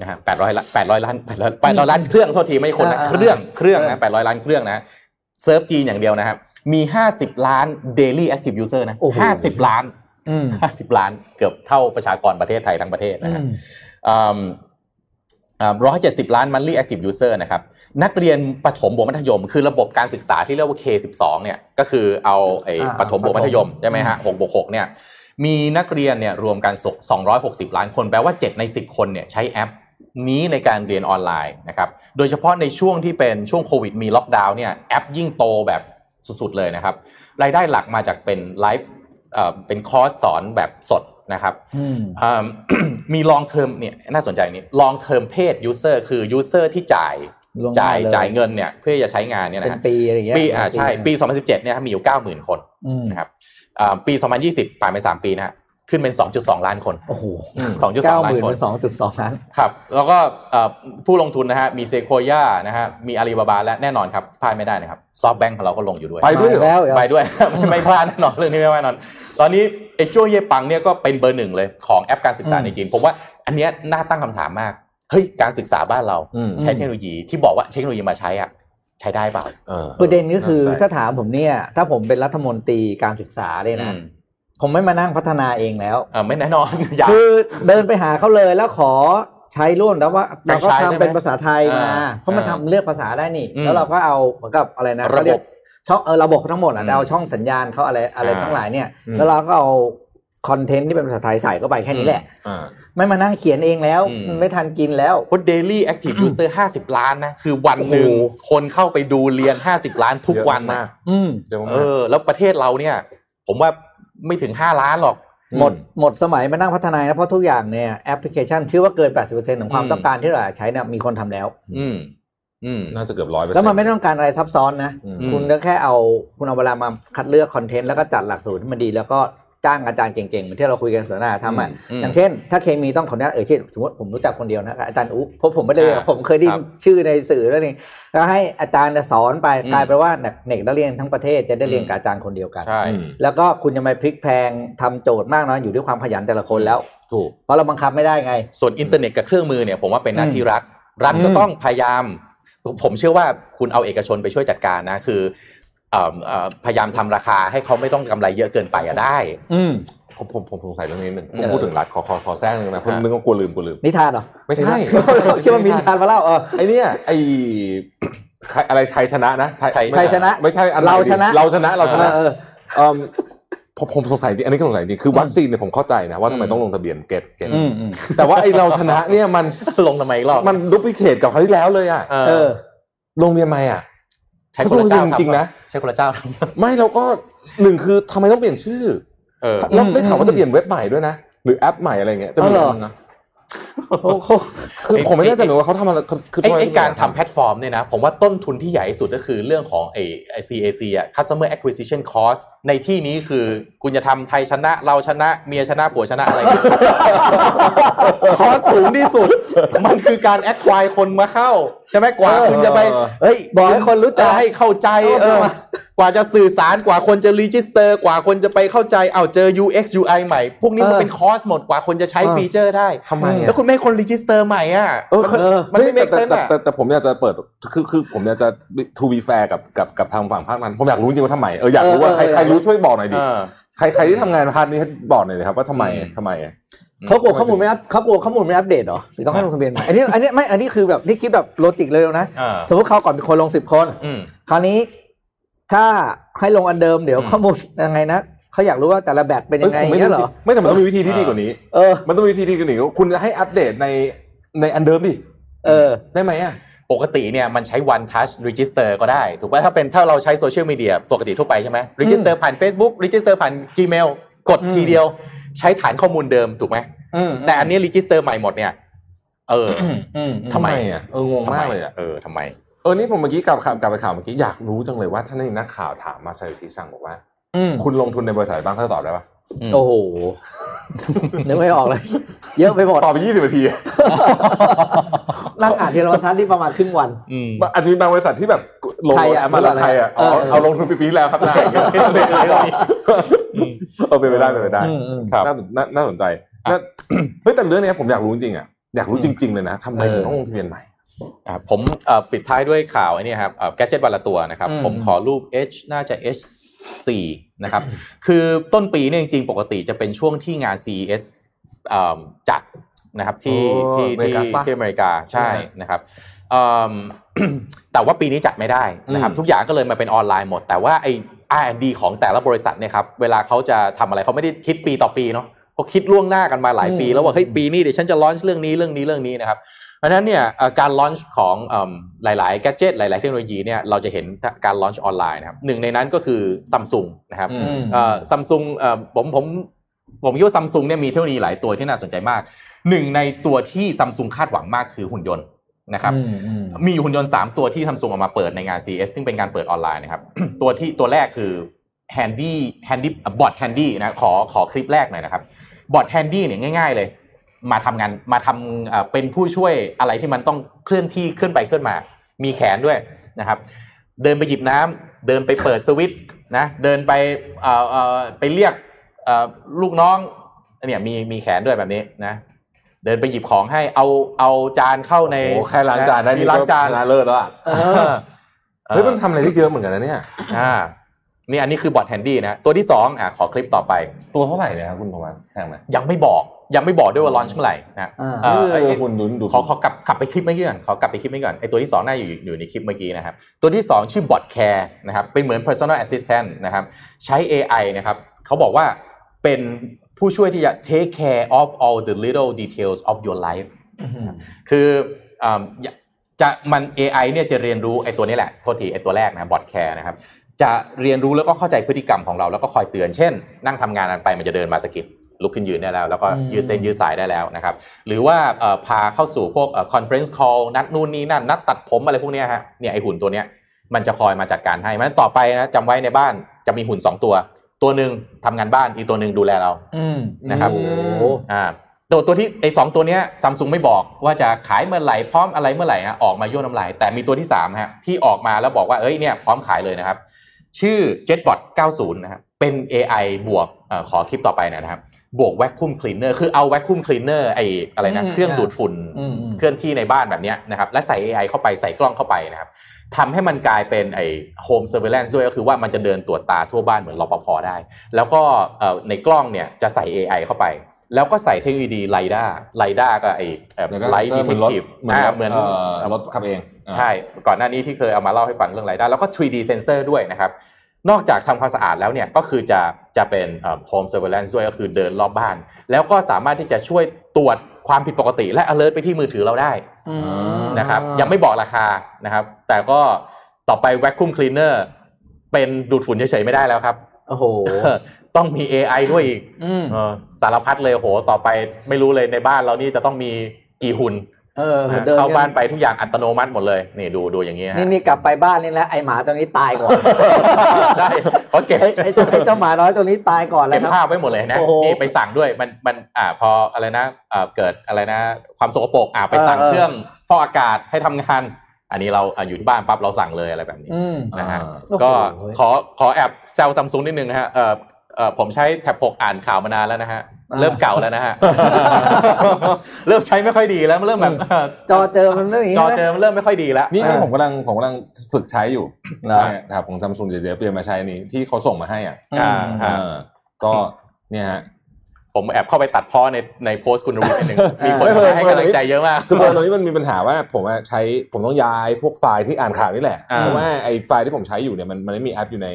[SPEAKER 4] นะฮะ800ล้าน800ล้าน800 800ล้านเครื่องโทษทีไม่ใช่คนนะ
[SPEAKER 2] อ่าอ่า
[SPEAKER 4] เครื่องเครื่องนะ800 ล้านเครื่องนะเซิร์ฟจีนอย่างเดียวนะครับ มี 50 ล้าน daily active user นะ
[SPEAKER 2] โอ้โห
[SPEAKER 4] 50 ล้าน
[SPEAKER 2] อืม
[SPEAKER 4] 50 ล้านเกือบเท่าประชากรประเทศไทยทั้งประเทศ
[SPEAKER 2] อื
[SPEAKER 4] นะครับ
[SPEAKER 2] ม
[SPEAKER 4] ร้อยเจ็ดสิบล้าน monthly active user นะครับ นักเรียนประถมบวกมัธยม คือระบบการศึกษาที่เรียกว่า K12 เนี่ย ก็คือเอาไอ้
[SPEAKER 2] อ่า
[SPEAKER 4] ประถมบวกมัธยมใช่ไหมฮะหกบวกหกเนี่ย มีนักเรียนเนี่ยรวมกันสองร้อยหกสิบล้านคน แปลว่าเจ็ดในสิบคนเนี่ยใช้แอปนี้ในการเรียนออนไลน์นะครับ โดยเฉพาะในช่วงที่เป็นช่วงโควิดมีล็อกดาวน์เนี่ยแอปยิ่งโตแบบสุดๆเลยนะครับ รายได้หลักมาจากเป็นไลฟ์เอ่อเป็นคอร์สสอนแบบสดนะครับ
[SPEAKER 2] อืม
[SPEAKER 4] อ่า <clears throat> มี long term เนี่ยน่าสนใจนี้ long term paid user คือ user ที่จ่าย
[SPEAKER 2] ลงม
[SPEAKER 4] จ่าย
[SPEAKER 2] เล
[SPEAKER 4] จ่ายเงินเนี่ยเพื่อจะใช้งานเนี่ย
[SPEAKER 2] เป็
[SPEAKER 4] นะ
[SPEAKER 2] น
[SPEAKER 4] ฮะ
[SPEAKER 2] ปีอะไรอย่างเงี้ย
[SPEAKER 4] ปีอ่าใช่ ปี 2017เนี่ยครับมีอยู่ 90,000 คน
[SPEAKER 2] อืม
[SPEAKER 4] นะครับอ่าปี 2020 ผ่านไป 3 ปีนะฮะขึ้นเป็น 2.2 ล้านคน
[SPEAKER 2] โอ้โหเก้าห
[SPEAKER 4] 2.2ล้า
[SPEAKER 2] มื่
[SPEAKER 4] น
[SPEAKER 2] น
[SPEAKER 4] คน
[SPEAKER 2] เป็นสองจุดสองล้าน
[SPEAKER 4] ครับ แล้วก็เอ่อผู้ลงทุนนะฮะมีเซโคย่านะฮะมีอาลีบาบาและแน่นอนครับพลาดไม่ได้นะครับซอฟแบงค์ของเราก็ลงอยู่ด้วย
[SPEAKER 3] ไปด้วยเหรอ
[SPEAKER 2] แล้ว
[SPEAKER 4] ไปด้วย <laughs> ไม่ไม่พลาดแน่นอนเรื่องนี้ไม่พลาดแน่นอน ตอนนี้ไอ้จ้วเย่ปังเนี่ยก็เป็นเบอร์หนึ่งเลยของแอปการศึกษาในจีน ผมว่าอันเนี้ยน่าตั้งคำถามมาก เฮ้ย การศึกษาบ้านเรา
[SPEAKER 3] อืม
[SPEAKER 4] ใช้เทคโนโลยีที่บอกว่าเทคโนโลยีมาใช้อ่ะใช้ได้เปล่า
[SPEAKER 3] เออ
[SPEAKER 2] ประเด็นก็คือ
[SPEAKER 3] เข้าใจ
[SPEAKER 2] ถ้าถามผมเนี่ย ถ้าผมเป็นรัฐมนตรีการศึกษาเนี่ยนะ
[SPEAKER 4] อืม
[SPEAKER 2] ผมไม่มานั่งพัฒนาเองแล้ว
[SPEAKER 4] เอ่อไม่แน่นอน <laughs> อยาก
[SPEAKER 2] คือเดินไปหาเขาเลยแล้วขอใช้ร่วมแล้วว่า
[SPEAKER 4] แฟร
[SPEAKER 2] เรา
[SPEAKER 4] น
[SPEAKER 2] ก็
[SPEAKER 4] ไชส์ใช่
[SPEAKER 2] ทำ
[SPEAKER 4] ไหม
[SPEAKER 2] เป็นภาษาไทยมา
[SPEAKER 4] อ่า
[SPEAKER 2] เพราะมัน
[SPEAKER 4] อ่า
[SPEAKER 2] ทำเลือกภาษาได้นี่
[SPEAKER 4] อืม
[SPEAKER 2] แล้วเราก็เอาเหมือนกับอะไรนะเขา
[SPEAKER 4] ระบบ
[SPEAKER 2] เรียกช่องเออระบบทั้งหมดอ่ะ
[SPEAKER 4] อืม
[SPEAKER 2] เอาช่องสัญญาณเขาอะไรอะไร
[SPEAKER 4] อ่า
[SPEAKER 2] ทั้งหลายเนี่ย
[SPEAKER 3] อืม
[SPEAKER 2] แล้วเราก็เอาคอนเทนต์ที่เป็นภาษาไทยใส่เข้าไปแค่นี้แหละ
[SPEAKER 3] อ่า
[SPEAKER 2] ไม่มานั่งเขียนเองแล้ว
[SPEAKER 4] อืม
[SPEAKER 2] มันไม่ทันกินแล้ว
[SPEAKER 4] เพราะ daily active user 50 ล้านนะ คือวันหนึ่ง
[SPEAKER 2] โอ้โห
[SPEAKER 4] คนเข้าไปดูเรียน 50 ล้านทุกวันนะ
[SPEAKER 2] อืม
[SPEAKER 3] เดี๋ยวมา
[SPEAKER 4] เออ แล้วประเทศเราเนี่ย ผมว่าไม่ถึง 5 ล้านหรอก
[SPEAKER 2] หมดหมดสมัยมานั่งพัฒนานะเพราะทุกอย่างเนี่ยแอปพลิเคชันเชื่อว่าเกิน 80%ของความ
[SPEAKER 4] อืม
[SPEAKER 2] ต้องการที่เราอยากใช้เนี่ยมีคนทำแล้ว
[SPEAKER 4] อืม อืม
[SPEAKER 3] น่าจะเกือบร้อยเปอร์เซ็น
[SPEAKER 2] แล้ว
[SPEAKER 3] ต์
[SPEAKER 2] มันไม่ต้องการอะไรซับซ้อนนะ
[SPEAKER 3] อืม
[SPEAKER 2] คุณก็แค่เอาคุณเอาเวลามาคัดเลือกคอนเทนต์แล้วก็จัดหลักสูตรที่มันดี แล้วก็จ้างอาจารย์เก่งๆเหมือนที่เราคุยกันสัปดาห์ทำอ่ะ
[SPEAKER 4] อืม
[SPEAKER 2] อย่างเช่น ถ้าเคมีต้องขออนุญาตเอ่ยชื่อสมมติผมรู้จักคนเดียวนะอาจารย์อุ๊เพราะผมไม่ได้เรียน
[SPEAKER 4] อ่า
[SPEAKER 2] ผมเคยได้ยิ
[SPEAKER 4] ครั
[SPEAKER 2] น
[SPEAKER 4] บ
[SPEAKER 2] ชื่อในสื่อแล้วนี่แล้วให้อาจารย์เนี่ยสอนไป
[SPEAKER 4] อืม
[SPEAKER 2] กลายเป็นว่าเด็กนักเรียนทั้งประเทศจะได้เรียนกับอาจารย์คนเดียวกัน
[SPEAKER 4] ใช่
[SPEAKER 3] อืม
[SPEAKER 2] แล้วก็คุณจะมาพลิกแพลงทำโจทย์มากน้อยอยู่ด้วยความขยันแต่ละคนแล้ว
[SPEAKER 3] ถูก
[SPEAKER 2] เพราะเราบังคับไม่ได้ไง
[SPEAKER 4] ส่วนอินเทอร์เน็ตกับเครื่องมือเนี่ยผมว่าเป็นหน้าที่รัฐ รัฐก็
[SPEAKER 2] อืม
[SPEAKER 4] ต้องพยายาม ผมเชื่อว่าคุณเอาเอกชนไปช่วยจัดการนะคือเอ่อเอ่อพยายามทำราคาให้เขาไม่ต้องกำไรเยอะเกินไปอะได้ <laughs>
[SPEAKER 3] ผมผมผมสงสัยเรื่องนี้นิดนึงผม
[SPEAKER 4] เออ
[SPEAKER 3] พูดถึงรัฐขอขอขอแทรกหนึ่งนะเพราะ
[SPEAKER 4] ฮะ
[SPEAKER 3] นึกว่ากลัวลืมกลัวลืม
[SPEAKER 2] นิทานเหรอ
[SPEAKER 3] ไม่ใช่
[SPEAKER 2] เราคิดว่า <laughs> มีนิทานมาเล่าเออ
[SPEAKER 3] ไอเนี่ยไอ <coughs> ใครอะไรไทยชนะนะ
[SPEAKER 4] ไทย
[SPEAKER 3] ไม่
[SPEAKER 2] ไทยชนะ
[SPEAKER 3] ไม่ใช่อะไร
[SPEAKER 2] เรา
[SPEAKER 3] ดิ
[SPEAKER 2] ชนะ
[SPEAKER 3] เราชนะเราชนะ
[SPEAKER 2] เออ
[SPEAKER 3] เอิ่มผมผมสงสัยจริงอันนี้ก็สงสัยจริงคือวัคซีนเนี่ยผมเข้าใจนะว่าทำไมต้องลงทะเบียนเก็ตเก็ต
[SPEAKER 2] อืมอืม
[SPEAKER 3] แต่ว่าไอเราชนะเนี่ยมัน
[SPEAKER 4] ลงทำไมอีกรอบ
[SPEAKER 3] มันดุปลิเคทกับคราวที่แล้วเลยอ่ะ
[SPEAKER 4] เอ
[SPEAKER 2] เอ
[SPEAKER 4] อ
[SPEAKER 2] อ
[SPEAKER 3] โรงเรียนใหม่อ่ะ
[SPEAKER 4] ใช้คนละเจ้า
[SPEAKER 3] เขาลงจริงๆนะ
[SPEAKER 4] ใช้คนละเจ้าท
[SPEAKER 3] ไม่เราก็หนึ่งคือทำไมต้องเปลี่ยนชื่อ
[SPEAKER 4] ำเออ
[SPEAKER 3] แล้วได้ข่าวว่าจะเปลี่ยนเว็บใหม่ด้วยนะ หรือแอปใหม่อะไรเงี้ยจะมี
[SPEAKER 2] อ๋อเหรอ
[SPEAKER 3] มั้งนะ
[SPEAKER 2] โอ้โห
[SPEAKER 3] คือผมไม่แน่ใจเหมือนว่าเขาทำอะไรคือ
[SPEAKER 4] ไอ้
[SPEAKER 3] ทำม
[SPEAKER 4] ไอ้การทำแพลตฟอร์มเนี่ยนะ ผมว่าต้นทุนที่ใหญ่ที่สุดก็คือเรื่องของไอ้ไอ้ CAC อะ Customer Acquisition Cost ในที่นี้คือคุณจะทำไทยชนะ เราชนะเมียชนะผัวชนะอะไรเนี่ย <laughs> คอสสูงที่สุด มันคือการแอดควายคนมาเข้า ใช่ไหมกว่า
[SPEAKER 2] เออ
[SPEAKER 4] คุณจะไป
[SPEAKER 2] เฮ้ย บอกให้คนรู้จัก
[SPEAKER 4] จะให้เข้าใจ
[SPEAKER 2] เอ
[SPEAKER 4] เอ
[SPEAKER 2] อ
[SPEAKER 4] อกว่าจะสื่อสารกว่าคนจะรีจิสเตอร์ กว่าคนจะไปเข้าใจเอาเจอ UX UI ใหม่ พวกนี้มันเป็นคอสหมดกว่าคนจะใช้ฟีเจอร์ได้
[SPEAKER 3] ทำไมอะ
[SPEAKER 4] แล้วคุณไม่ให้คนรีจิสเตอร์ใหม่อ่ะ
[SPEAKER 3] เออ
[SPEAKER 4] มัน
[SPEAKER 3] เออ
[SPEAKER 4] มันไม่
[SPEAKER 3] แต่
[SPEAKER 4] make
[SPEAKER 3] แต่
[SPEAKER 4] sense
[SPEAKER 3] แต่
[SPEAKER 4] อ่ะ
[SPEAKER 3] แต่แต่ผมอยากจะเปิดคือคือผมอยากจะ to be fair กับกับกับทางฝั่งภาคนั้น ผมอยากรู้จริงว่าทำไมเอออยากรู้ว่าใคร
[SPEAKER 2] เออเออ
[SPEAKER 3] ใครรู้ช่วยบอกหน่อยดิ
[SPEAKER 4] เออ
[SPEAKER 3] ใครใครที่ทำงานพาร์ทนี้บอกหน่อยดิครับว่าทำไม
[SPEAKER 4] อืม
[SPEAKER 3] ทำไมอะ
[SPEAKER 2] เขากลัวข้อมูลไม่อัพเขากลัวข้อมูลไม่อัปเดตเหรอหรือต้องให้ลงทะเบียนใหม่อันนี้อันนี้ไม่อันนี้คือแบบนี่คิดแบบโลจิกเลยนะ
[SPEAKER 4] เออ
[SPEAKER 2] สมมติเขาวก่อนมีคนลงสิบคน
[SPEAKER 4] อืม
[SPEAKER 2] คราวนี้ ถ้าให้ลงอันเดิมเดี๋ยว
[SPEAKER 4] อืม
[SPEAKER 2] ข้อมูลยังไงนะเขาอยากรู้ว่าแต่ละแบตเป็นยังไง
[SPEAKER 3] เอ้ยผมไม่
[SPEAKER 2] เนี่ย
[SPEAKER 3] รู้
[SPEAKER 2] เหรอ
[SPEAKER 3] ไม่แต่มันต้องมีวิธีที่ดีกว่านี้
[SPEAKER 2] เออ
[SPEAKER 3] มันต้องมีวิธีที่ดีกว่านี้คุณจะให้อัปเดตในในอันเดิมดิ
[SPEAKER 2] เออ
[SPEAKER 3] ได้ไหมอ่ะ
[SPEAKER 4] ปกติเนี่ยมันใช้ one touch register ก็ได้ ถูกป่ะถ้าเป็นถ้าเราใช้โซเชียลมีเดียปกติทั่วไปใช่ไหม register ผ่าน Facebook register ผ่าน Gmail กด
[SPEAKER 2] อืม
[SPEAKER 4] ทีเดียว ใช้ฐานข้อมูลเดิมถูกไหม
[SPEAKER 2] อืม
[SPEAKER 4] แต่อันนี้ register ใหม่หมดเนี่ย เออ
[SPEAKER 2] อืมอืม
[SPEAKER 4] ทำไม
[SPEAKER 3] ทำไมอะเอองงมากเลยอะ
[SPEAKER 4] เออทำไม
[SPEAKER 3] เออนี่ผมเมื่อกี้กลับข่าวกลับไปข่าวเมื่อกี้อยากรู้จังเลยว่าท่านนักข่าวถามมาชัยทีสั่งบอกว่า
[SPEAKER 2] อืม
[SPEAKER 3] คุณลงทุนในบริษัทบ้างเขาจะตอบได้ปะ
[SPEAKER 4] อืม
[SPEAKER 2] โอ้โห นึกไม่ออก <laughs> เลย เยอะไปหมด
[SPEAKER 3] ต่อไปยี่สิบนาที
[SPEAKER 5] นั่งอ่านเทรวันทัศน์นี่ประมาณครึ่งวัน
[SPEAKER 4] อืม
[SPEAKER 3] อาจจะมีบางบริษัทที่แบบลง
[SPEAKER 5] ไทยอะ
[SPEAKER 3] แอปมาแล้วไทยอ่ะ
[SPEAKER 5] เอ
[SPEAKER 3] เอา
[SPEAKER 5] อ
[SPEAKER 3] เอาลงทุนไปปีที่แล้วครับนายเอาไปนไปได้เป็นไปได้
[SPEAKER 2] อืมอืม
[SPEAKER 3] ครับน่าน่าน่าสนใจน่า <coughs> เฮ้ยแต่เรื่องเนี้ยผมอยากรู้จริงๆอ่ะอยากรู้จริง ๆ เลยนะทำไมถึงต้องลงทะเบียนใหม่
[SPEAKER 4] อ่าผมเอ่อปิดท้ายด้วยข่าวไอ้นี่ครับแกจ e t วันละตัวนะครับ
[SPEAKER 2] อืม
[SPEAKER 4] ผมขอรูป H น่าจะ H 4นะครับ คือต้นปีเนี่ยจริงๆ ปกติจะเป็นช่วงที่งาน CES อ่าจัดนะครับที่
[SPEAKER 3] โอ้
[SPEAKER 4] ที่
[SPEAKER 3] อเมริ
[SPEAKER 4] ที่
[SPEAKER 3] กาปะ
[SPEAKER 4] ที่อเมริกา
[SPEAKER 3] ใช่
[SPEAKER 4] ใช่
[SPEAKER 3] ไหม
[SPEAKER 4] นะครับอื <coughs> ม แต่ว่าปีนี้จัดไม่ได้นะครับ ทุกอย่างก็เลยมาเป็นออนไลน์หมด แต่ว่าไอ้ R&D ของแต่ละบริษัทเนี่ยครับเวลาเขาจะทำอะไรเขาไม่ได้คิดปีต่อปีเนาะเขาคิดล่วงหน้ากันมาหลายปี แล้วว่าเฮ้ยปีนี้เดี๋ยวฉันจะลอนช์เรื่องนี้เรื่องนี้เรื่องนี้นะครับ เพราะฉะนั้นเนี่ยเอ่อการลอนช์ของเอิ่มหลายๆ แกจ e t หลาย ๆ เทคโนโลยีเนี่ยเราจะเห็นการลอนช์ออนไลน์นะครับหนึ่งในนั้นก็คือซัมซุงนะครับ
[SPEAKER 2] อืม
[SPEAKER 4] ซัมซุงผมผมผมคิดว่าซัมซุงเนี่ยมีเทคโนโลยีหลายตัวที่น่าสนใจมากหนึ่งในตัวที่ซัมซุงคาดหวังมากคือหุ่นยนต์นะครับ
[SPEAKER 2] อืมอืม
[SPEAKER 4] มีหุ่นยนต์ 3 ตัวที่ทำซุงออกมาเปิดในงาน CES ซึ่งเป็นการเปิดออนไลน์นะครับ <coughs> ตัวที่ตัวแรกคือ Handy Handy บอท Handy นะขอขอคลิปแรกหน่อยนะครับบอท Handy เนี่ยง่าย ๆ เลย มาทำงานมาทำเอ่อเป็นผู้ช่วยอะไรที่มันต้องเคลื่อนที่เคลื่อนไปเคลื่อนมา มีแขนด้วยนะครับ เดินไปหยิบน้ำเดินไปเปิดสวิตช์นะเดินไปเอ่อเอ่อไปเรียกเอ่อลูกน้องเนี่ยมีมีแขนด้วยแบบนี้นะเดินไปหยิบของให้เอาเอาจานเข้าใน
[SPEAKER 3] โอ้โหแค่ล้างจานได้นี่
[SPEAKER 4] มีล้าง
[SPEAKER 3] ก็
[SPEAKER 4] จาน
[SPEAKER 3] ชนะเลิศแล้วอ่ะ
[SPEAKER 4] เออ
[SPEAKER 3] เฮ้ยมันทำอะไรได้เยอะเหมือนกันนะเนี่ย
[SPEAKER 4] อ่านี่อันนี้คือบอทแฮนดี้นะ ตัวที่สองอ่ะขอคลิปต่อไป
[SPEAKER 3] ตัวเท่าไหร่เนะครับคุณประมาณแพงไหม
[SPEAKER 4] ยังไม่บอก ยังไม่บอกด้วยว่าลอนช์เมื่อไหร่นะ
[SPEAKER 5] อ่า
[SPEAKER 4] เอ่อ
[SPEAKER 3] เอ
[SPEAKER 4] ไอ้
[SPEAKER 3] อ
[SPEAKER 4] ไอ้
[SPEAKER 3] คุณดูดู
[SPEAKER 4] ขอขอกลับกลับไปคลิปเมื่อกี้ก่อนขอกลับไปคลิปเมื่อกี้ก่อนไอตัวที่สองน่าอยู่อยู่อยู่ในคลิปเมื่อกี้นะครับ ตัวที่สองชื่อบอทแคร์นะครับเป็นเหมือน personal assistant นะครับ ใช้ AI นะครับเขาบอกว่าเป็นผู้ช่วยที่จะ take care of all the little details of your life คืออ่าอย่าจะมัน AI เนี่ยจะเรียนรู้ไอ้ตัวนี้แหละโทษทีไอ้ตัวแรกนะบอทแคร์นะครับ จะเรียนรู้แล้วก็เข้าใจพฤติกรรมของเราแล้วก็คอยเตือนเช่น นั่งทำงานนั้นไปมันจะเดินมาสะกิดลุกขึ้นยืนได้แล้ว แล้วก็
[SPEAKER 2] อืม
[SPEAKER 4] ยืดเส้นยืดสายได้แล้วนะครับ หรือว่าเอ่อพาเข้าสู่พวกคอนเฟรนซ์คอลนัดนู่นนี่นั่น นัดตัดผมอะไรพวกเนี้ยฮะเนี่ยไอหุ่นตัวเนี้ยมันจะคอยมาจัดการให้มันต่อไปนะจำไว้ในบ้านจะมีหุ่นสองตัว ตัวหนึ่งทำงานบ้านอีกตัวหนึ่งดูแลเรา
[SPEAKER 2] อืม
[SPEAKER 4] นะครับ
[SPEAKER 2] โอ้โห
[SPEAKER 4] อ่าตัวตัวที่ไอ้สองตัวเนี้ยซัมซุงไม่บอกว่าจะขายเมื่อไหร่พร้อมอะไรเมื่อไหร่ฮะออกมาย่นน้ำลายแต่มีตัวที่สามฮะที่ออกมาแล้วบอกว่าเอ้ยเนี่ยพร้อมขายเลยนะครับ ชื่อ JetBot 90 นะครับเป็น AI บวกเออขอคลิปต่อไปหน่อยนะครับ บวก Vacuum Cleaner คือเอา Vacuum Cleaner ไอ้อะไรนะ
[SPEAKER 2] อืม
[SPEAKER 4] เครื่องดูดฝุ่น
[SPEAKER 2] อืมอืม
[SPEAKER 4] เคลื่อนที่ในบ้านแบบเนี้ยนะครับและใส่ AI เข้าไปใส่กล้องเข้าไปนะครับทำให้มันกลายเป็นไอ้ Home Surveillance ด้วยก็คือว่ามันจะเดินตรวจตาทั่วบ้านเหมือนรปภได้ แล้วก็เอ่อในกล้องเนี่ยจะใส่ AI เข้าไป แล้วก็ใส่เทคโนโลยีไลด้าไลด้าก็ไอ้ไลท์ดีเทคทีฟ
[SPEAKER 3] เหมือนรถ
[SPEAKER 4] เหมือน
[SPEAKER 3] เอ่อรถขับเองอ่า
[SPEAKER 4] ใช่ ก่อนหน้านี้ที่เคยเอามาเล่าให้ฟังเรื่องไรายได้ แล้วก็ 3D sensor ด้วยนะครับ นอกจากทำความสะอาดแล้วเนี่ย ก็คือจะจะเป็นเอ่อ home surveillance ด้วยก็คือเดินรอบบ้าน แล้วก็สามารถที่จะช่วยตรวจความผิดปกติ และ alert ไปที่มือถือเราได้นะครับ
[SPEAKER 3] อ่ายั
[SPEAKER 4] ยังไม่บอกราคานะครับ แต่ก็ต่อไป vacuum cleaner เป็นดูดฝุ่นเฉยๆไม่ได้แล้วครับ
[SPEAKER 2] โอ้โห
[SPEAKER 4] ต้องมี AI ด้วยอีก
[SPEAKER 2] อืม
[SPEAKER 4] เออสารพัดเลยโห ต่อไปไม่รู้เลยในบ้านเรานี่จะต้องมีกี่หุ่น
[SPEAKER 2] เออหมือ
[SPEAKER 4] เข้า
[SPEAKER 2] กั
[SPEAKER 4] บ้านไปทุกอย่างอัตโนมัติหมดเลยนี่ดูดูอย่างนี้ฮะ
[SPEAKER 5] นี่นี่กลับไปบ้านนี่แหละไอหมาตัวนี้ตายก่อน
[SPEAKER 4] ใช่เขาเก็บ
[SPEAKER 5] ไอ้ไอตัวไอเจ้าหมาน้อยตัวนี้ตายก่อนแล้วค
[SPEAKER 4] เก็บ
[SPEAKER 5] รับ
[SPEAKER 4] ภาพไว้หมดเลยนะ
[SPEAKER 5] โอ้โห
[SPEAKER 4] นี่ไปสั่งด้วยมันมันอ่าพออะไรนะอ่าเกิดอะไรนะ ความสกปรกอ่าไปสั่ง
[SPEAKER 5] เออเออ
[SPEAKER 4] เครื่องฟอกอากาศให้ทำงาน อันนี้เราอ่ะอยู่ที่บ้านปั๊บเราสั่งเลยอะไรแบบนี้
[SPEAKER 2] อืม
[SPEAKER 4] นะฮะ
[SPEAKER 3] อ่า
[SPEAKER 4] ก็
[SPEAKER 2] โอ้โห
[SPEAKER 4] ขอขอแอบแซวซัมซุงนิดนึงนะฮะเออเออผมใช้แท็บ6อ่านข่าวมานานแล้วนะฮะเริ่มเก่าแล้วนะ <laughs> ฮะ เริ่มใช้ไม่ค่อยดีแล้วมันเริ่มแบบเอ่อ
[SPEAKER 5] จอเจอมันเรื่องอย่างนี้
[SPEAKER 4] จอ
[SPEAKER 5] ใช่ไหม
[SPEAKER 4] เจอมันเริ่มไม่ค่อยดีแล้ว
[SPEAKER 3] นี่นี่
[SPEAKER 5] อ่า
[SPEAKER 3] ผมกำลังผมกำลังฝึกใช้อยู่
[SPEAKER 2] นะ
[SPEAKER 3] เนี่ยครับของซัมซุงเดี๋ยวเปลี่ยนมาใช้อันนี้ที่เขาส่งมาให้อ่ะ
[SPEAKER 4] อ่าฮะ
[SPEAKER 3] เออก็เนี่ยฮะ
[SPEAKER 4] ผมแอบเข้าไปตัดพ้อในในโพสต์คุณรวิทย์นิด <laughs> นึงมีคน
[SPEAKER 3] ไม่เป็นไร
[SPEAKER 4] ให้กำลังใจเยอะมาก
[SPEAKER 3] คือเบอร์ตรงนี้มันมีปัญหาว่าผมอะใช้ผมต้องย้ายพวกไฟล์ที่อ่านข่าวนี่แหละ
[SPEAKER 4] อ่า
[SPEAKER 3] เพราะว่าไอ้ไฟล์ที่ผมใช้อยู่เนี่ยมันมันไม่มีแอปอยู่ใน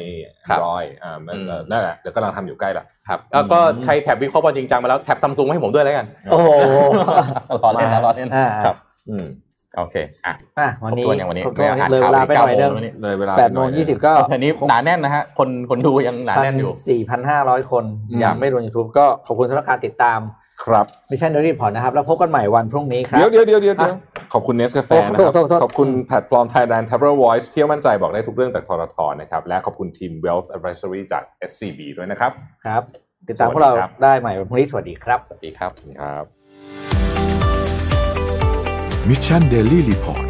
[SPEAKER 4] ครับ
[SPEAKER 3] Android อ่ามันเอ่อนั่นแหละเดี๋ยวกำลังทำอยู่ใกล้ละ
[SPEAKER 4] ครับแล้วก็ใครแท็บวิเคราะห์บอลจริงจังมาแล้วแท็บซัมซุงให้ผมด้วยแล้วกัน
[SPEAKER 5] โอ้โห
[SPEAKER 4] รอเล่นนะรอเล่น
[SPEAKER 5] อ่า
[SPEAKER 4] ครับ
[SPEAKER 3] อืม
[SPEAKER 4] โอเคอ่ะ
[SPEAKER 5] อ่ะ
[SPEAKER 4] คร
[SPEAKER 5] วัน
[SPEAKER 4] บ
[SPEAKER 5] นี้
[SPEAKER 4] ถ้วนอย่างวันนี้
[SPEAKER 5] ครบถ้วน
[SPEAKER 4] ไม่อ่าน
[SPEAKER 5] เลยเว
[SPEAKER 4] ข่าว
[SPEAKER 5] ลาไปห
[SPEAKER 4] เก้า
[SPEAKER 5] น่อย
[SPEAKER 4] โม
[SPEAKER 5] เดิ
[SPEAKER 4] ง
[SPEAKER 5] ม
[SPEAKER 4] แล้วนี่
[SPEAKER 3] เลยเวลา
[SPEAKER 5] แปดโมง
[SPEAKER 3] ไปหน่อ
[SPEAKER 5] ยี่สิบก็
[SPEAKER 4] อันนี้หนาแน่นนะฮะคนคนดูยังหนา
[SPEAKER 2] พั
[SPEAKER 4] แน่
[SPEAKER 2] น
[SPEAKER 4] นอยู่
[SPEAKER 2] สี่พันห้าร้อยคน
[SPEAKER 4] อืม
[SPEAKER 2] อยากไม่โดนยูทูบก็ขอบคุณสำหรับการติดตาม
[SPEAKER 3] ครับ
[SPEAKER 2] มิชชั่นเดลี่พอร์ตนะครับ แล้วพบกันใหม่วันพรุ่งนี้ครั
[SPEAKER 3] เดี๋ย
[SPEAKER 2] บ
[SPEAKER 3] วเดี๋ยวเดี๋ยวเดี๋ยวเดี๋ยวขอบคุณเนสกาแฟนะครั
[SPEAKER 5] โทษโทษโทษ
[SPEAKER 3] ขอบคุณแพลตฟอร์ม Thailand Travel Voice เที่ยวมั่นใจบอกได้ทุกเรื่องจากทรทนะครับ และขอบคุณทีม Wealth Advisory จาก SCB ด้วยนะครับ
[SPEAKER 2] ครับ ติดตามพวกเรา
[SPEAKER 3] สวัสดีครับ
[SPEAKER 2] ได้ใหม่วันพรุ่งนี้สวัสดีครับ
[SPEAKER 4] สวัสดีครับ
[SPEAKER 3] ครับ
[SPEAKER 1] มิชชันเดลี่รีพอร์ต